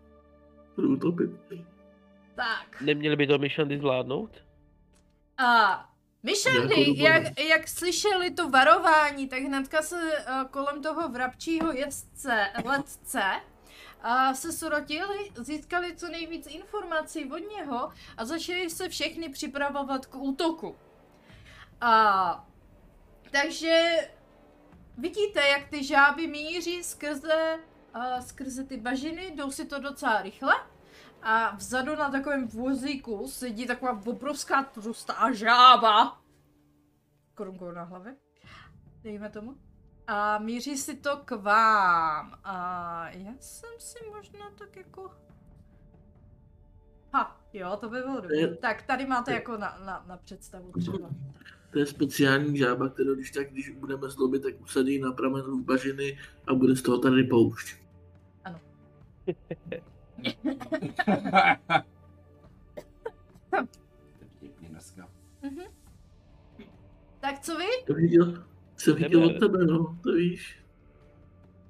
Speaker 3: Budu utopit.
Speaker 1: Tak.
Speaker 5: Neměli by to myšlenky zvládnout?
Speaker 1: A
Speaker 3: Nějakou
Speaker 1: myšlenky,
Speaker 3: dobu,
Speaker 1: jak, jak slyšeli to varování, tak hnedka se eh, kolem toho vrabčího jezdce, letce, a se sorotili, získali co nejvíc informací od něho a začali se všechny připravovat k útoku. A takže vidíte, jak ty žáby míří skrze, a skrze ty bažiny, jdou si to docela rychle. A vzadu na takovém vozíku sedí taková obrovská tlustá žába. Korunkou na hlavě. Dejme tomu. A míří si to k vám. A já jsem si možná tak jako... Ha, jo, to by bylo dobré. Tak tady máte jako na, na, na představu třeba.
Speaker 3: To je speciální žába, kterou když tak, když budeme zlobit, tak usadí na pramenu v bažiny a bude z toho tady poušť.
Speaker 2: Pěkně dneska.
Speaker 1: Tak co vy?
Speaker 3: To viděl, jsem viděl od tebe, no, to víš.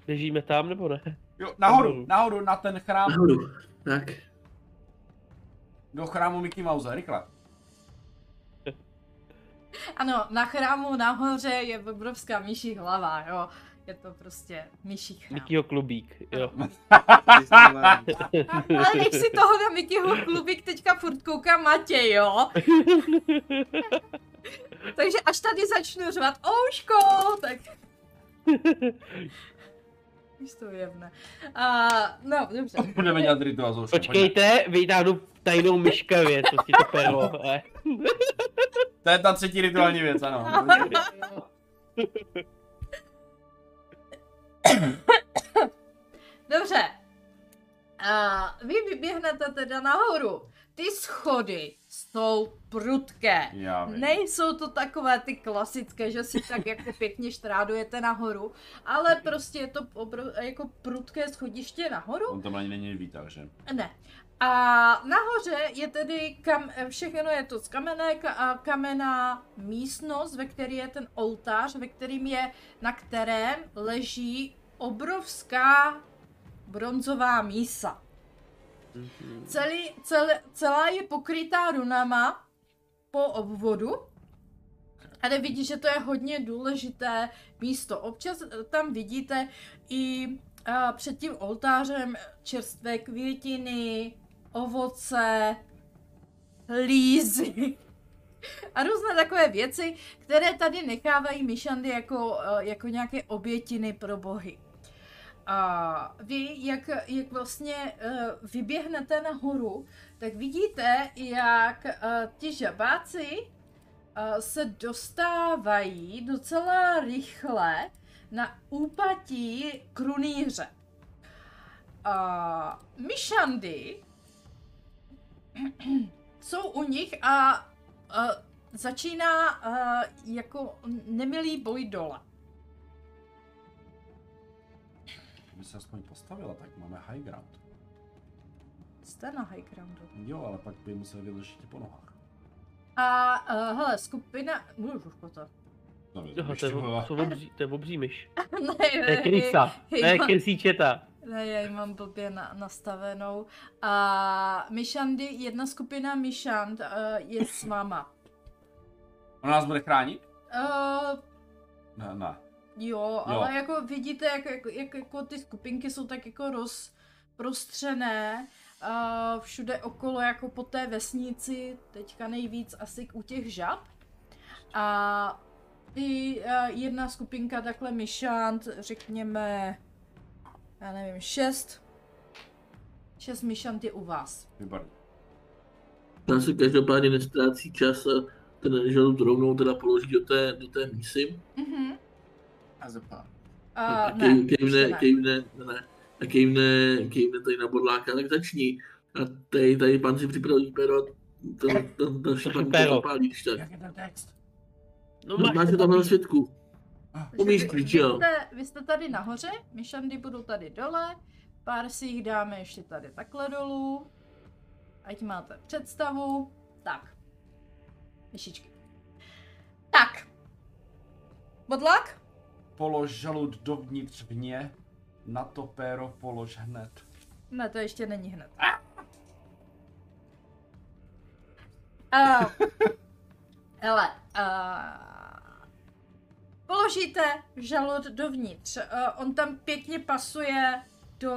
Speaker 5: Běžíme tam nebo ne?
Speaker 2: Jo, nahoru, nahoru na ten chrám,
Speaker 3: Nahoru. Tak.
Speaker 2: do chrámu Mickey Mouse, rychle.
Speaker 1: Ano, na chrámu nahoře je obrovská myší hlava, jo. Je to prostě myší chrám.
Speaker 5: Mikýho klubík, jo.
Speaker 1: Ale když si toho na Mikyho klubík teďka furt kouká Matěj, jo. Takže až tady začnu řvat ouško, tak už to jevne. A, no, dobře.
Speaker 2: Budeme dělat rituál s ouškem, pojďme.
Speaker 5: Počkejte, vytáhnu tajnou myškavě, co si to perlo, eh. ale...
Speaker 2: To je ta třetí rituální věc,
Speaker 5: No,
Speaker 2: ano.
Speaker 1: Dobře. A vy vyběhnete teda nahoru. Ty schody jsou prudké.
Speaker 2: Já vím.
Speaker 1: Nejsou to takové ty klasické, že si tak jako pěkně štrádujete nahoru, ale prostě je to obro- jako prudké schodiště nahoru.
Speaker 2: On tam ani není výtah, že?
Speaker 1: Ne. A nahoře je tedy kam, všechno je to z kamene, ka, kamená místnost, ve které je ten oltář, ve kterým je, na kterém leží obrovská bronzová mísa. Celý, cel, celá je pokrytá runama po obvodu. Ale vidíš, že to je hodně důležité místo. Občas eh, tam vidíte i eh, před tím oltářem čerstvé květiny, ovoce, lízy a různé takové věci, které tady nechávají myšandy jako, eh, jako nějaké obětiny pro bohy. A vy, jak, jak vlastně eh, vyběhnete nahoru, tak vidíte, jak eh, ti žabáci eh, se dostávají docela rychle na úpatí krunýře. A myšandy jsou u nich a, a začíná a, jako nemilý boj dole.
Speaker 2: Kdyby se aspoň postavila, tak máme high ground.
Speaker 1: Jste na high groundu.
Speaker 2: Jo, ale pak by musel vyležet po nohách.
Speaker 1: A, a hele, skupina... Můžu to.
Speaker 2: To je
Speaker 5: Jo, to je, to je obří, to je obří myš.
Speaker 1: Ne,
Speaker 5: To je krysa, to je krysíčeta.
Speaker 1: Ne, já ji mám blbě na, nastavenou. A Myšandy, jedna skupina Myšand uh, je s váma.
Speaker 2: Ona nás bude chránit?
Speaker 1: Uh,
Speaker 2: Ne, ne.
Speaker 1: jo, ale jako vidíte, jak, jak, jak jako ty skupinky jsou tak jako rozprostřené. Uh, všude okolo, jako po té vesnici, teďka nejvíc asi u těch žab. A i uh, jedna skupinka takhle myšant, řekněme, já nevím, šest. Šest myšant je u vás.
Speaker 2: Výborně.
Speaker 3: Tam se každopádně nestrácí čas a ten žalud rovnou teda položí do té, do té mísy.
Speaker 1: Mhm.
Speaker 4: A zapál.
Speaker 1: A
Speaker 3: a
Speaker 1: ne,
Speaker 3: kej-
Speaker 1: ještě
Speaker 3: kejvne,
Speaker 1: No, ne.
Speaker 3: kejvne, ne, a kejvne, kejvne tady na bodláka, tak začni. A tady, tady pan si připraví pero, ten, ten další pan
Speaker 5: Pero.
Speaker 3: to zapálí, když tak.
Speaker 2: Jak je ten text?
Speaker 5: No
Speaker 3: No, máš to tam na svědku.
Speaker 1: Takže
Speaker 3: umíš
Speaker 1: vy-
Speaker 3: klíč,
Speaker 1: vy
Speaker 3: jo.
Speaker 1: jste- Vy jste tady nahoře, myšandy budou tady dole, pár si jich dáme ještě tady takhle dolů, ať máte představu. Tak. Myšičky. Tak. Bodlak?
Speaker 2: Polož žalud dovnitř vně, na to péro polož hned.
Speaker 1: Ne, to ještě není hned. Uh, hele, uh, položíte žalud dovnitř. Uh, on tam pěkně pasuje do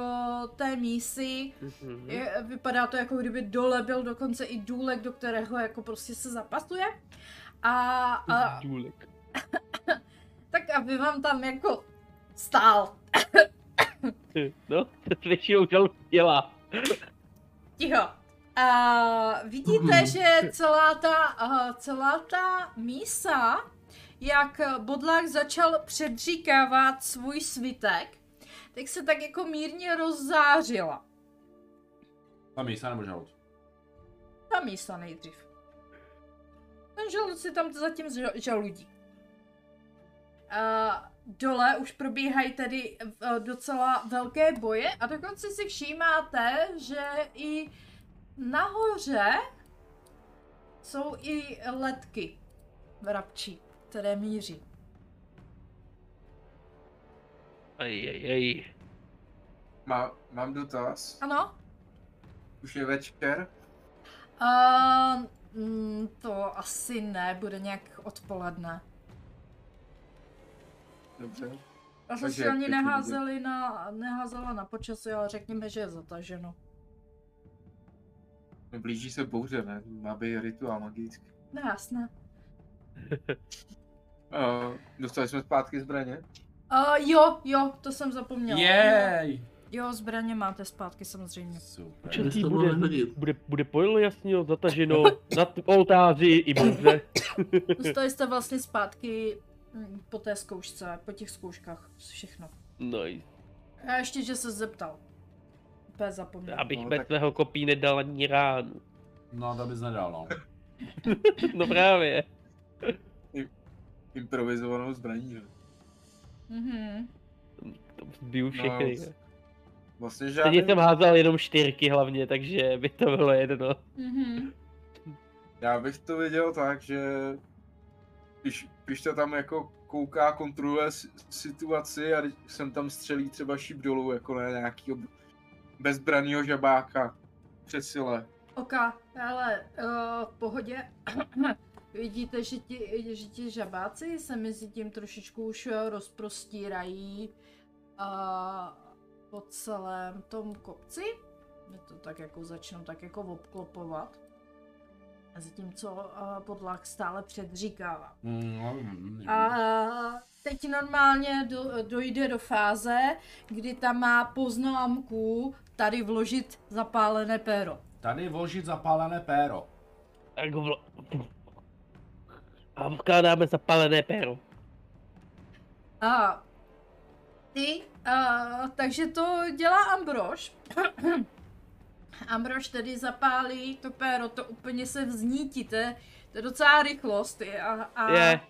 Speaker 1: té mísy.
Speaker 5: Mhm.
Speaker 1: Je, vypadá to jako kdyby dole byl dokonce i důlek, do kterého jako prostě se zapasuje. A, a
Speaker 5: Důlek.
Speaker 1: tak aby vám tam jako stál.
Speaker 5: No, to s většinou žalud dělá.
Speaker 1: Ticho. A vidíte,
Speaker 3: Mhm.
Speaker 1: že celá ta, eh, celá ta mísa, jak Bodlák začal předříkávat svůj svitek, tak se tak jako mírně rozzářila.
Speaker 2: Tam mísa nebo žalud?
Speaker 1: Ta mísa nejdřív. Ten žalud si tam zatím ža- žaludí. A dole už probíhají tedy eh, docela velké boje a dokonce si všímáte, že i nahoře jsou i letky vrapčí, které míří.
Speaker 5: Ej, ej, ej.
Speaker 4: Má, mám dotaz.
Speaker 1: Ano?
Speaker 4: Už je večer.
Speaker 1: Uh, mm, to asi ne, bude nějak odpoledne.
Speaker 4: Dobře.
Speaker 1: A že
Speaker 4: Takže
Speaker 1: si ani
Speaker 4: pěkný den.
Speaker 1: neházeli na, neházela na počasí, ale řekněme, že je zataženo.
Speaker 4: No, Blíží se bouře, ne? Má být rituál magický.
Speaker 1: No jasné.
Speaker 4: Uh, dostali jsme zpátky zbraně.
Speaker 1: Uh, jo, jo, to jsem zapomněla.
Speaker 2: Jej!
Speaker 1: Jo, zbraně máte zpátky samozřejmě.
Speaker 2: Super.
Speaker 5: Čili-
Speaker 3: Kde se
Speaker 5: Jaký
Speaker 3: to
Speaker 5: bude?
Speaker 3: bude hledět?
Speaker 5: Bude, bude pojil jasně zataženo na t- oltáři i bouře.
Speaker 1: Dostali jste vlastně zpátky mm, po té zkoušce, po těch zkouškách, všechno.
Speaker 5: Nice.
Speaker 1: A ještě, že se zeptal. Úplně zapomněl.
Speaker 5: Abych
Speaker 4: No,
Speaker 5: bez
Speaker 4: tak-
Speaker 5: tvého kopí nedal ani ránu.
Speaker 2: No, to bys nedal, no.
Speaker 5: No právě.
Speaker 4: Improvizovanou zbraní, že?
Speaker 1: Mhm.
Speaker 5: To zbiju všechny.
Speaker 4: No,
Speaker 5: No,
Speaker 4: Vlastně
Speaker 5: Stejně
Speaker 4: žádný,
Speaker 5: jsem házal jenom čtyřky hlavně, takže by to bylo jedno.
Speaker 1: Mhm.
Speaker 4: já bych to viděl tak, že když, když to tam jako kouká, kontroluje si- situaci a když jsem tam střelí třeba šíp dolů, jako na nějakýho bezbranýho žabáka přesile.
Speaker 1: Oka, ale uh, v pohodě. Vidíte, že ti, že ti žabáci se mezi tím trošičku už eh, rozprostírají uh, po celém tom kopci. Mě to tak jako začnou tak jako obklopovat. A zatímco uh, podlak stále předříkává.
Speaker 2: Mm,
Speaker 1: A eh, teď normálně do, dojde do fáze, kdy tam má poznámku tady vložit zapálené péro.
Speaker 2: Tady vložit zapálené péro.
Speaker 5: Tak ho vlo... A vkládáme zapalené péro.
Speaker 1: A ty, a, takže to dělá Ambrož. Ambrož tedy zapálí to péro, to úplně se vznítíte, to je docela rychlost je, a, a,
Speaker 5: Je.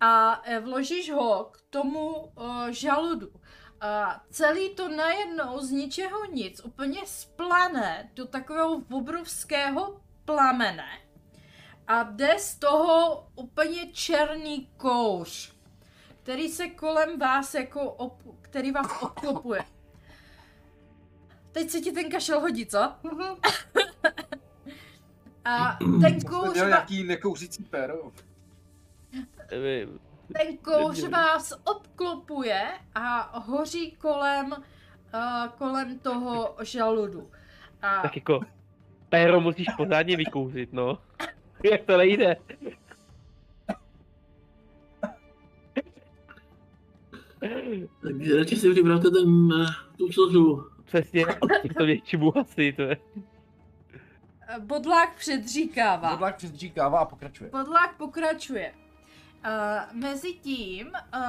Speaker 1: a e, vložíš ho k tomu o, žaludu. A celý to najednou z ničeho nic úplně splane do takového obrovského plamene a jde z toho úplně černý kouř, který se kolem vás jako, ob, který vás obklopuje. Teď se ti ten kašel hodí, co? A ten
Speaker 4: Jsem
Speaker 1: kouř,
Speaker 4: měl
Speaker 1: va-
Speaker 4: nějaký nekouřící péro.
Speaker 5: Nevím.
Speaker 1: ten kouř
Speaker 5: Neměli.
Speaker 1: vás obklopuje a hoří kolem, uh, kolem toho žaludu. A
Speaker 5: Tak jako... Péro musíš pořádně vykouzit, no. Jak to nejde?
Speaker 3: Takže radši si připravte ten, eh, tu slzu.
Speaker 5: Přesně, to většinu asi, to je.
Speaker 1: eh, bodlák předříkává.
Speaker 2: Podlak předříkává a pokračuje.
Speaker 1: Podlák pokračuje. Uh, Mezitím uh,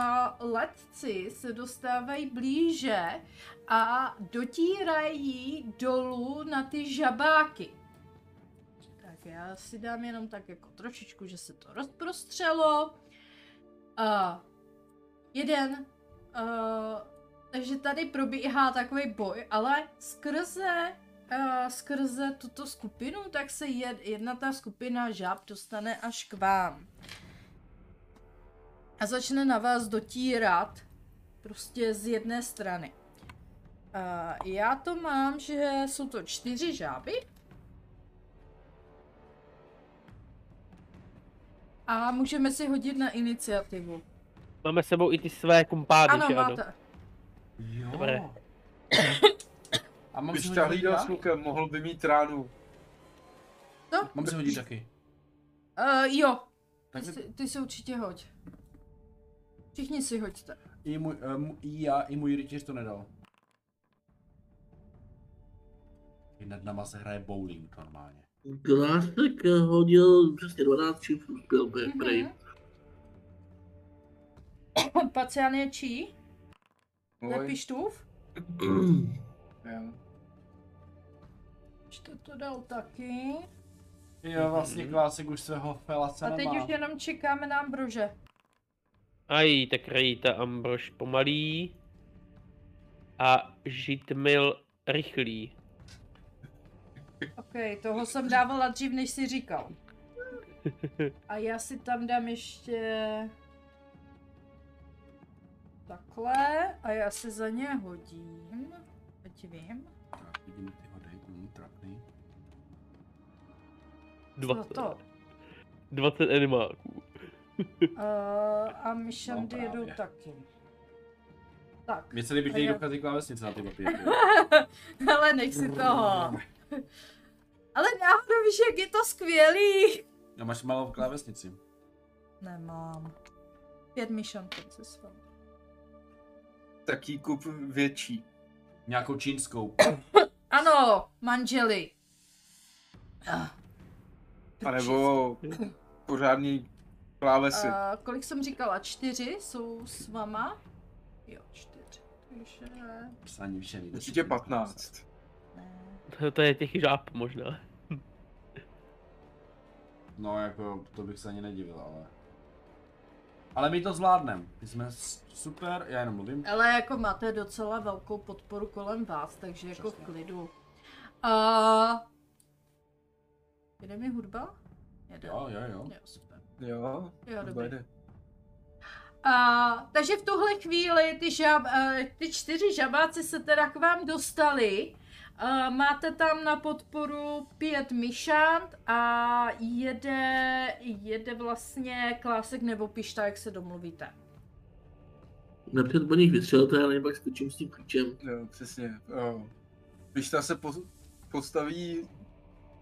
Speaker 1: letci se dostávají blíže a dotírají dolů na ty žabáky. Tak já si dám jenom tak jako trošičku, že se to rozprostřelo. Uh, jeden. Uh, takže tady probíhá takový boj, ale skrze Eh, skrze tuto skupinu, tak se jed, jedna ta skupina žáb dostane až k vám. A začne na vás dotírat prostě z jedné strany. Uh, já to mám, že jsou to čtyři žáby. A můžeme si hodit na iniciativu.
Speaker 5: Máme s sebou i ty své kumpády,
Speaker 1: ano,
Speaker 5: že ano?
Speaker 1: máte.
Speaker 2: Jo.
Speaker 5: Dobré.
Speaker 2: A mám si
Speaker 4: Když
Speaker 2: hodit
Speaker 4: ta hlídal s
Speaker 2: taky?
Speaker 4: lukem, mohl by mít ránu.
Speaker 2: Mám si hodit taky.
Speaker 1: Uh, jo, ty,
Speaker 2: Tak mi-
Speaker 1: si, ty si určitě hoď. Všichni si hoďte.
Speaker 2: i můj, um, i já, i můj rytíř to nedal. I nad nama se hraje bowling normálně.
Speaker 3: Klásek eh, hodil přesně 12, čím jsem uspěl, pre- prej.
Speaker 1: Mhm. Pacián je čí?
Speaker 4: Mluv.
Speaker 1: Lepištův? Mhm.
Speaker 3: Mm.
Speaker 4: Jo.
Speaker 1: Čte to dal taky.
Speaker 2: Jo, vlastně klásek už svého felace
Speaker 1: Mhm. A teď
Speaker 2: nemá.
Speaker 1: už jenom čekáme na Ambrože.
Speaker 5: Aj, tak Rejta Ambrož pomalý. A Žitmil rychlý.
Speaker 1: Ok, toho jsem dávala dřív, než si říkal. A já si tam dám ještě... takhle a já se za ně hodím. Ať vím.
Speaker 2: Tak, vidím ty hody, mm, trapný.
Speaker 1: Co
Speaker 5: 20,
Speaker 1: to?
Speaker 5: 20 animáků.
Speaker 1: Uh, a
Speaker 2: No,
Speaker 1: myšlendy
Speaker 2: právě.
Speaker 1: jedou taky. Tak.
Speaker 2: Mně se líbí, že jí
Speaker 1: Jo.
Speaker 2: dochází klávesnice na ty papíry.
Speaker 1: Ale nech si toho. Ale náhodou víš, jak je to skvělý.
Speaker 2: No máš malou klávesnici.
Speaker 1: Nemám. Pět myšlenků se svou.
Speaker 4: Taký kup větší.
Speaker 2: Nějakou čínskou.
Speaker 1: Ano, manželi. Ah.
Speaker 4: A nebo pořádný klávesy.
Speaker 1: A eh, kolik jsem říkala? Čtyři jsou s vama? Jo, čtyři. Takže ne.
Speaker 2: Psaní všem.
Speaker 4: Určitě 15.
Speaker 5: To- To je těch žáb možná.
Speaker 2: No jako, to bych se ani nedivil, ale... Ale my to zvládneme. My jsme s- super, já jenom mluvím.
Speaker 1: Ale jako máte docela velkou podporu kolem vás, takže jako v
Speaker 2: Přesně.
Speaker 1: klidu. A... Jede mi hudba? Jede.
Speaker 2: Jo, jo, jo.
Speaker 1: Jo, super.
Speaker 4: Jo,
Speaker 1: Jo,
Speaker 4: to
Speaker 1: dobrý.
Speaker 4: jde.
Speaker 1: A, takže v tuhle chvíli ty, žab, eh, ty čtyři žabáci se teda k vám dostali. A, máte tam na podporu pět myšant a jede, jede vlastně klásek nebo pišta, jak se domluvíte.
Speaker 3: Napřed po nich vystřelte, ale pak skočím s tím klíčem.
Speaker 4: Jo, přesně. Jo. Když ta se po, postaví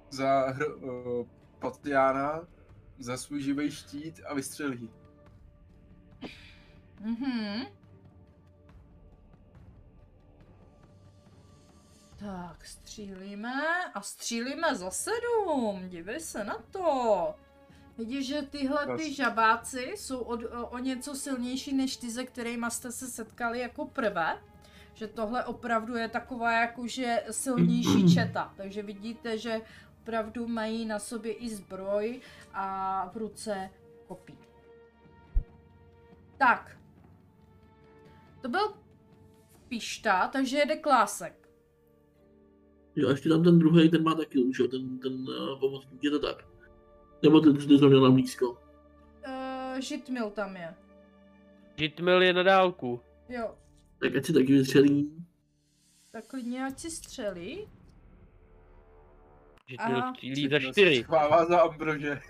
Speaker 4: za hr, o, Patiána, za svůj živý štít a vystřelí.
Speaker 1: Mhm. Tak, střílíme a střílíme za sedm, dívej se na to. Vidíš, že tyhle ty
Speaker 4: Krásný.
Speaker 1: žabáci jsou od, o, o něco silnější než ty, se kterými jste se setkali jako prvé. Že tohle opravdu je taková jakože silnější četa. Takže vidíte, že opravdu mají na sobě i zbroj a v ruce kopí. Tak, to byl pišta, takže jede klásek.
Speaker 3: Jo, a ještě tam ten druhý, ten má taky už, jo, ten, ten uh, pomocník, je to tak. Nebo ten už nezrovna na blízko.
Speaker 1: Uh, žitmil tam je.
Speaker 5: Žitmil je na dálku.
Speaker 1: Jo,
Speaker 3: Tak ať si taky vystřelí.
Speaker 1: tak klidně ať si střelí. Aha.
Speaker 5: Žitmil střílí za čtyři.
Speaker 4: Chvává za Ambrože.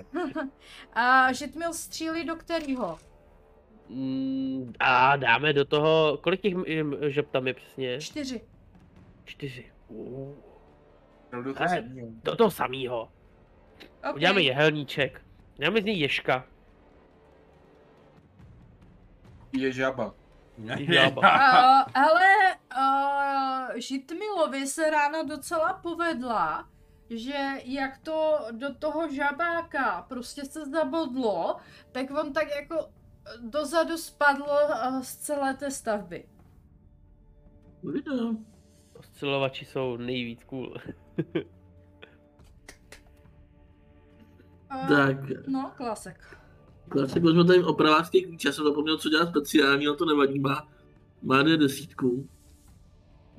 Speaker 1: A žitmil střílí do kterého?
Speaker 5: Mm, A dáme do toho, kolik těch mm, žab tam je přesně?
Speaker 1: Čtyři.
Speaker 5: Čtyři. Uh,
Speaker 4: No, do toho
Speaker 5: Ale-
Speaker 4: samého.
Speaker 5: Do toho samého.
Speaker 1: Okay.
Speaker 5: Uděláme jehelníček. Uděláme z něj ježka.
Speaker 4: Je žaba.
Speaker 5: Žába.
Speaker 1: Uh, hele, uh, Žitmilovi se ráno docela povedla, že jak to do toho žabáka prostě se zabodlo, tak on tak jako dozadu spadlo eh, z celé té stavby.
Speaker 3: No, jo.
Speaker 5: Oscilovači jsou nejvíc cool.
Speaker 1: Eh,
Speaker 3: Tak,
Speaker 1: No, klasek.
Speaker 3: klasik, jsme tady opravách těch klíče, já jsem zapomněl, co dělá speciální, ale to nevadí, má, má D10.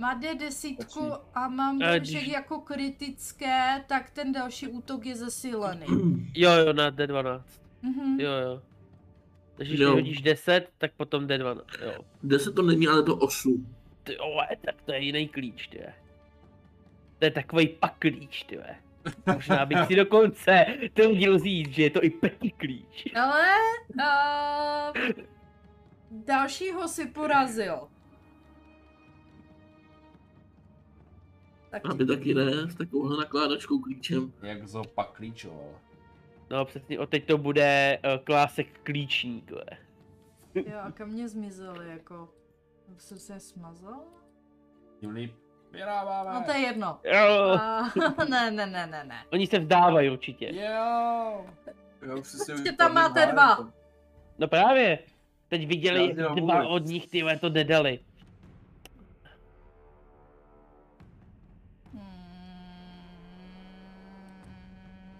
Speaker 1: Má D10
Speaker 4: Stačí.
Speaker 1: a mám všech
Speaker 5: Eh, když-
Speaker 1: jako kritické, tak ten další útok je zesílený.
Speaker 5: Jo, jo, na D12.
Speaker 1: Mhm.
Speaker 5: Jo, jo. Takže když
Speaker 3: Jo.
Speaker 5: hodíš 10, tak potom D12. Jo.
Speaker 3: 10 to není, ale to 8.
Speaker 5: Ty vole, tak to je jiný klíč, ty. ve. To je takový pak klíč, ty. ve. Možná bych si dokonce ten díl říct, že je to i peti klíč.
Speaker 1: Ale uh, dalšího si porazil. Tak
Speaker 3: Aby taky ne, s takovouhle nakládačkou klíčem.
Speaker 2: Jak zopak klíčoval.
Speaker 5: No přesně, od teď to bude uh, klásek klíčník, ve.
Speaker 1: jo, a ke mně zmizely jako. Jsem se je smazal?
Speaker 2: Tím líp. Vyrábáme.
Speaker 1: No to je jedno.
Speaker 5: Jo,
Speaker 1: A, ne, ne, ne, ne, ne.
Speaker 5: oni se vzdávají určitě.
Speaker 2: Jo.
Speaker 4: Jo, přesně.
Speaker 1: Prostě tam
Speaker 4: vypadne
Speaker 1: máte
Speaker 4: má,
Speaker 1: dva.
Speaker 4: jako.
Speaker 5: No právě. Teď
Speaker 4: Já
Speaker 5: viděli,
Speaker 4: si nemůžu
Speaker 5: dva
Speaker 4: vůbec.
Speaker 5: od nich ty vole, to nedali.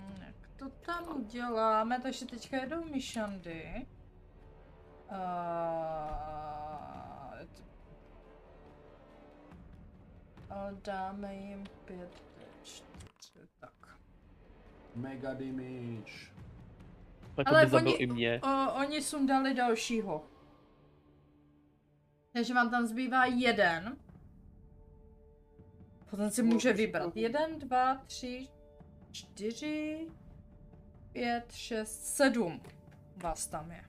Speaker 1: Hmm, jak to tam uděláme? Takže teďka jedou myšandy. Eh, A t- a dáme jim pět, čtyři, tak.
Speaker 2: Mega damage.
Speaker 5: Pak to
Speaker 1: Ale
Speaker 5: by zabil
Speaker 1: oni-
Speaker 5: i mě.
Speaker 1: O, oni sundali dalšího. Takže vám tam zbývá jeden. Potom si může vybrat. Jeden, dva, tři, čtyři, pět, šest, sedm. Vás tam je.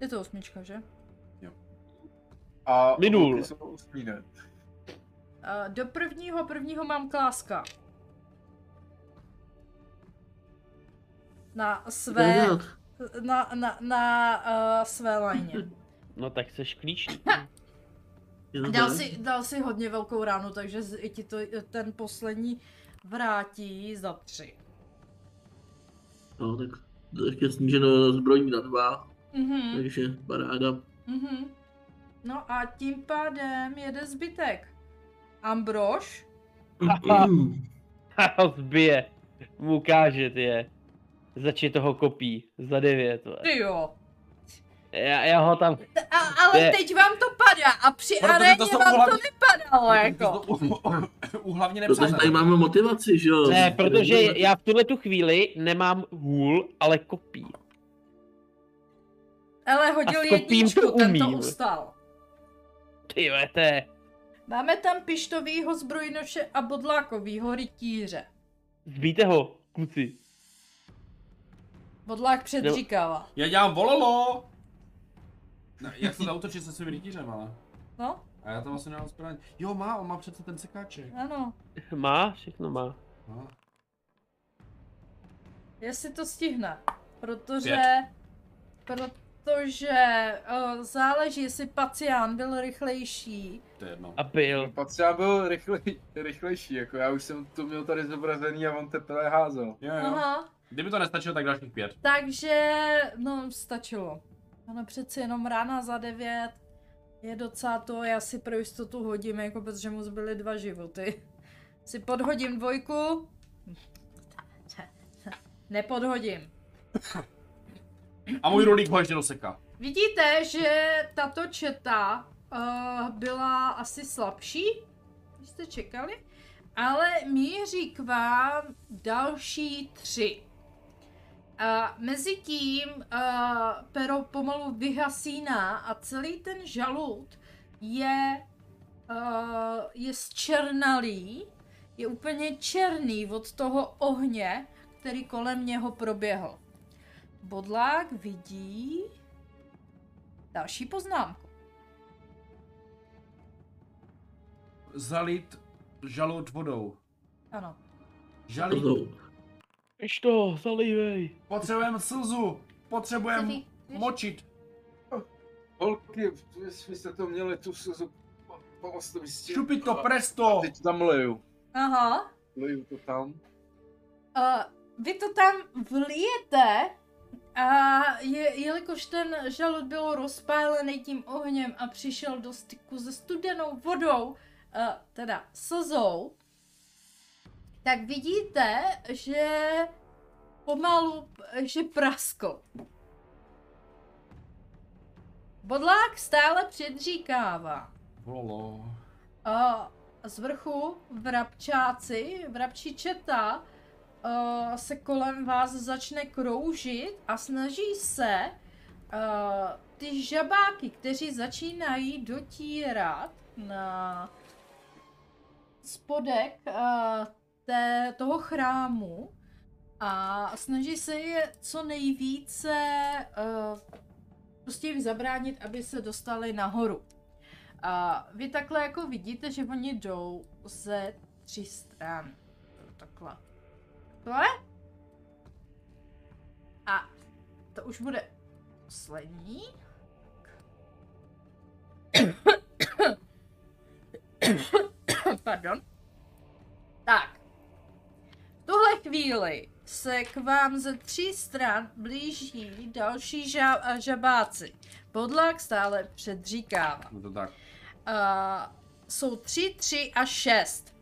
Speaker 1: Je to osmička, že?
Speaker 4: A
Speaker 5: Minul.
Speaker 4: holky jsou osmý, ne?
Speaker 1: Eh, Do prvního, prvního mám kláska. Na své,
Speaker 3: Rád.
Speaker 1: na, na, na uh, své lajně.
Speaker 5: No tak seš klíčný.
Speaker 3: Je to
Speaker 1: Dal
Speaker 3: tak?
Speaker 1: si, dal si hodně velkou ránu, takže z- ti to, ten poslední vrátí za tři.
Speaker 3: No, tak to ještě sníženo zbrojní na dva,
Speaker 1: Mhm,
Speaker 3: takže paráda.
Speaker 1: mhm. No a tím pádem jede zbytek. Ambrož,
Speaker 3: Mm.
Speaker 5: Zbije. Mu ukáže, ty je. Začne toho kopí. Za devět. vole.
Speaker 1: ty jo.
Speaker 5: Já, já ho tam...
Speaker 1: T- A, ale
Speaker 5: Ne.
Speaker 1: teď vám to padá a při
Speaker 2: Protože to
Speaker 1: aréně
Speaker 2: jsou
Speaker 1: vám to
Speaker 2: hlavně-
Speaker 1: nepadalo
Speaker 2: To
Speaker 1: jako.
Speaker 2: u- u- u- Hlavně
Speaker 3: Protože tady
Speaker 2: nepřátelé.
Speaker 3: máme motivaci, že jo?
Speaker 5: Ne, protože já v tuhle tu chvíli nemám hůl, ale kopí.
Speaker 1: Ale hodil
Speaker 5: A kopím to
Speaker 1: jedničku, ten to
Speaker 5: umím.
Speaker 1: ustal.
Speaker 5: Ty vole, to je...
Speaker 1: Máme tam pištovýho zbrojnoše a bodlákovýho rytíře.
Speaker 5: Zbíte ho, kluci.
Speaker 1: Bodlák předříkává.
Speaker 2: Já dělám vololo! Ne, jak se zautočit se svým rytířem, ale.
Speaker 1: No,
Speaker 2: A já to vlastně nemám zbraň. Jo, má, on má přece ten sekáček.
Speaker 1: ano.
Speaker 5: Má, všechno má.
Speaker 2: No.
Speaker 1: Jestli to stihne. Protože...
Speaker 2: Pět.
Speaker 1: Protože uh, záleží, jestli pacián byl rychlejší.
Speaker 2: To je jedno.
Speaker 5: A byl.
Speaker 4: Patřeba byl rychlej, rychlejší, jako já už jsem to měl tady zobrazený a on teprve házel.
Speaker 2: Jo, jo.
Speaker 1: Aha.
Speaker 2: Kdyby to nestačilo, tak dalších pět.
Speaker 1: Takže, no, stačilo. Ano, přeci jenom rána za devět. Je docela to, já si pro jistotu hodím, jako protože mu zbyly dva životy. Si podhodím dvojku. Nepodhodím.
Speaker 2: A můj rulík ho ještě doseká.
Speaker 1: Vidíte, že tato četa uh, byla asi slabší, než jste čekali, ale míří k vám další tři. Uh, Mezitím uh, pero pomalu vyhasíná a celý ten žalud je, uh, je zčernalý, je úplně černý od toho ohně, který kolem něho proběhl. Bodlák vidí, Další poznámku.
Speaker 2: Zalit žalud vodou.
Speaker 1: Ano.
Speaker 2: Žalít.
Speaker 5: Víš to, zalívej.
Speaker 2: Potřebujeme slzu. Potřebujeme močit.
Speaker 4: Holky, vy jste to měli tu slzu, pomoct to mi s tím.
Speaker 2: Šupit to
Speaker 4: A
Speaker 2: presto.
Speaker 4: Teď tam leju.
Speaker 1: Aha.
Speaker 4: Leju to tam.
Speaker 1: Uh, vy to tam vlijete a je, jelikož ten žalud byl rozpálený tím ohněm a přišel do styku se studenou vodou, uh, teda slzou, tak vidíte, že pomalu, že praskl. Bodlák stále předříkává.
Speaker 2: Vololo.
Speaker 1: A z vrchu vrabčáci, vrabčí četa, eh, se kolem vás začne kroužit a snaží se eh, ty žabáky, kteří začínají dotírat na spodek eh, té, toho chrámu a snaží se je co nejvíce eh, prostě jim zabránit, aby se dostali nahoru. A vy takhle jako vidíte, že oni jdou ze tří stran. Takhle. Takhle. A to už bude poslední. Pardon. Tak. V tuhle chvíli se k vám ze tří stran blíží další ža- žabáci. Podlák stále předříkává.
Speaker 2: No to tak.
Speaker 1: Uh, jsou tři, tři a šest.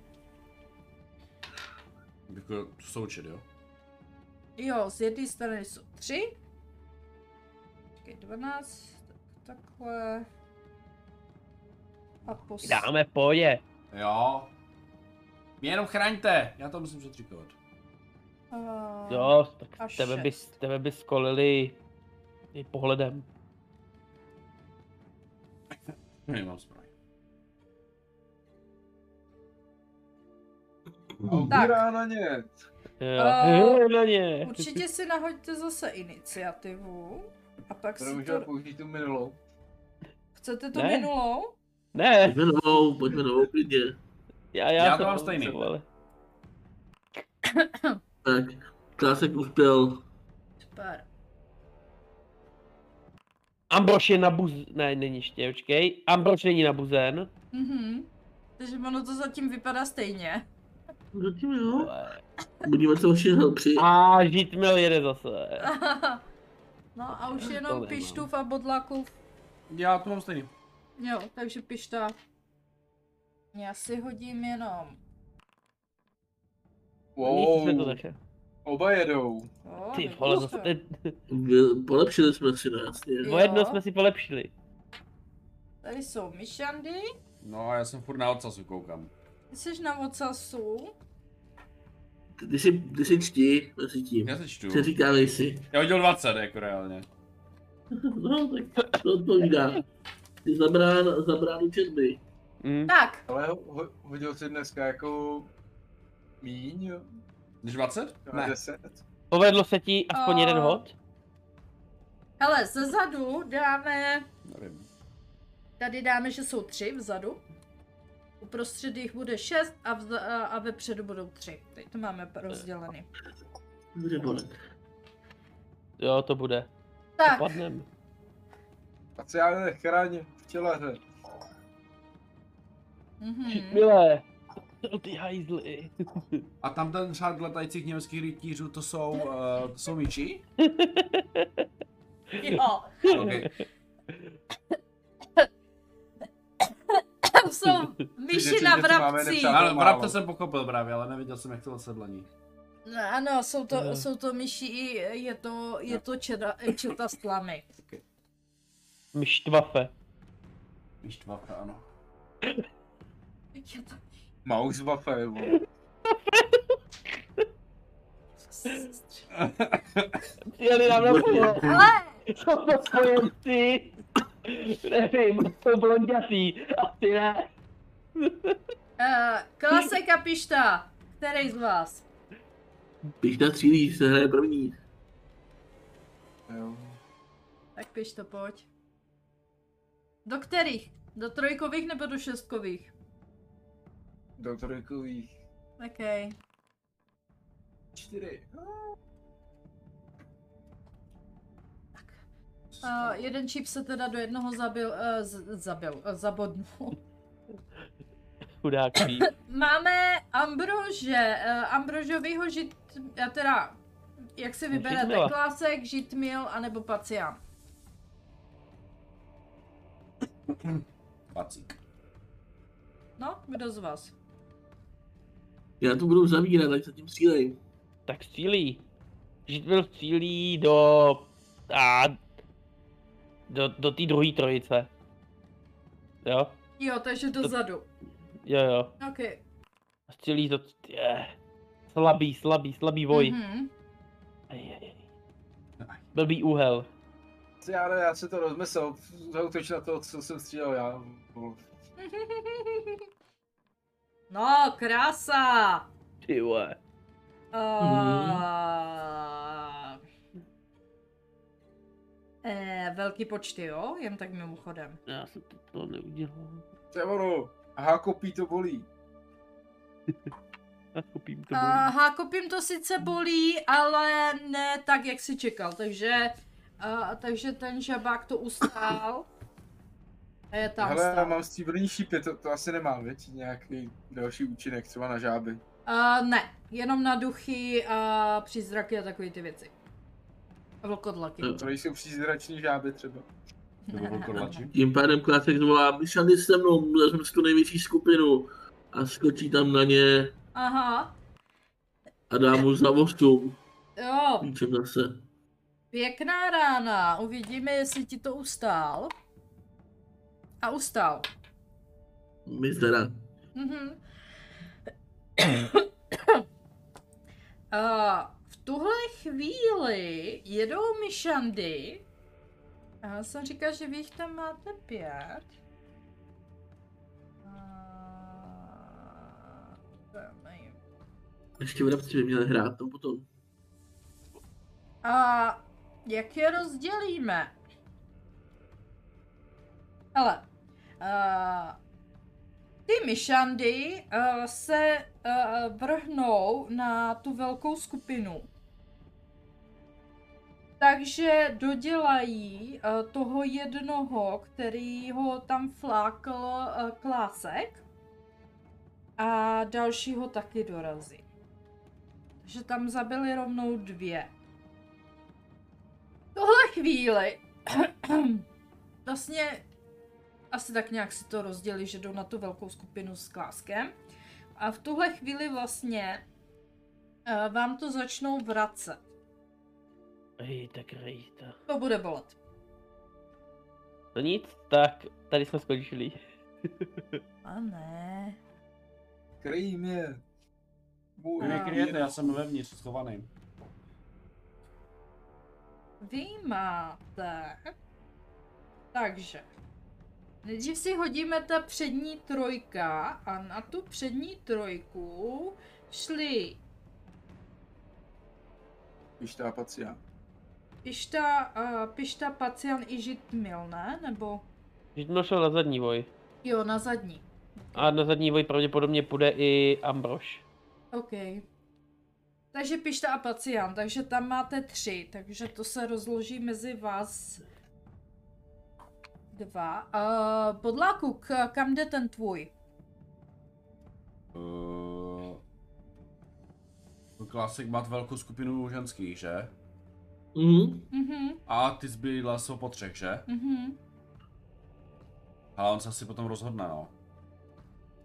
Speaker 2: Jako součet, jo?
Speaker 1: Jo, z jedné strany jsou tři. Počkej, 12, tak, takhle. A pos...
Speaker 5: Dáme, pojď.
Speaker 2: Jo. Mě jenom chraňte. Já to musím přetřikovat.
Speaker 1: Uh,
Speaker 5: Jo, tak
Speaker 1: A
Speaker 5: tebe by,
Speaker 1: šest.
Speaker 5: tebe by skolili i pohledem.
Speaker 2: Hm, Nemám zbroj.
Speaker 1: Tak.
Speaker 4: Obírá na ně.
Speaker 5: Jo.
Speaker 1: Eh,
Speaker 5: Hej, na ně.
Speaker 1: Určitě si nahoďte zase iniciativu. A pak
Speaker 4: Teda
Speaker 1: si
Speaker 4: můžeme
Speaker 1: to...
Speaker 4: použít tu minulou.
Speaker 1: Chcete tu
Speaker 5: Ne.
Speaker 1: minulou?
Speaker 5: Ne,
Speaker 3: Pojďme novou, pojďme novou klidně.
Speaker 5: já,
Speaker 2: Já to
Speaker 5: jsem
Speaker 2: mám
Speaker 5: to
Speaker 2: stejný.
Speaker 5: potřeboval.
Speaker 3: Tak, Klásek uspěl.
Speaker 1: Super.
Speaker 5: Ambroš je nabuz... Ne, není ještě, počkej. Ambroš není nabuzen.
Speaker 1: Mhm. Takže ono to zatím vypadá stejně.
Speaker 3: Zatím jo. Budíme se hoši při...
Speaker 5: A Žitmil jede zase.
Speaker 1: No a už
Speaker 5: To
Speaker 1: jenom
Speaker 5: nemám.
Speaker 1: pištův a bodlakův.
Speaker 2: Já to mám stejný.
Speaker 1: Jo, takže pišta. Já si hodím jenom.
Speaker 5: Nic se to
Speaker 4: Wow,
Speaker 5: také.
Speaker 4: oba jedou.
Speaker 1: O,
Speaker 5: Ty
Speaker 1: vidíš
Speaker 5: vole, no
Speaker 1: to?
Speaker 5: zase...
Speaker 3: Vy- Polepšili jsme si, no jasně.
Speaker 5: O jedno jsme si polepšili.
Speaker 1: Tady jsou myšandy.
Speaker 2: No a já jsem furt na odsazu koukám.
Speaker 1: Ty jsi na ocasu.
Speaker 3: Ty- Ty si, ty si čti, mezi tím.
Speaker 2: Já se čtu.
Speaker 3: Přeříkávej si.
Speaker 2: Já hodil 20 jako reálně.
Speaker 3: No, tak to odpovídá. Ty zabrán, zabránu četby.
Speaker 5: Mm.
Speaker 1: Tak,
Speaker 4: Ale ho, ho, hodil si dneska jako míň, jo?
Speaker 2: Když 20?
Speaker 4: Ne.
Speaker 2: Ne.
Speaker 4: 10.
Speaker 5: Povedlo se ti aspoň
Speaker 1: A-
Speaker 5: jeden hod?
Speaker 1: hele, ze zadu dáme,
Speaker 2: Nevím.
Speaker 1: tady dáme, že jsou tři vzadu. Uprostřed jich bude šest a, vz, a, a vepředu budou tři. Teď to máme rozdělený.
Speaker 3: Dobře, Borek.
Speaker 5: Jo, to bude.
Speaker 1: Tak,
Speaker 5: Dopadnem.
Speaker 4: A co já nechráním v tělaře?
Speaker 1: mhm.
Speaker 5: Žitmile. Ty hajzly.
Speaker 2: A tam ten řád letajících německých rytířů, to jsou, uh, to jsou míči?
Speaker 1: jo,
Speaker 2: Okay.
Speaker 1: tam jsou myši
Speaker 4: Že-
Speaker 1: na
Speaker 4: že tu máme
Speaker 1: vrabcích.
Speaker 4: nepřátelé.
Speaker 2: Ano, vrapce jsem pochopil právě, ale neviděl jsem, jak to odsedlení.
Speaker 1: No, Ano, jsou to,
Speaker 5: Ano.
Speaker 1: jsou to myši, i je to, je to čeda, četa s tlamy.
Speaker 5: Mštvafe.
Speaker 2: Víš, tvapka, ano.
Speaker 1: Je to-
Speaker 4: Mauswaffe, vole.
Speaker 5: Přijeli nám na pole.
Speaker 1: Ale,
Speaker 5: Co to spojenci? Nevím, jsou blondětý. Asi ne.
Speaker 1: uh, klasika pišta, který z vás?
Speaker 3: Když natřílíš, se hraje první.
Speaker 4: Jo.
Speaker 1: Tak piš to, pojď. Do kterých? Do trojkových nebo do šestkových?
Speaker 4: Do trojkových.
Speaker 1: OK.
Speaker 4: Čtyři.
Speaker 1: Uh, jeden čip se teda do jednoho zabil, uh, z- zabil, uh, zabodnul.
Speaker 5: Chudák ví.
Speaker 1: Máme Ambrože, uh, Ambrožovýho žit, eh, teda, jak si vyberete,
Speaker 5: Žitmila.
Speaker 1: klásek, žitmil, anebo pacián.
Speaker 2: Pacík.
Speaker 1: No, kdo z vás?
Speaker 3: Já to budu zavírat, tak se tím střílej.
Speaker 5: Tak střílí. Žitmil střílí do... A... Do, do té druhé trojice. Jo?
Speaker 1: Jo, takže dozadu.
Speaker 5: Jo, jo.
Speaker 1: OK.
Speaker 5: A Střílí to... Je. Slabý, slabý, slabý boj. Mm-hmm.
Speaker 1: Mhm.
Speaker 5: Blbý úhel.
Speaker 4: Co Já, ne, já se to rozmyslel, zautoč na to, co jsem střílel já. vole.
Speaker 1: No, krása!
Speaker 5: Ty vole.
Speaker 4: Mhm.
Speaker 1: Uh... Eh, velký počty, jo? Jen tak mimochodem.
Speaker 5: Já jsem to, to neudělal.
Speaker 4: To je ono, aha, kopí to bolí.
Speaker 5: Já koupím to.
Speaker 1: A
Speaker 5: bolí.
Speaker 1: Hákopím Eh, to sice
Speaker 4: Mhm.
Speaker 1: bolí, ale ne tak, jak si čekal. Takže, a, takže ten žabák to ustál. A je tam
Speaker 4: Hele, já
Speaker 1: stál.
Speaker 4: mám stříbrný šípy, to, to asi nemám, věď? Nějaký další účinek, třeba na žáby.
Speaker 1: A, Eh, ne, jenom na duchy a přízraky a takové ty věci. A Vlkodlaky.
Speaker 3: Eh,
Speaker 4: To nejsou přízrační žáby třeba.
Speaker 2: Nebo vlkodlači.
Speaker 3: Tím pádem Klásek zvolá, Myšany se mnou, vezmu si tu největší skupinu. A skočí tam na ně
Speaker 1: Aha,
Speaker 3: a dá mu za vostu.
Speaker 1: jo,
Speaker 3: Klíčem zase.
Speaker 1: Pěkná rána, uvidíme, jestli ti to ustál. A ustál.
Speaker 3: My teda.
Speaker 1: Mhm. A v tuhle chvíli jedou myšandy Já jsem říkal, že vy jich tam máte pět. A... to nevím.
Speaker 3: Ještě vrabci by měli hrát, no potom.
Speaker 1: A jak je rozdělíme? Ale eh, ty myšandy uh, se uh, vrhnou na tu velkou skupinu. Takže dodělají uh, toho jednoho, který ho tam flákl uh, klásek. A dalšího taky dorazí. Takže tam zabili rovnou dvě tuhle chvíli vlastně asi tak nějak si to rozdělí, že jdou na tu velkou skupinu s kláskem. A v tuhle chvíli vlastně eh, vám to začnou vracet.
Speaker 5: Hej, tak rejta.
Speaker 1: To bude bolet.
Speaker 5: No nic, tak tady jsme skončili.
Speaker 1: A ne.
Speaker 4: Krým je. Bůh,
Speaker 1: Ne,
Speaker 2: Vy
Speaker 1: A-
Speaker 2: kryjete, já jsem vevnitř schovaný.
Speaker 1: Vy máte... Takže. Nejdřív si hodíme ta přední trojka a na tu přední trojku šli
Speaker 4: Vyštápat si já.
Speaker 1: Pišta, uh, Pišta, Pacian i Žid Milne, nebo
Speaker 5: Že to šel na zadní boj.
Speaker 1: jo, na zadní.
Speaker 5: A na zadní boj pravděpodobně půjde i Ambrož.
Speaker 1: OK. Takže Pišta a Pacian, takže tam máte tři, takže to se rozloží mezi vás dva. Uh, podláku, k, kam jde ten tvůj?
Speaker 2: Uh, Eh, klasik má velkou skupinu ženských, že?
Speaker 3: Mhm.
Speaker 1: Mhm,
Speaker 2: A ty zbylá jsou po třech, že?
Speaker 1: mhm.
Speaker 2: Ale on se asi potom rozhodne, no.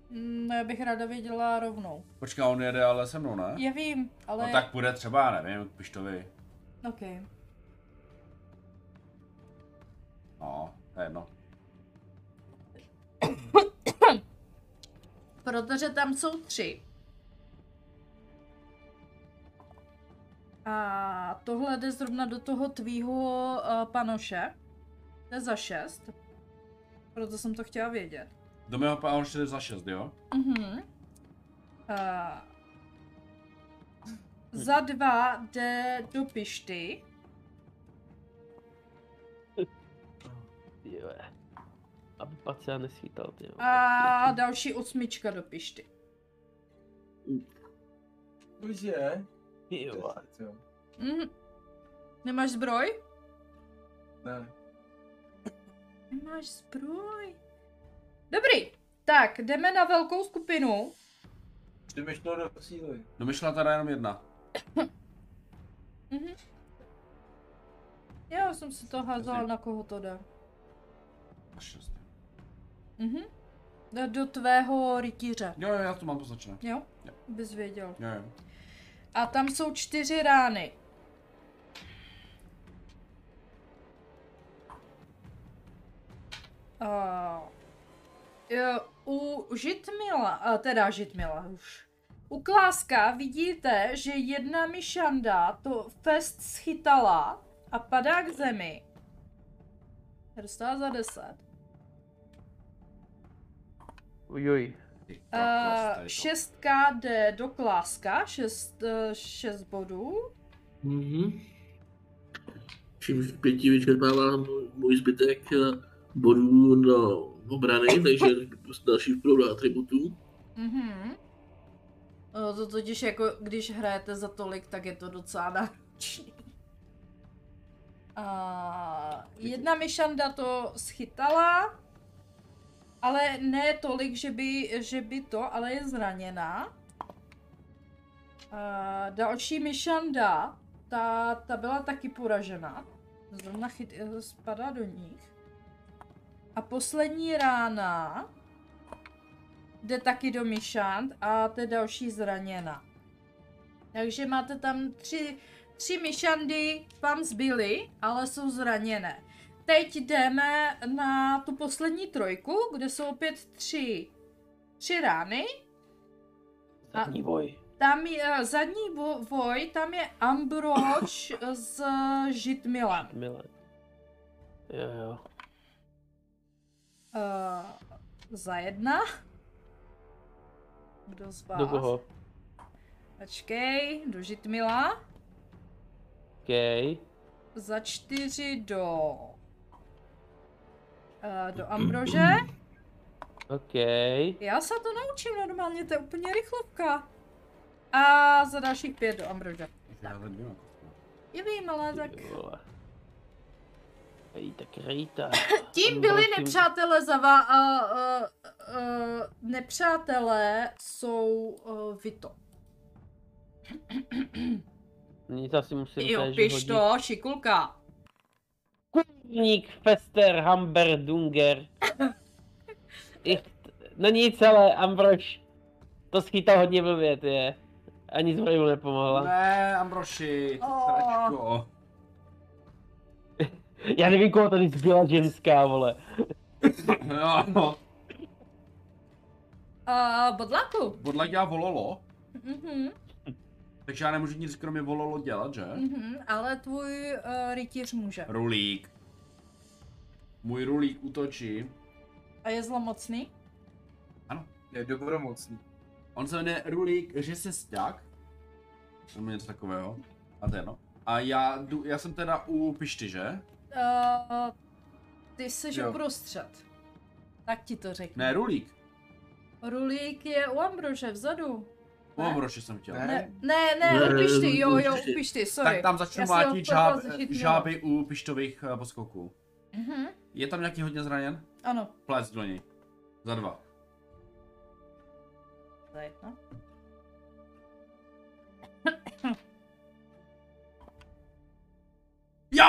Speaker 1: Mm, já bych ráda věděla rovnou.
Speaker 2: Počká, on jede ale se mnou, ne?
Speaker 1: Já vím, ale...
Speaker 2: No tak půjde třeba, já nevím, k Pištovi.
Speaker 1: OK.
Speaker 2: No, to je jedno.
Speaker 1: Protože tam jsou tři. A tohle jde zrovna do toho tvýho uh, panoše. To je za šest. Proto jsem to chtěla vědět.
Speaker 2: Do mého pa- a on jde za šest, jo?
Speaker 1: Mhm. Uh, za dva jde do pišty.
Speaker 5: Jo. Aby Pacián nesvítal, ty jo.
Speaker 1: A další osmička do pišty.
Speaker 4: Cože?
Speaker 5: Ty jo.
Speaker 4: Jo.
Speaker 1: Mhm. Nemáš zbroj?
Speaker 4: Ne.
Speaker 1: Nemáš zbroj. Dobrý. Tak, jdeme na velkou skupinu.
Speaker 4: Přemýšlel do síly.
Speaker 2: Domyšlela No, teda jenom jedna.
Speaker 1: Já jsem si to házel,
Speaker 2: Asi.
Speaker 1: na koho to jde.
Speaker 2: Za šest.
Speaker 1: Mhm. Jde Do tvého rytíře.
Speaker 2: Jo, jo, já to mám poznačené.
Speaker 1: Jo?
Speaker 2: Jo.
Speaker 1: Bys věděl.
Speaker 2: Jo, jo.
Speaker 1: A tam jsou čtyři rány. A... jo, U Žitmila, a teda Žitmila už. U Kláska vidíte, že jedna myšanda to fest schytala a padá k zemi. Dostala za deset.
Speaker 5: Ujuj.
Speaker 2: Ty kokos, tady
Speaker 1: Uh,
Speaker 2: to.
Speaker 1: šestka jde do kláska, šest, eh, šest bodů.
Speaker 3: Mhm. Čímž pěti vyčerpává můj zbytek eh, bodů na obrany, takže další vpůl do atributů.
Speaker 1: Mhm. No to totiž jako, když hrajete za tolik, tak je to docela náročný. A jedna myšanda to schytala, ale ne tolik, že by, že by to, ale je zraněná. A další myšanda, ta, ta byla taky poražena. Zrovna chyt, spadá do nich. A poslední rána, jde taky do Myšant a to je další zraněna. Takže máte tam tři, tři Myšandy, vám zbyly, ale jsou zraněné. Teď jdeme na tu poslední trojku, kde jsou opět tři, tři rány.
Speaker 5: Zadní boj.
Speaker 1: Tam je eh, zadní vo, voj, tam je Ambroč s Žitmilem.
Speaker 5: Milé. Jo, jo.
Speaker 1: Uh, za jedna. Kdo z vás?
Speaker 5: Do koho?
Speaker 1: Ačkej, do Žitmila.
Speaker 5: OK.
Speaker 1: Za čtyři do... Uh, do Ambrože.
Speaker 5: OK.
Speaker 1: Já se to naučím normálně, to je úplně rychlovka. A za dalších pět do Ambrože.
Speaker 2: Já za dvěma.
Speaker 1: Je vím, ale tak...
Speaker 5: Ty vole. Rejta, krejta.
Speaker 1: Tím byli
Speaker 5: Ambrož, tím-
Speaker 1: nepřátelé za vá... A, a, a, nepřátelé jsou uh, Vito.
Speaker 5: Nic asi musím
Speaker 1: Jo,
Speaker 5: též
Speaker 1: piš
Speaker 5: hodit.
Speaker 1: to, šikulka.
Speaker 5: Kurník, Fester, Hamber, Dunger. Ich, no nic, ale Ambrož to schytal hodně blbě, ty je. Ani zbroj mu nepomohla.
Speaker 2: Ne, Ambroši, ty
Speaker 1: Oh.
Speaker 2: sračko.
Speaker 5: Já nevím, koho tady zbyla ženská, vole.
Speaker 2: Jo, no.
Speaker 1: Uh, bodlaku.
Speaker 2: Bodla dělá vololo,
Speaker 1: Mhm,
Speaker 2: takže já nemůžu nic kromě vololo dělat, že?
Speaker 1: mhm, ale tvůj uh, rytíř může.
Speaker 2: Rulík. Můj rulík útočí.
Speaker 1: A je zlomocný?
Speaker 4: Je dobromocný.
Speaker 2: On se jmenuje Rulík Řesesták. Nebo něco takového. A to je no. A já, jdu, já jsem teda u Pišty, že?
Speaker 1: Uh, ty jsi
Speaker 4: Jo.
Speaker 1: uprostřed. Tak ti to řeknu.
Speaker 2: Ne, Rulík.
Speaker 1: Rulík je u Ambrože vzadu.
Speaker 2: U
Speaker 1: Ne.
Speaker 2: Ambroši jsem chtěl.
Speaker 4: Ne.
Speaker 1: Ne, ne, ne,
Speaker 3: Ne,
Speaker 1: upiš ty, jo, jo,
Speaker 3: určitě.
Speaker 1: upiš ty, sorry.
Speaker 2: Tak tam začnu
Speaker 1: Já jsem ho
Speaker 2: mlátit
Speaker 1: chtěla
Speaker 2: žáb,
Speaker 1: zažít, no.
Speaker 2: žáby u Pištových eh, poskoků.
Speaker 1: Mhm,
Speaker 2: Je tam nějaký hodně zraněn?
Speaker 1: ano.
Speaker 2: Plec do něj. Za dva.
Speaker 1: Za jedno.
Speaker 2: Jo!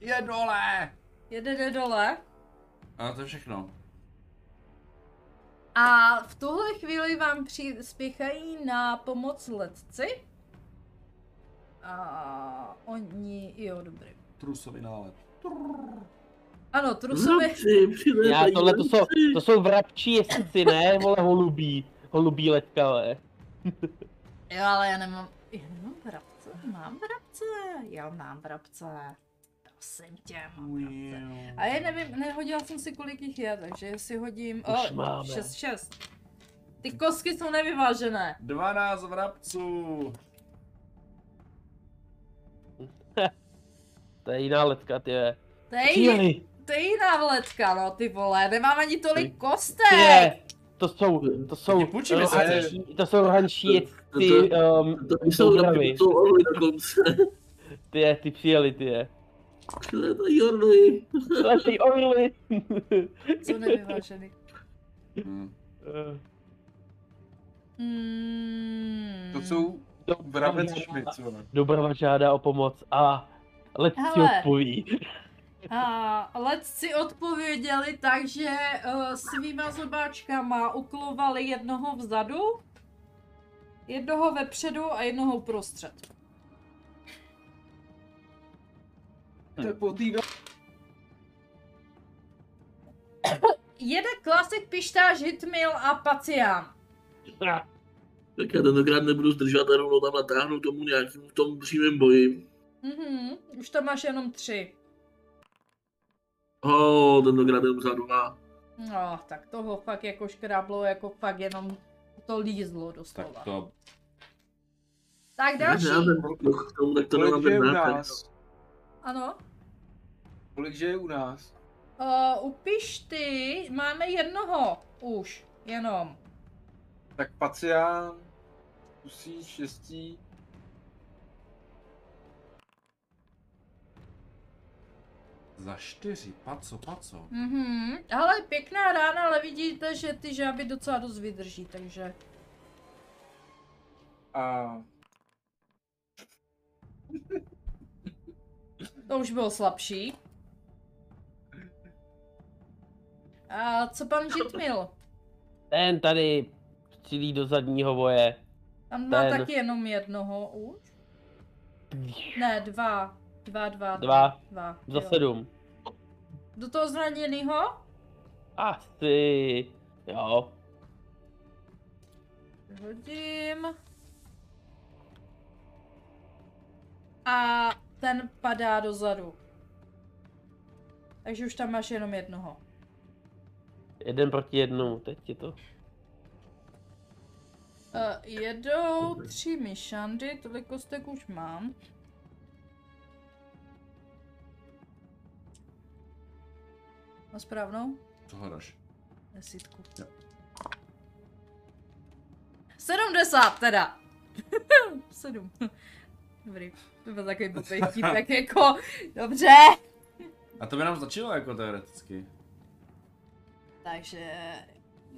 Speaker 2: Je dole!
Speaker 1: Jede jde dole.
Speaker 2: A to je všechno.
Speaker 1: A v tuhle chvíli vám přispěchají na pomoc letci. A oni, jo, dobrý.
Speaker 2: Trusový nálet.
Speaker 1: Ano, trusové,
Speaker 3: Vrabci,
Speaker 5: Já,
Speaker 3: přiletají
Speaker 5: tohle to jsou,
Speaker 3: vrabci.
Speaker 5: to jsou vrabčí jezdci, ne, vole, holubí. Holubí letkavé.
Speaker 1: jo, ale já nemám, já nemám vrabce, mám vrabce, já mám vrabce. Prosím tě, mám vrabce. A já nevím, nehodila jsem si kolik jich je, takže jestli hodím...
Speaker 5: Už máme.
Speaker 1: 6, 6. Ty kosky jsou nevyvážené.
Speaker 2: 12 vrabců!
Speaker 5: To je jiná letka, ty je.
Speaker 1: To je, jiný-
Speaker 5: Cíli,
Speaker 1: to je jiná vletka, no ty vole, nemám ani tolik
Speaker 5: ty
Speaker 1: kostek.
Speaker 5: je. To jsou, to jsou,
Speaker 2: Ti půjčíme
Speaker 4: se,
Speaker 5: rohančí- to jsou rohančí
Speaker 3: To-
Speaker 5: jezdci, um,
Speaker 3: To jsou vrabci,
Speaker 5: Dopravy.
Speaker 3: to jsou orly dokonce.
Speaker 5: ty je, ty přijeli, ty je.
Speaker 3: Přiletají orly.
Speaker 5: Ale ty orly.
Speaker 1: Jsou nevyvážený.
Speaker 2: Hm.
Speaker 1: Mm.
Speaker 4: To jsou
Speaker 5: Dobrava
Speaker 4: vrabec
Speaker 5: žádá-
Speaker 4: šmic, vole.
Speaker 5: Dobrava žádá o pomoc a letci
Speaker 1: Hele.
Speaker 5: odpoví.
Speaker 1: A letci odpověděli tak, že uh, svýma zobáčkama uklovali jednoho vzadu, jednoho vepředu a jednoho uprostřed.
Speaker 4: To je po té do-
Speaker 1: Jede klasik pištáž Hitmil a Pacián.
Speaker 3: Tak já tentokrát nebudu zdržovat a rovnou tam natáhnu tomu nějakým v tom přímém boji.
Speaker 1: Mhm, už tam máš jenom tři.
Speaker 3: Ho, tentokrát jenom za dva.
Speaker 1: No, tak toho fakt jako škráblo, jako fakt jenom to lízlo doslova. Tak,
Speaker 2: Tak
Speaker 1: to...
Speaker 2: to...
Speaker 1: tak další,
Speaker 3: Já ten k tomu, tak to nemám
Speaker 4: Kolik je
Speaker 3: ten
Speaker 4: u
Speaker 3: nápad.
Speaker 4: nás?
Speaker 1: ano.
Speaker 4: Kolik že je u nás?
Speaker 1: Uh, upiš ty, máme jednoho už, jenom.
Speaker 4: Tak pacián, kusí šestí,
Speaker 2: Za čtyři, paco, paco.
Speaker 1: Mhm, ale pěkná rána, ale vidíte, že ty žáby docela dost vydrží, takže.
Speaker 4: a
Speaker 1: To už bylo slabší. A co pan Žitmil?
Speaker 5: Ten tady střílí do zadního boje.
Speaker 1: Tam má
Speaker 5: Ten.
Speaker 1: taky jenom jednoho už. Ne, dva. Dva, dva.
Speaker 5: Dva.
Speaker 1: dva
Speaker 5: Za
Speaker 1: jo.
Speaker 5: sedm.
Speaker 1: Do toho zraněného?
Speaker 5: Asi. Jo.
Speaker 1: Hodím. A ten padá dozadu. takže už tam máš jenom jednoho.
Speaker 5: Jeden proti jednomu, teď je to.
Speaker 1: Uh, jedou tři myšandy, tolik kostek už mám. A správnou?
Speaker 2: Co hledáš?
Speaker 1: Desítku.
Speaker 2: Jo.
Speaker 1: 70 teda! 7. Dobrý, to byl takový blbý típek, jako, dobře.
Speaker 2: A to by nám stačilo jako teoreticky.
Speaker 1: Takže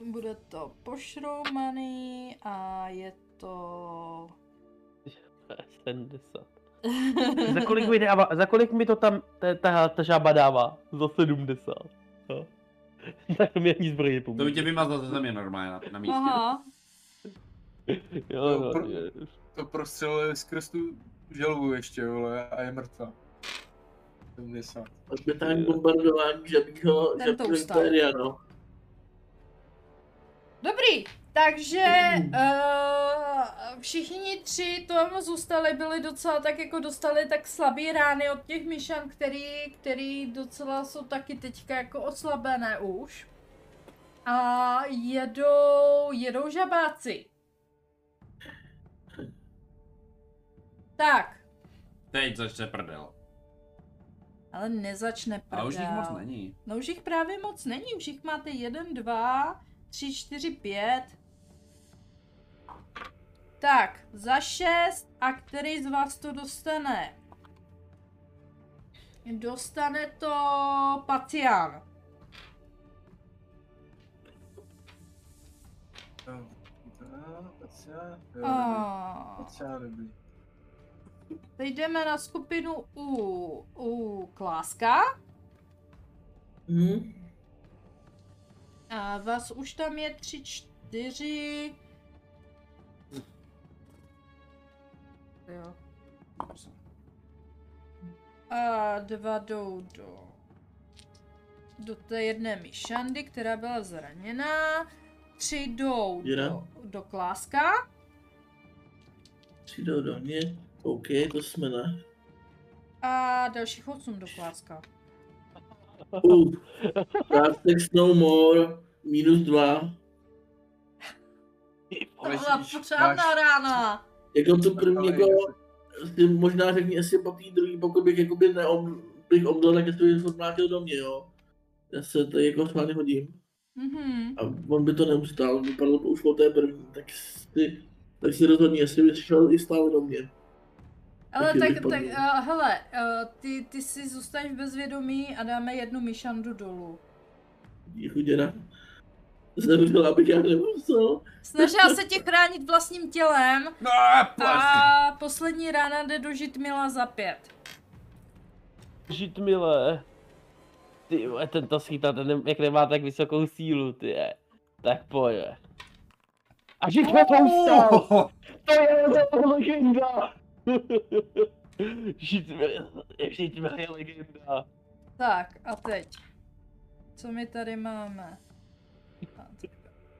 Speaker 1: bude to pošroumaný a je to...
Speaker 5: 70. za, kolik mi dává, za kolik mi to tam ta, ta, ta žába dává? Za 70. No. tak to mi ani zbroj
Speaker 2: To by
Speaker 5: nepomůže.
Speaker 2: tě vymazlo ze země normálně na, na místě.
Speaker 1: Aha,
Speaker 5: Jo,
Speaker 4: To
Speaker 5: no,
Speaker 4: pro-
Speaker 5: je-
Speaker 4: To prostřeluje skrz tu želvu ještě, vole, a je mrtvá. 70.
Speaker 3: Odmítání bombardování žabího,
Speaker 1: Ten to
Speaker 3: žabího
Speaker 1: ustal.
Speaker 3: impéria, no.
Speaker 1: dobrý. Takže uh, všichni tři tam zůstali, byli docela tak jako dostali tak slabý rány od těch myšan, který, který docela jsou taky teďka jako oslabené už. A jedou, jedou žabáci. Tak,
Speaker 2: Teď začne prdel.
Speaker 1: ale nezačne prdel.
Speaker 2: A už jich moc není.
Speaker 1: No už jich právě moc není, už jich máte jeden, dva, tři, čtyři, pět. Tak, za šest a který z vás to dostane? Dostane to Pacián.
Speaker 4: No, no, Pacián, jo, dobrý.
Speaker 1: Oh.
Speaker 4: Pacián, dobrý.
Speaker 1: Teď jdeme na skupinu u, u Kláska.
Speaker 3: Hm?
Speaker 1: A vás už tam je tři, čtyři. Jo. A dva jdou do, do té jedné myšandy, která byla zraněná. Tři jdou
Speaker 3: Jeden.
Speaker 1: do, do kláska.
Speaker 3: Přijdou do mě. OK, to jsme na.
Speaker 1: A dalších osm do kláska.
Speaker 3: Uh, Plastic no more, minus dva.
Speaker 1: To byla
Speaker 4: Ležíš,
Speaker 1: pořádná
Speaker 4: máš-
Speaker 1: rána.
Speaker 3: Jako to první,
Speaker 4: Ale
Speaker 3: jako, ty možná řekni, jestli po té druhé boku bych, jako by neom, bych omdol, tak jestli bych se vrátil do mě, jo. Já se tady jako schválně hodím.
Speaker 1: Mhm.
Speaker 3: A on by to neustál, vypadlo to už po té první, tak si, tak si rozhodni, jestli by šel i stál do mě.
Speaker 1: Ale
Speaker 3: Taky
Speaker 1: tak,
Speaker 3: vypadne.
Speaker 1: tak uh, hele, uh, ty, ty si zůstaneš v bezvědomí a dáme jednu myšandu dolů.
Speaker 3: Díky chuděna. Zemřel, abych já nemusel.
Speaker 1: Snažila se tě chránit vlastním tělem
Speaker 2: No, plastik.
Speaker 1: a poslední rána jde do Žitmila za pět.
Speaker 5: Žitmile. Ty vole, ten to schytá, ten ne- jak nemá tak vysokou sílu, ty je. Tak pojď. ve. A žitme to ustal! To je to legenda! žitmile, žitmile je legenda.
Speaker 1: Tak a teď. Co my tady máme? A, teďka,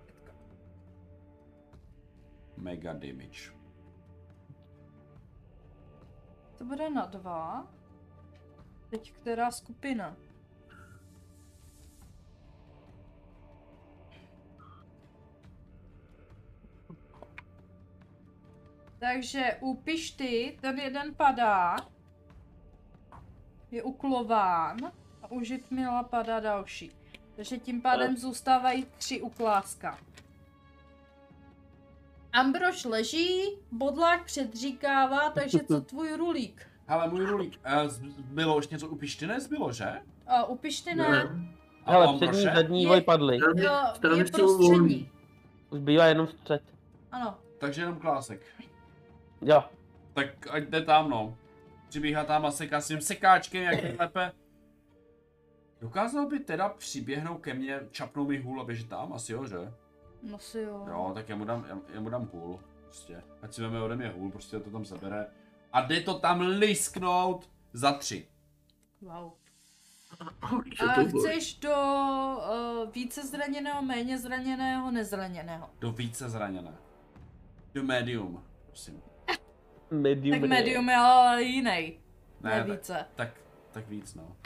Speaker 1: teďka.
Speaker 2: Mega damage.
Speaker 1: To bude na dva. Teď která skupina? Takže u pišty ten jeden padá. Je uklován. A u žitmila padá další. Takže tím pádem zůstávají tři ukláska. Ambrož leží, bodlák předříkává, takže co tvůj rulík?
Speaker 2: Hele, můj rulík, eh, z- bylo už něco u pišty nezbylo, že?
Speaker 1: A Eh, u pišty ne.
Speaker 3: Ne.
Speaker 2: A
Speaker 5: Hele,
Speaker 2: u
Speaker 5: přední,
Speaker 2: Ambroše?
Speaker 5: zadní
Speaker 1: Je-
Speaker 5: voj padly.
Speaker 3: Já bych-
Speaker 1: Jo,
Speaker 3: já
Speaker 1: je
Speaker 3: bych chtěl volný.
Speaker 1: prostřední.
Speaker 5: Už bývá jenom střed.
Speaker 1: Ano.
Speaker 2: Takže jenom klásek.
Speaker 5: Jo.
Speaker 2: Tak ať jde tam, no. Přibíhá tam a seká s tím sekáčkem, jak lepe. Dokázal by teda přiběhnout ke mně, čapnou mi hůl a běžet tam? Asi jo, že?
Speaker 1: No si jo.
Speaker 2: Jo, tak já mu dám, já, já mu dám hůl. Prostě. Ať si veme ode mě hůl, prostě to tam zabere. A jde to tam lisknout za tři.
Speaker 1: Wow.
Speaker 3: Co
Speaker 1: A
Speaker 3: to bylo?
Speaker 1: chceš do uh, více zraněného, méně zraněného, nezraněného.
Speaker 2: Do více zraněné. Do medium, prosím.
Speaker 5: Medium.
Speaker 1: Tak medium je ale jiný. Ne,
Speaker 2: tak,
Speaker 1: více.
Speaker 2: tak, tak víc, no.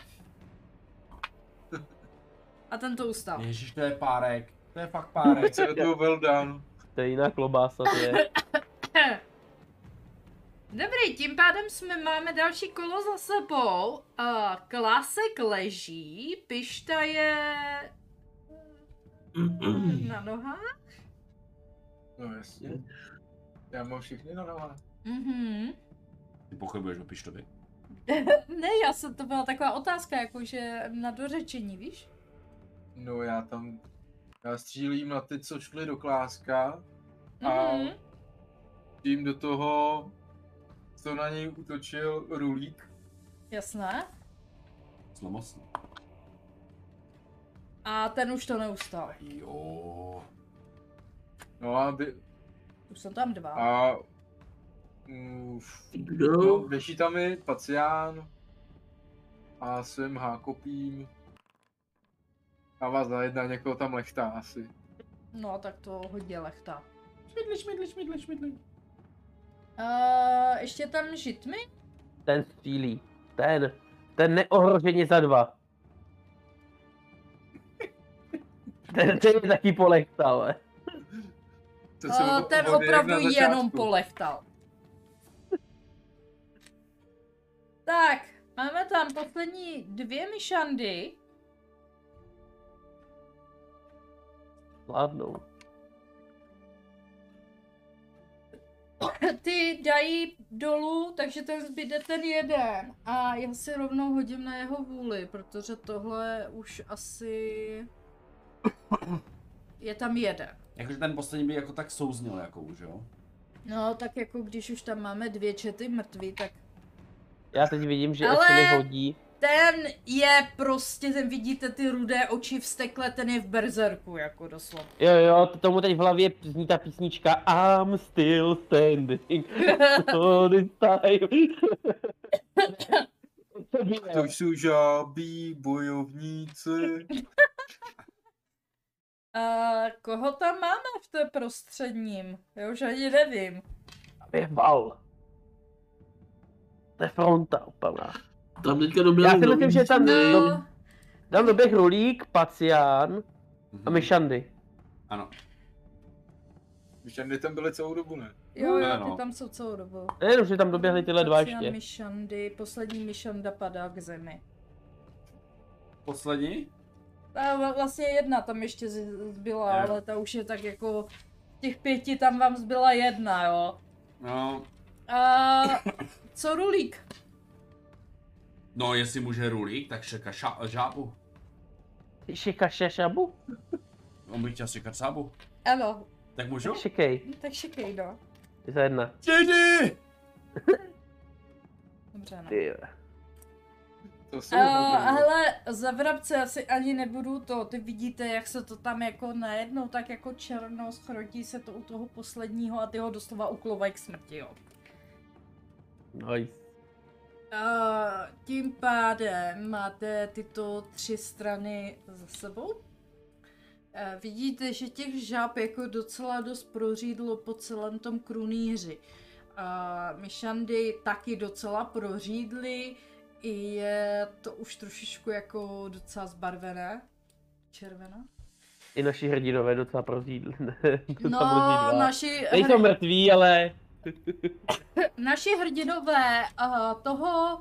Speaker 1: a ten to ustal.
Speaker 2: Ježíš, to je párek. To je fakt párek.
Speaker 4: Chce to well done.
Speaker 5: To je jiná klobása, to je.
Speaker 1: Dobrý, tím pádem jsme máme další kolo za sebou. Uh, klasek leží, pišta je
Speaker 3: Mm.
Speaker 1: eh, na nohách.
Speaker 4: No jasně. Já mám všechny na nohách.
Speaker 1: Mhm.
Speaker 2: Ty pochybuješ o pištovi.
Speaker 1: Ne, já jsem, to byla taková otázka, jakože na dořečení, víš?
Speaker 4: No já tam... Já střílím na ty, co šli do kláska. A-
Speaker 1: Mhm.
Speaker 4: Tím do toho, co na něj utočil rulík.
Speaker 1: Jasné.
Speaker 2: Zlomocný.
Speaker 1: A ten už to neustal.
Speaker 2: Jo.
Speaker 4: No a, by,
Speaker 1: Už jsem tam dva.
Speaker 4: a uf, no,
Speaker 3: Kdo?
Speaker 4: běží tam i Pacián a svým hákopím a vás za jedna někoho tam lechtá asi.
Speaker 1: No, tak to hodně lechtá.
Speaker 2: Šmidli, šmidli, šmidli, šmidli.
Speaker 1: Uh, ještě tam žitmi?
Speaker 5: Ten střílí. Ten. Ten neohroženě za dva. Ten, ten je taky polechtal, ale.
Speaker 4: To jsem
Speaker 1: Uh,
Speaker 4: ho-
Speaker 1: ten
Speaker 4: ho direkt na
Speaker 1: opravdu jenom
Speaker 4: začátku.
Speaker 1: polechtal. Tak, máme tam poslední dvě myšandy.
Speaker 5: Zvládnou.
Speaker 1: Ty dají dolů, takže ten zbyde ten jeden. A já si rovnou hodím na jeho vůli, protože tohle už asi... Je tam jeden.
Speaker 2: Jakože ten poslední by jako tak souzněl jako už, jo?
Speaker 1: No, tak jako když už tam máme dvě čety mrtví, tak
Speaker 5: Já teď vidím, že
Speaker 1: Ale-
Speaker 5: ale... Ashley hodí.
Speaker 1: Ten je prostě, ten vidíte ty rudé oči vztekle, ten je v berzerku, jako doslova.
Speaker 5: Jo, jo, t- tomu teď v hlavě zní ta písnička I'm still standing all this time. To víme.
Speaker 4: To jsou žábí bojovníci.
Speaker 1: A koho tam máme v té prostředním? Já už ani nevím.
Speaker 5: To je val. To je fronta úplná.
Speaker 3: Tam teďka dobrá.
Speaker 5: Já si myslím, že tam-
Speaker 1: No,
Speaker 5: No. Tam doběh Rulík, Pacián a Myšandy.
Speaker 2: Ano.
Speaker 4: Myšlendy tam byly celou dobu, ne?
Speaker 1: jo,
Speaker 2: Ne,
Speaker 1: jo,
Speaker 2: no.
Speaker 1: ty tam jsou celou dobu.
Speaker 5: Nejenom, že tam doběhly tyhle dva
Speaker 1: Pacián
Speaker 5: ještě.
Speaker 1: Myšandy, poslední myšanda padá k zemi.
Speaker 2: Poslední?
Speaker 1: A va- vlastně jedna tam ještě z- zbyla,
Speaker 2: Jo.
Speaker 1: ale ta už je tak jako... Těch pěti tam vám zbyla jedna, jo.
Speaker 2: No.
Speaker 1: A co Rulík?
Speaker 2: No, jestli může rulík, tak šeka ša- žábu.
Speaker 5: Šika šabu?
Speaker 2: On by chtěl šekat žábu.
Speaker 1: Ano,
Speaker 2: Tak můžu?
Speaker 5: Šikej,
Speaker 1: tak šikej, no.
Speaker 5: ty za jedna.
Speaker 2: Jedi!
Speaker 1: Dobře, no.
Speaker 5: Ty jo.
Speaker 4: To jsou
Speaker 1: Uh,
Speaker 4: dobrý.
Speaker 1: hele, za vrabce asi ani nebudu to, ty vidíte, jak se to tam jako najednou tak jako černou schrotí se to u toho posledního a ty ho doslova uklovají k smrti, jo.
Speaker 5: Nice.
Speaker 1: Uh, tím pádem máte tyto tři strany za sebou. Uh, vidíte, že těch žáb jako docela dost prořídlo po celém tom krunýři. Uh, myšandy taky docela prořídly, i je to už trošičku jako docela zbarvené. Červená?
Speaker 5: I naši hrdinové docela prozídli.
Speaker 1: No, naši,
Speaker 5: Nejsou mrtví, ale
Speaker 1: naši hrdinové uh, toho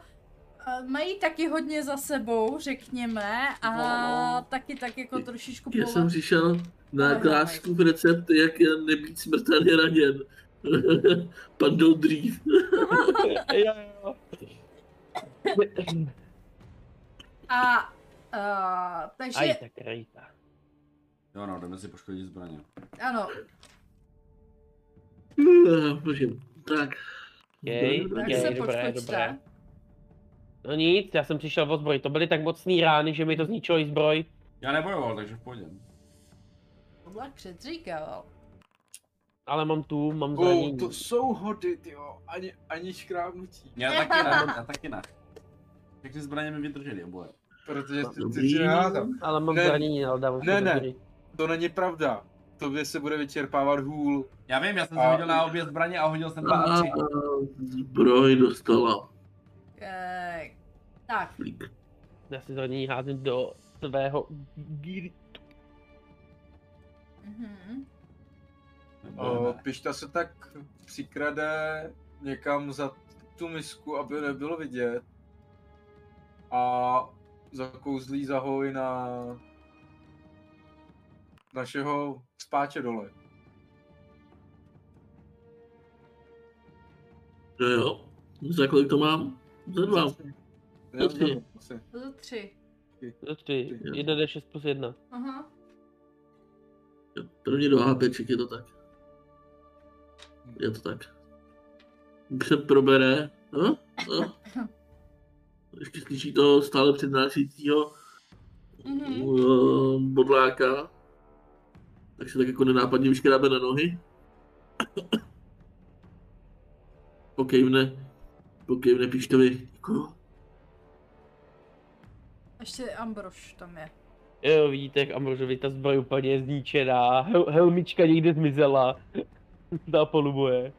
Speaker 1: uh, mají taky hodně za sebou, řekněme, a
Speaker 2: No.
Speaker 1: taky tak jako trošičku
Speaker 3: Já
Speaker 1: pole-
Speaker 3: jsem přišel na
Speaker 1: Polehavaj.
Speaker 3: klásku recept, jak nebýt smrtelně raněn. Padnou dřív.
Speaker 5: jo, jo.
Speaker 1: A uh, takže,
Speaker 5: Aj, tak rejta.
Speaker 2: Jo, no, jdeme si poškodit zbraně.
Speaker 1: ano,
Speaker 3: Ah, Bože. Tak.
Speaker 5: Jej,
Speaker 3: Tak
Speaker 1: tak
Speaker 5: jej,
Speaker 1: se
Speaker 5: dobré,
Speaker 1: počkočte.
Speaker 5: dobré. No nic, já jsem přišel o zbroj. To byly tak mocný rány, že mi to zničilo i zbroj.
Speaker 2: Já nebojoval, takže v pohodě.
Speaker 1: Tohle předříkal.
Speaker 5: Ale mám tu, mám
Speaker 4: Oh,
Speaker 5: zranění.
Speaker 4: to jsou hody, jo. Ani, ani škrábnutí.
Speaker 2: Já taky ne, já taky ne. Všechny zbraně mi vydržely oboje.
Speaker 4: Protože ty, ty,
Speaker 3: Dobrý.
Speaker 4: ty, ty,
Speaker 5: Ale mám
Speaker 4: Ne,
Speaker 5: zranění, ale dávám si
Speaker 4: ne,
Speaker 5: to
Speaker 4: ne.
Speaker 5: zbroj.
Speaker 4: to není pravda. Tobě se bude vyčerpávat hůl.
Speaker 2: Já vím, já jsem
Speaker 4: A-
Speaker 2: se hodil na obě zbraně a hodil jsem dva
Speaker 3: A
Speaker 2: a tři.
Speaker 3: zbroj dostala.
Speaker 1: Eh, tak,
Speaker 3: Flík.
Speaker 5: Já si zranění házím do svého gíry.
Speaker 1: Mhm.
Speaker 4: O, Pišta se tak přikrade někam za tu misku, aby nebylo vidět. A zakouzlí zahoj na našeho spáče dole.
Speaker 3: Jo, jo. Za kolik to mám? Za dva.
Speaker 4: Já
Speaker 3: Dobře.
Speaker 4: nevím, asi.
Speaker 1: To jsou tři.
Speaker 5: Za tři. Prostě Jedna d 6 plus jedna.
Speaker 1: Aha.
Speaker 3: Jo, První do HPček je to tak. Je to tak. Se probere. No, no. Ještě slyší to stále přednášejícího
Speaker 5: Mm.
Speaker 1: Mhm.
Speaker 3: eh, bodláka. Tak se tak jako nenápadně vyškrábe na nohy. Pokejvne. Pokejvne Pištovi. Děkuju.
Speaker 1: Ještě Ambrož tam je.
Speaker 5: Jo, vidíte, jak Ambrožovi ta zbroj úplně je zničená. Hel- helmička někde zmizela. Ta polubuje.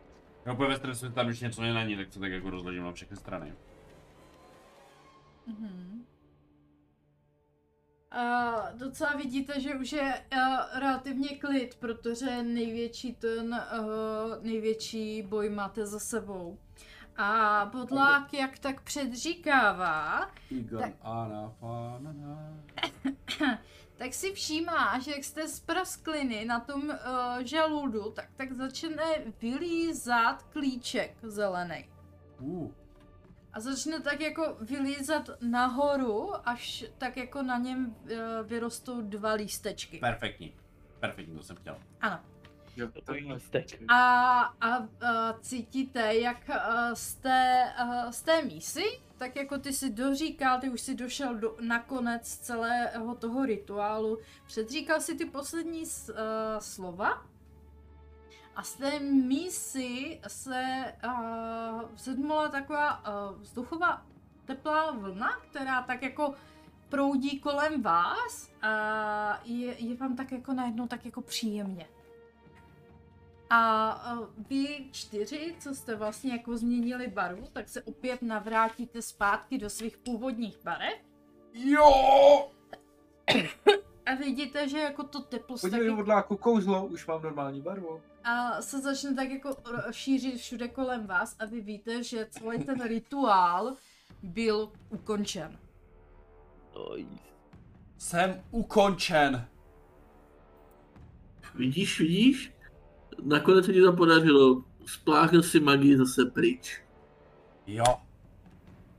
Speaker 2: No úplně ve stresu, tam už něco je na ní, tak to tak jako rozložím na všechny strany.
Speaker 1: Mhm. A Uh, docela vidíte, že už je uh, relativně klid, protože největší ten, uh, největší boj máte za sebou. A Bodlák jak tak předříkává,
Speaker 2: Igor,
Speaker 1: Tak.
Speaker 2: Ana, Fanana.
Speaker 1: tak si všímá, že jak jste z praskliny na tom uh, žaludu, tak, tak začne vylízat klíček zelený.
Speaker 2: Uh,
Speaker 1: A začne tak jako vylízat nahoru, až tak jako na něm uh, vyrostou dva lístečky.
Speaker 2: perfektní. Perfektní, to jsem chtěl.
Speaker 1: Ano.
Speaker 4: Jo,
Speaker 5: To je
Speaker 4: takhle.
Speaker 5: lístek.
Speaker 1: A, a, a cítíte, jak e, a, z té, a, z té mísy, tak jako ty si doříkal, ty už si došel do, na konec celého toho rituálu, předříkal si ty poslední s, a, slova a z té mísy se a, vzedmula taková a, vzduchová teplá vlna, která tak jako proudí kolem vás a je, je vám tak jako najednou tak jako příjemně. A eh, vy čtyři, co jste vlastně jako změnili barvu, tak se opět navrátíte zpátky do svých původních barev.
Speaker 2: Jo!
Speaker 1: A vidíte, že jako to teplo se, tak,
Speaker 4: Podívej,
Speaker 1: jako-
Speaker 4: modláku, kouzlo, už mám normální barvu.
Speaker 1: a se začne tak jako ro- šířit všude kolem vás a vy víte, že celý ten rituál byl ukončen.
Speaker 5: Nice.
Speaker 2: Jsem ukončen.
Speaker 3: Vidíš, vidíš? Nakonec se ti to podařilo. Spláchl si magii zase pryč.
Speaker 2: Jo.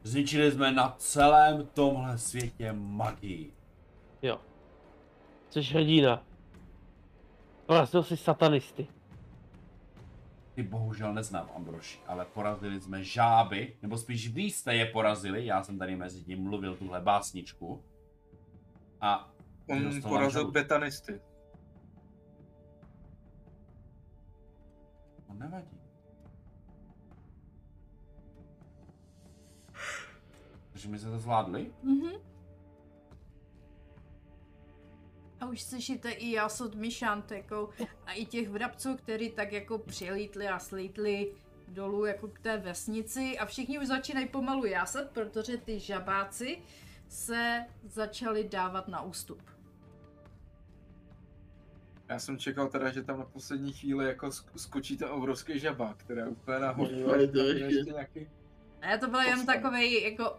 Speaker 2: Zničili jsme na celém tomhle světě magii.
Speaker 5: Jo. Jsi hrdina. Vlastně jsi satanisty.
Speaker 2: Ty bohužel neznám Ambroši, ale porazili jsme žáby, nebo spíš vy jste je porazili, já jsem tady mezi tím mluvil tuhle básničku. A
Speaker 4: On
Speaker 2: Vyrostl
Speaker 4: porazil
Speaker 2: žalud.
Speaker 4: betanisty.
Speaker 2: to nevadí. Takže my jsme to zvládli?
Speaker 1: Mhm. A už slyšíte i jas od myšantekou jako, a i těch vrabců, který tak jako přilítli a slítli dolů jako k té vesnici a všichni už začínají pomalu jásat, protože ty žabáci se začali dávat na ústup.
Speaker 4: Já jsem čekal teda, že tam na poslední chvíli jako sk- skočí ten obrovský žabák, která úplně nahoře.
Speaker 3: Jo, je to
Speaker 4: tam je
Speaker 3: ještě-
Speaker 4: ještě nějaký
Speaker 1: A to byl jen
Speaker 4: Postav.
Speaker 1: takový jako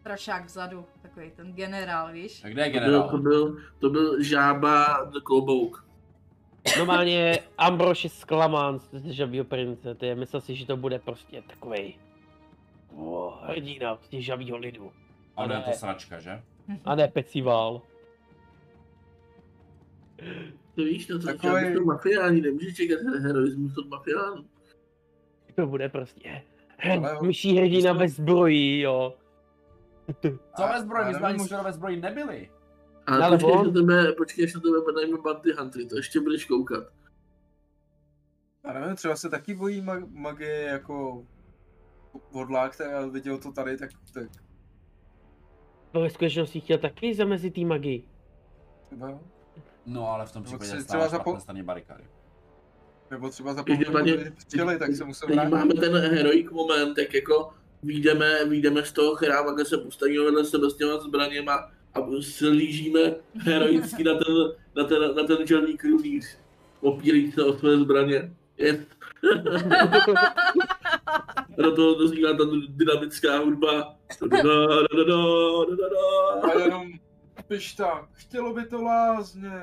Speaker 1: strašák vzadu, takový ten generál, víš?
Speaker 2: A kde je
Speaker 3: To byl, to
Speaker 2: generál?
Speaker 3: byl, to byl žába klobouk.
Speaker 5: Normálně Ambrož je zklamán z z žabího prince, ty je, myslel si, že to bude prostě takovej wow, hrdina z těch žabího lidu.
Speaker 2: A je to
Speaker 5: ne.
Speaker 2: sračka, že?
Speaker 5: A ne pecivál.
Speaker 3: To víš, na to
Speaker 4: Takový-
Speaker 3: Takový... to mafiáni, nemůže čekat her- heroismus od mafiánů.
Speaker 5: To bude prostě hr-
Speaker 4: Ale jo,
Speaker 5: myší hrdina
Speaker 4: my jsme-
Speaker 5: bez zbrojí, jo.
Speaker 2: Co ve zbroji? My
Speaker 4: já
Speaker 2: jsme ani
Speaker 4: nevím,
Speaker 2: skoro ve zbroji nebyli.
Speaker 3: Ale
Speaker 5: Ale
Speaker 3: počkej, až
Speaker 5: on-
Speaker 3: na tebe, počkej, až na tebe najme Bounty Huntery, to ještě budeš koukat.
Speaker 4: Já nevím, třeba se taky bojí ma- magie jako vodlák, tak já viděl to tady, tak, tak
Speaker 5: To ve skutečnosti chtěl taky zamezit té magii.
Speaker 4: třeba, jo.
Speaker 2: No ale v tom
Speaker 4: No,
Speaker 2: případě
Speaker 4: třeba
Speaker 2: stáváš
Speaker 4: zapo-
Speaker 2: na té straně barikády.
Speaker 4: nebo třeba zapomněl,
Speaker 3: Každopádně-
Speaker 4: že přijeli, tak se musel
Speaker 3: Teď máme ten heroik moment, tak jako výjdeme, výjdeme z toho chrámu, kde se postavíme vedle sebe s těma zbraněma a slížíme heroicky na ten, na ten, na ten čelný krulíř. Opírají se o své zbraně. Yes. A do toho dozníla ta dynamická hudba. Da, da, da, da, da, da, da.
Speaker 4: A jenom pišta, chtělo by to lázně.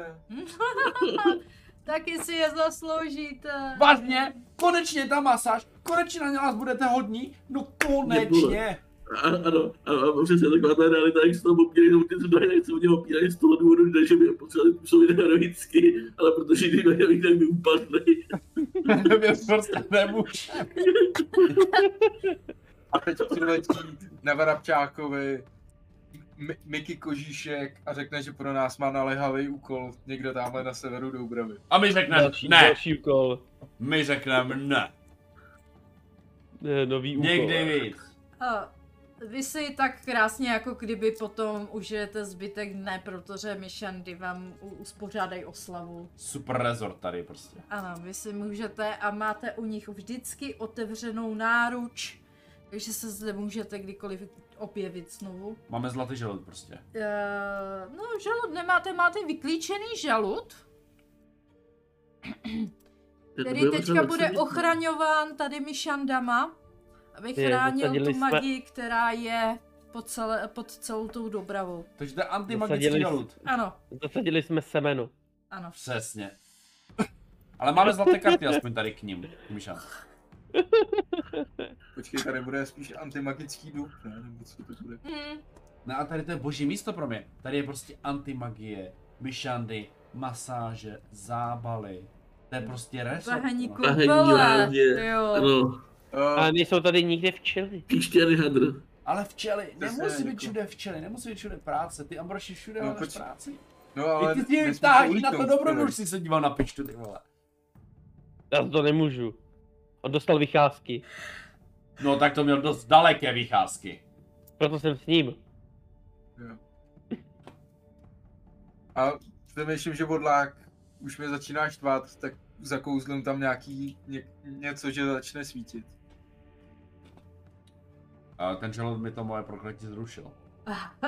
Speaker 1: Taky si je zasloužíte.
Speaker 2: Vážně, konečně ta masáž, konečně na nás budete hodní, no konečně.
Speaker 3: A- Ano, a, a přesně taková ta realita, jak se tam opírají, nebo ty zbraně, jak se o ně opírají z toho důvodu, ne, že by je potřebovali působit heroicky, ale protože kdyby heroik, tak by upadli.
Speaker 2: Mě prostě nemůže.
Speaker 4: A teď přiletí na Varabčákovi Mi- Miky Kožíšek a řekne, že pro nás má naléhavý úkol někde tamhle na severu Doubravy.
Speaker 2: A my řekneme
Speaker 5: Další,
Speaker 2: ne,
Speaker 5: další úkol.
Speaker 2: my řekneme ne,
Speaker 5: Eh, Nový úkol.
Speaker 2: někdy víc.
Speaker 1: A vy si tak krásně, jako kdyby potom užijete zbytek dne, protože Myšandy vám u- uspořádají oslavu.
Speaker 2: Super rezort tady prostě.
Speaker 1: Ano, vy si můžete a máte u nich vždycky otevřenou náruč, takže se zde můžete kdykoliv objevit znovu.
Speaker 2: Máme zlatý žalud prostě.
Speaker 1: Eh, no, žalud nemáte, máte vyklíčený žalud, který teďka bude ochraňován tady Myšandama, aby
Speaker 5: Je,
Speaker 1: chránil
Speaker 5: zasadili
Speaker 1: tu
Speaker 5: jsme-
Speaker 1: magii, která je pod, celé, pod celou tou dobravou.
Speaker 2: Takže to je antimagický
Speaker 5: Zasadili-
Speaker 2: žalud.
Speaker 1: Ano,
Speaker 5: Zasadili jsme semeno.
Speaker 1: ano.
Speaker 2: Přesně. Ale máme zlaté karty aspoň tady k ním, Mišan.
Speaker 4: Počkej, tady bude spíš antimagický duch, ne? Nebo co to bude?
Speaker 1: Mm.
Speaker 2: No a tady to je boží místo pro mě. Tady je prostě antimagie, myšandy, masáže, zábaly. To je prostě resort.
Speaker 1: Tahení
Speaker 2: no.
Speaker 3: Tahení
Speaker 1: koupele,
Speaker 3: lázně,
Speaker 1: jo.
Speaker 3: Ano,
Speaker 4: Uh,
Speaker 5: Ale nejsou tady nikde včely.
Speaker 3: píštěný hadr.
Speaker 2: Ale včely,
Speaker 4: To se
Speaker 2: nemusí být
Speaker 4: jako-
Speaker 2: všude včely, nemusí být všude práce. Ty Ambroši všude
Speaker 4: No,
Speaker 2: no, máš
Speaker 4: počkej.
Speaker 2: práci.
Speaker 4: no
Speaker 2: Ale
Speaker 4: ale...
Speaker 2: ty ty
Speaker 4: nesmíš
Speaker 2: vtáhni na
Speaker 4: ulítnout,
Speaker 2: to
Speaker 4: teda.
Speaker 2: dobrodružství se díval na pičtu, ty vole.
Speaker 5: Já to nemůžu. On dostal vycházky.
Speaker 2: No tak to měl dost daleké vycházky.
Speaker 5: Proto jsem s ním.
Speaker 4: A přemýšlím, že bodlák už mě začíná štvát, tak zakouzlím tam nějaký ně, něco, že začne svítit.
Speaker 2: A ten žalud mi to moje prokletí zrušil.
Speaker 1: Ah.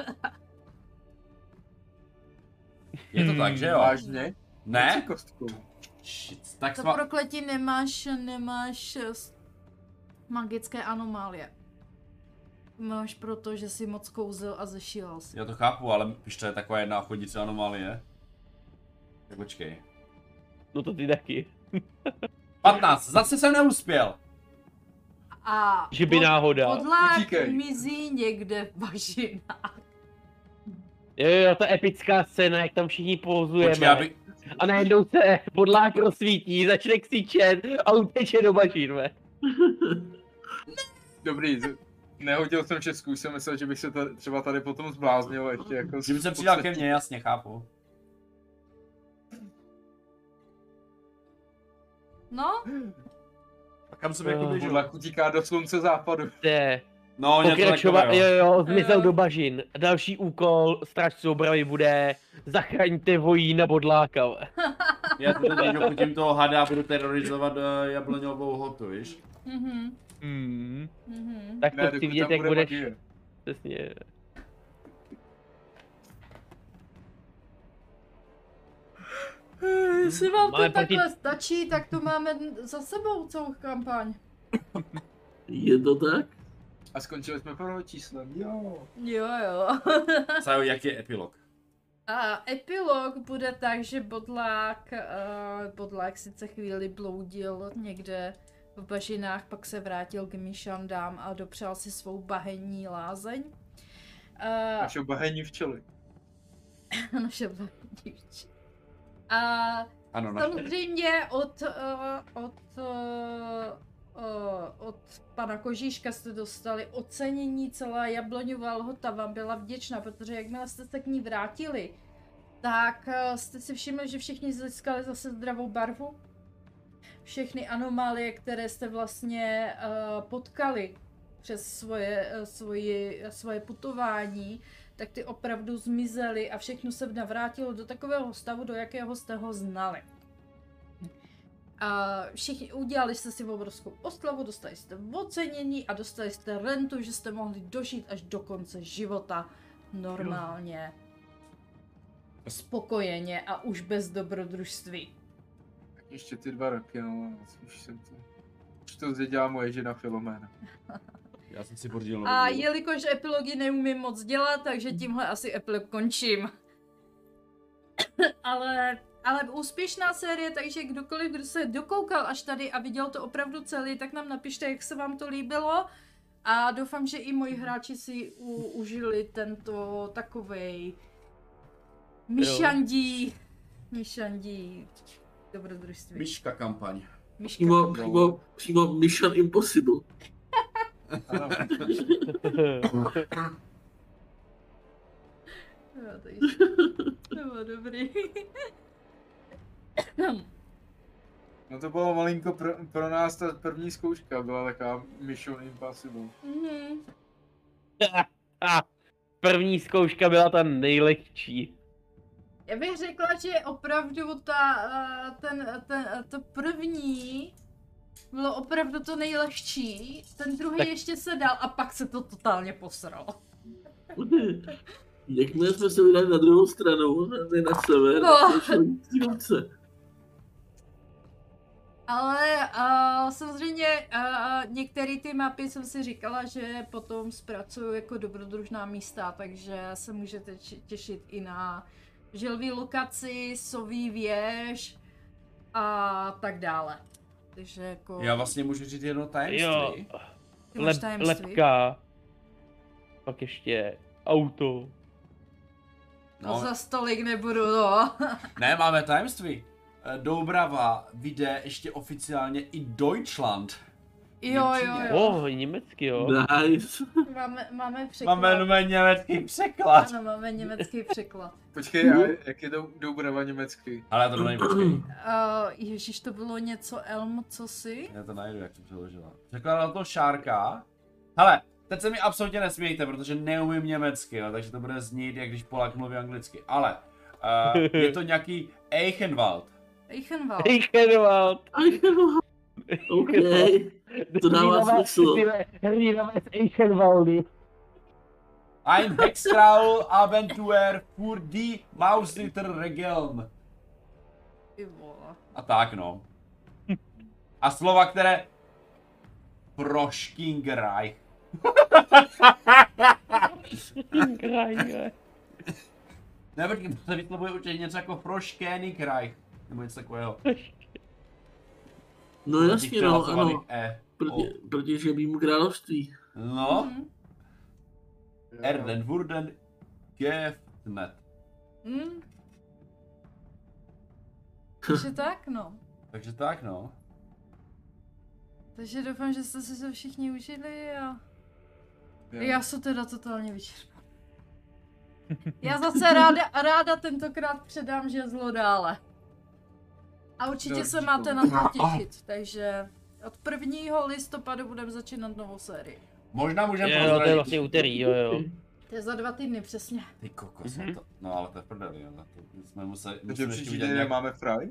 Speaker 2: Je to tak, že jo?
Speaker 4: Vážně? Hoď si
Speaker 2: Ne?
Speaker 4: Kostkou.
Speaker 2: Shit, tak
Speaker 1: To
Speaker 2: sva...
Speaker 1: prokletí nemáš, nemáš eh, s- magické anomálie. Máš proto, že jsi moc kouzil a zešílal si.
Speaker 2: Já to chápu, ale víš, to je taková jedna chodící anomálie. Tak počkej.
Speaker 5: No to ty taky.
Speaker 2: 15, zase jsem neuspěl.
Speaker 1: A
Speaker 5: Že by
Speaker 1: pod-
Speaker 5: náhoda.
Speaker 1: podlák
Speaker 4: Utíkej.
Speaker 1: mizí někde v bažinách.
Speaker 5: Jo, jo, ta epická scéna, jak tam všichni pouzujeme.
Speaker 2: Počkej, já bych,
Speaker 5: A najednou se podlák rozsvítí, začne křičet a uteče do bažín, ve.
Speaker 4: Dobrý, z- nehodil jsem českou, jsem myslel, že bych se tady, třeba tady potom zbláznil ještě jako...
Speaker 2: že by se přidal ke mně, jasně, chápu.
Speaker 1: No,
Speaker 2: A kam jsem jako
Speaker 5: Eh,
Speaker 2: běžel?
Speaker 4: Bodlák utíká do slunce západu.
Speaker 5: Jde.
Speaker 2: No, něco
Speaker 5: Pokračovat, jo,
Speaker 2: takového.
Speaker 5: jo,
Speaker 1: Jo.
Speaker 5: zmizel do bažin. Další úkol strážců obravy bude zachraňte vojína bodláka, ve.
Speaker 2: Já to teď někdo chutím toho hada a budu terorizovat uh, jabloňovou hotu, víš?
Speaker 1: mhm,
Speaker 5: Hmm.
Speaker 1: mhm.
Speaker 5: Tak to
Speaker 4: Ne,
Speaker 5: chci
Speaker 4: dokud tam
Speaker 5: vidět, jak
Speaker 4: bude
Speaker 5: budeš,
Speaker 4: magie.
Speaker 5: přesně.
Speaker 1: Eh, Jestli vám
Speaker 5: Máme
Speaker 1: to
Speaker 5: proti-
Speaker 1: takhle stačí, tak to máme dn- za sebou celou kampaň.
Speaker 3: Je to tak?
Speaker 4: A skončili jsme prvním číslem, jo.
Speaker 1: Jo, jo.
Speaker 2: Sajo, jak je epilog?
Speaker 1: A epilog bude tak, že Bodlák, uh, Bodlák sice chvíli bloudil někde v bažinách, pak se vrátil k Mišandám a dopřál si svou bahenní lázeň. Uh,
Speaker 4: Naše bahení včely.
Speaker 1: naše bahenní včely. A
Speaker 2: Ano, na
Speaker 1: samozřejmě od, eh, od, eh, eh, od pana Kožíška jste dostali ocenění, celá Jabloňová lhota vám byla vděčná, protože jakmile jste se k ní vrátili, tak eh, jste si všimli, že všichni získali zase zdravou barvu. Všechny anomálie, které jste vlastně eh, potkali přes svoje, eh, svoji, svoje putování, tak ty opravdu zmizely a všechno se navrátilo do takového stavu, do jakého jste ho znali. A všichni udělali jste si obrovskou oslavu, dostali jste ocenění a dostali jste rentu, že jste mohli dožít až do konce života normálně. spokojeně a už bez dobrodružství.
Speaker 4: Tak ještě ty dva roky, no, už jsem to... Už to zvěděla moje žena Filoména.
Speaker 2: Já jsem si pořídil novou
Speaker 1: A
Speaker 2: hudbu.
Speaker 1: jelikož epilogy neumím moc dělat, takže tímhle asi epilog končím. ale, ale úspěšná série, takže kdokoliv, kdo se dokoukal až tady a viděl to opravdu celý, tak nám napište, jak se vám to líbilo. A doufám, že i moji hráči si u, užili tento takovej myšandí, myšandí dobrodružství.
Speaker 2: Myška kampaň.
Speaker 1: Myška.
Speaker 3: Přímo, přímo, přímo Mission Impossible.
Speaker 4: Ano.
Speaker 1: Jo, takže to bylo dobrý.
Speaker 4: No to bylo malinko pro, pro nás ta první zkouška, byla taková Mission Impossible.
Speaker 1: Mhm.
Speaker 5: A první zkouška byla ta nejlehčí.
Speaker 1: Já bych řekla, že opravdu ta, eh, ten, ten, to první bylo opravdu to nejlehčí, ten druhý
Speaker 5: Tak-
Speaker 1: ještě se dal a pak se to totálně posralo.
Speaker 3: Jakmile jsme se vydali na druhou stranu, ne na sever,
Speaker 1: No.
Speaker 3: tak jsme šli k cílovce.
Speaker 1: Ale uh, samozřejmě uh, některé ty mapy jsem si říkala, že potom zpracuju jako dobrodružná místa, takže se můžete či- těšit i na želví lokaci, soví věž a tak dále. Takže jako...
Speaker 2: Já vlastně můžu říct jedno
Speaker 5: Jo,
Speaker 2: tajemství.
Speaker 1: Ty máš
Speaker 5: lep,
Speaker 1: tajemství?
Speaker 5: lepka, pak ještě auto.
Speaker 1: No.
Speaker 2: No,
Speaker 1: za stolik nebudu, no.
Speaker 2: ne, máme tajemství. Eh, Doubrava vyjde ještě oficiálně i Deutschland.
Speaker 1: Jo, jo,
Speaker 2: Němčině.
Speaker 1: jo.
Speaker 5: O, německy jo.
Speaker 3: Nice.
Speaker 1: Máme, máme překlad.
Speaker 2: Máme jenom německý překlad.
Speaker 1: Ano, máme německý překlad.
Speaker 4: Počkej, a jak je to doubrava německy?
Speaker 2: Ale já to najdu, počkej.
Speaker 1: Uh, Ježíš, to bylo něco Elm, co si?
Speaker 2: Já to najdu, jak to přeložila. Překládala to Šárka. Hele, teď se mi absolutně nesmějte, protože neumím německy, no, takže to bude znít, jak když Polák mluví anglicky. Ale eh, je to nějaký Eichenwald.
Speaker 1: Eichenwald.
Speaker 5: Eichenwald.
Speaker 3: OK. To dává
Speaker 5: Hrdinové-
Speaker 3: smysl.
Speaker 5: hrdinové- Hrdinové z Eichenwaldy.
Speaker 2: Ein Hextraul Abenteuer für die Mausritter Regeln.
Speaker 1: Ty vole.
Speaker 2: A tak no. A slova, které... Proškingraj.
Speaker 1: Hm.
Speaker 5: Krajně.
Speaker 2: Ne, počkej, to se vyslovuje určitě něco jako Proškénigraj. Nebo něco takového.
Speaker 3: No jasně, no, ano.
Speaker 2: E.
Speaker 3: Proti, proti žebímu království.
Speaker 2: No,
Speaker 1: Mhm.
Speaker 2: Erden Wurden Gefnet.
Speaker 1: Mm. Takže tak, no.
Speaker 2: Takže tak no.
Speaker 1: Takže doufám, že jste si to všichni užili a...
Speaker 4: Jo.
Speaker 1: Já jsem teda totálně vyčerpala. Já zase ráda, ráda tentokrát předám žezlo dále. A určitě se
Speaker 4: Dobře.
Speaker 1: máte na to těšit, takže od 1. listopadu budeme začínat novou sérii.
Speaker 2: Možná můžeme
Speaker 5: Jo, to je vlastně
Speaker 2: pozdravit.
Speaker 5: úterý, jo, jo.
Speaker 1: To je za dva týdny přesně.
Speaker 2: Ty kokos,
Speaker 5: Mhm.
Speaker 2: to, no ale to je v prdeli, jo. To jsme museli,
Speaker 4: Takže
Speaker 2: musíme ještě
Speaker 4: příští
Speaker 2: udělat
Speaker 4: týden
Speaker 2: nějak,
Speaker 4: máme fraj?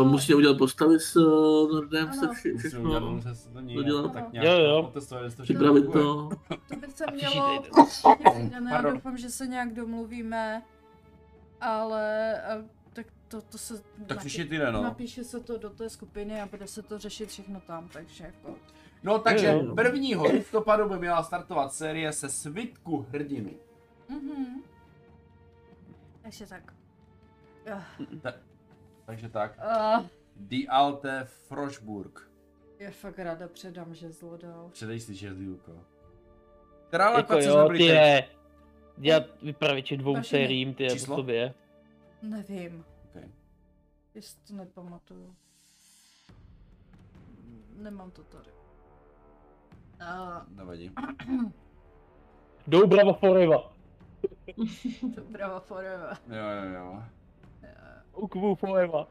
Speaker 3: Uh, musíme udělat postavy s uh, Nordem,
Speaker 1: Eh,
Speaker 3: se
Speaker 1: no. Ano.
Speaker 3: vše,
Speaker 2: musíme udělat,
Speaker 3: všechno.
Speaker 2: musíme se to
Speaker 3: děláme.
Speaker 2: nějak, tak nějak
Speaker 5: Jo, jo.
Speaker 2: otestovat, jestli to všechno
Speaker 3: Připravit
Speaker 2: funguje.
Speaker 3: to.
Speaker 1: To by se
Speaker 5: A příští
Speaker 1: mělo
Speaker 5: týden.
Speaker 1: příští týden, já
Speaker 2: Pardon.
Speaker 1: doufám, že se nějak domluvíme, ale eh, tak to, to se
Speaker 2: Tak
Speaker 1: napi-
Speaker 2: příští týden, no.
Speaker 1: napíše se to do té skupiny a bude se to řešit všechno tam, takže jako...
Speaker 2: No takže
Speaker 5: Jo, jo.
Speaker 2: 1. listopadu by měla startovat série se svitku hrdinů.
Speaker 1: Mhm. Takže tak. Eh,
Speaker 2: Takže tak.
Speaker 1: Uh,
Speaker 2: Die Alte Froschburg.
Speaker 1: já fakt ráda předám žezlo dál.
Speaker 2: Předej si žezlílko. Která
Speaker 5: Jako
Speaker 2: lokace jsme
Speaker 5: jo,
Speaker 2: byli
Speaker 5: ty
Speaker 2: teď?
Speaker 5: je. Dělat vypravěče dvou
Speaker 1: Vašimi.
Speaker 5: sériím, ty je po
Speaker 2: Číslo?
Speaker 5: sobě.
Speaker 1: Nevím,
Speaker 2: Ok.
Speaker 1: jestli to nepamatuju. Nemám to tady. Uh,
Speaker 2: Nevadí.
Speaker 5: Doubrava forever.
Speaker 1: dobrá forever.
Speaker 2: Jo, jo, jo.
Speaker 5: Ukvu forever.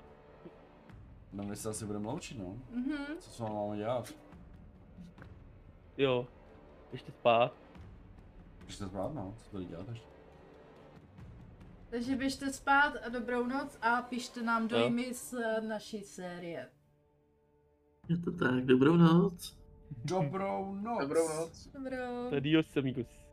Speaker 2: No my se asi budeme loučit, no.
Speaker 1: Mhm.
Speaker 2: Co s váma máme dělat?
Speaker 5: Jo. Ještě spát.
Speaker 2: Když to zvládne, no. Co tady dělat ještě?
Speaker 1: Takže běžte spát a dobrou noc a pište nám dojmy z eh, naší série.
Speaker 3: Je to tak, dobrou noc.
Speaker 2: Dobrou noc.
Speaker 4: Dobrou noc.
Speaker 1: Dobrou.
Speaker 5: Adios amigos.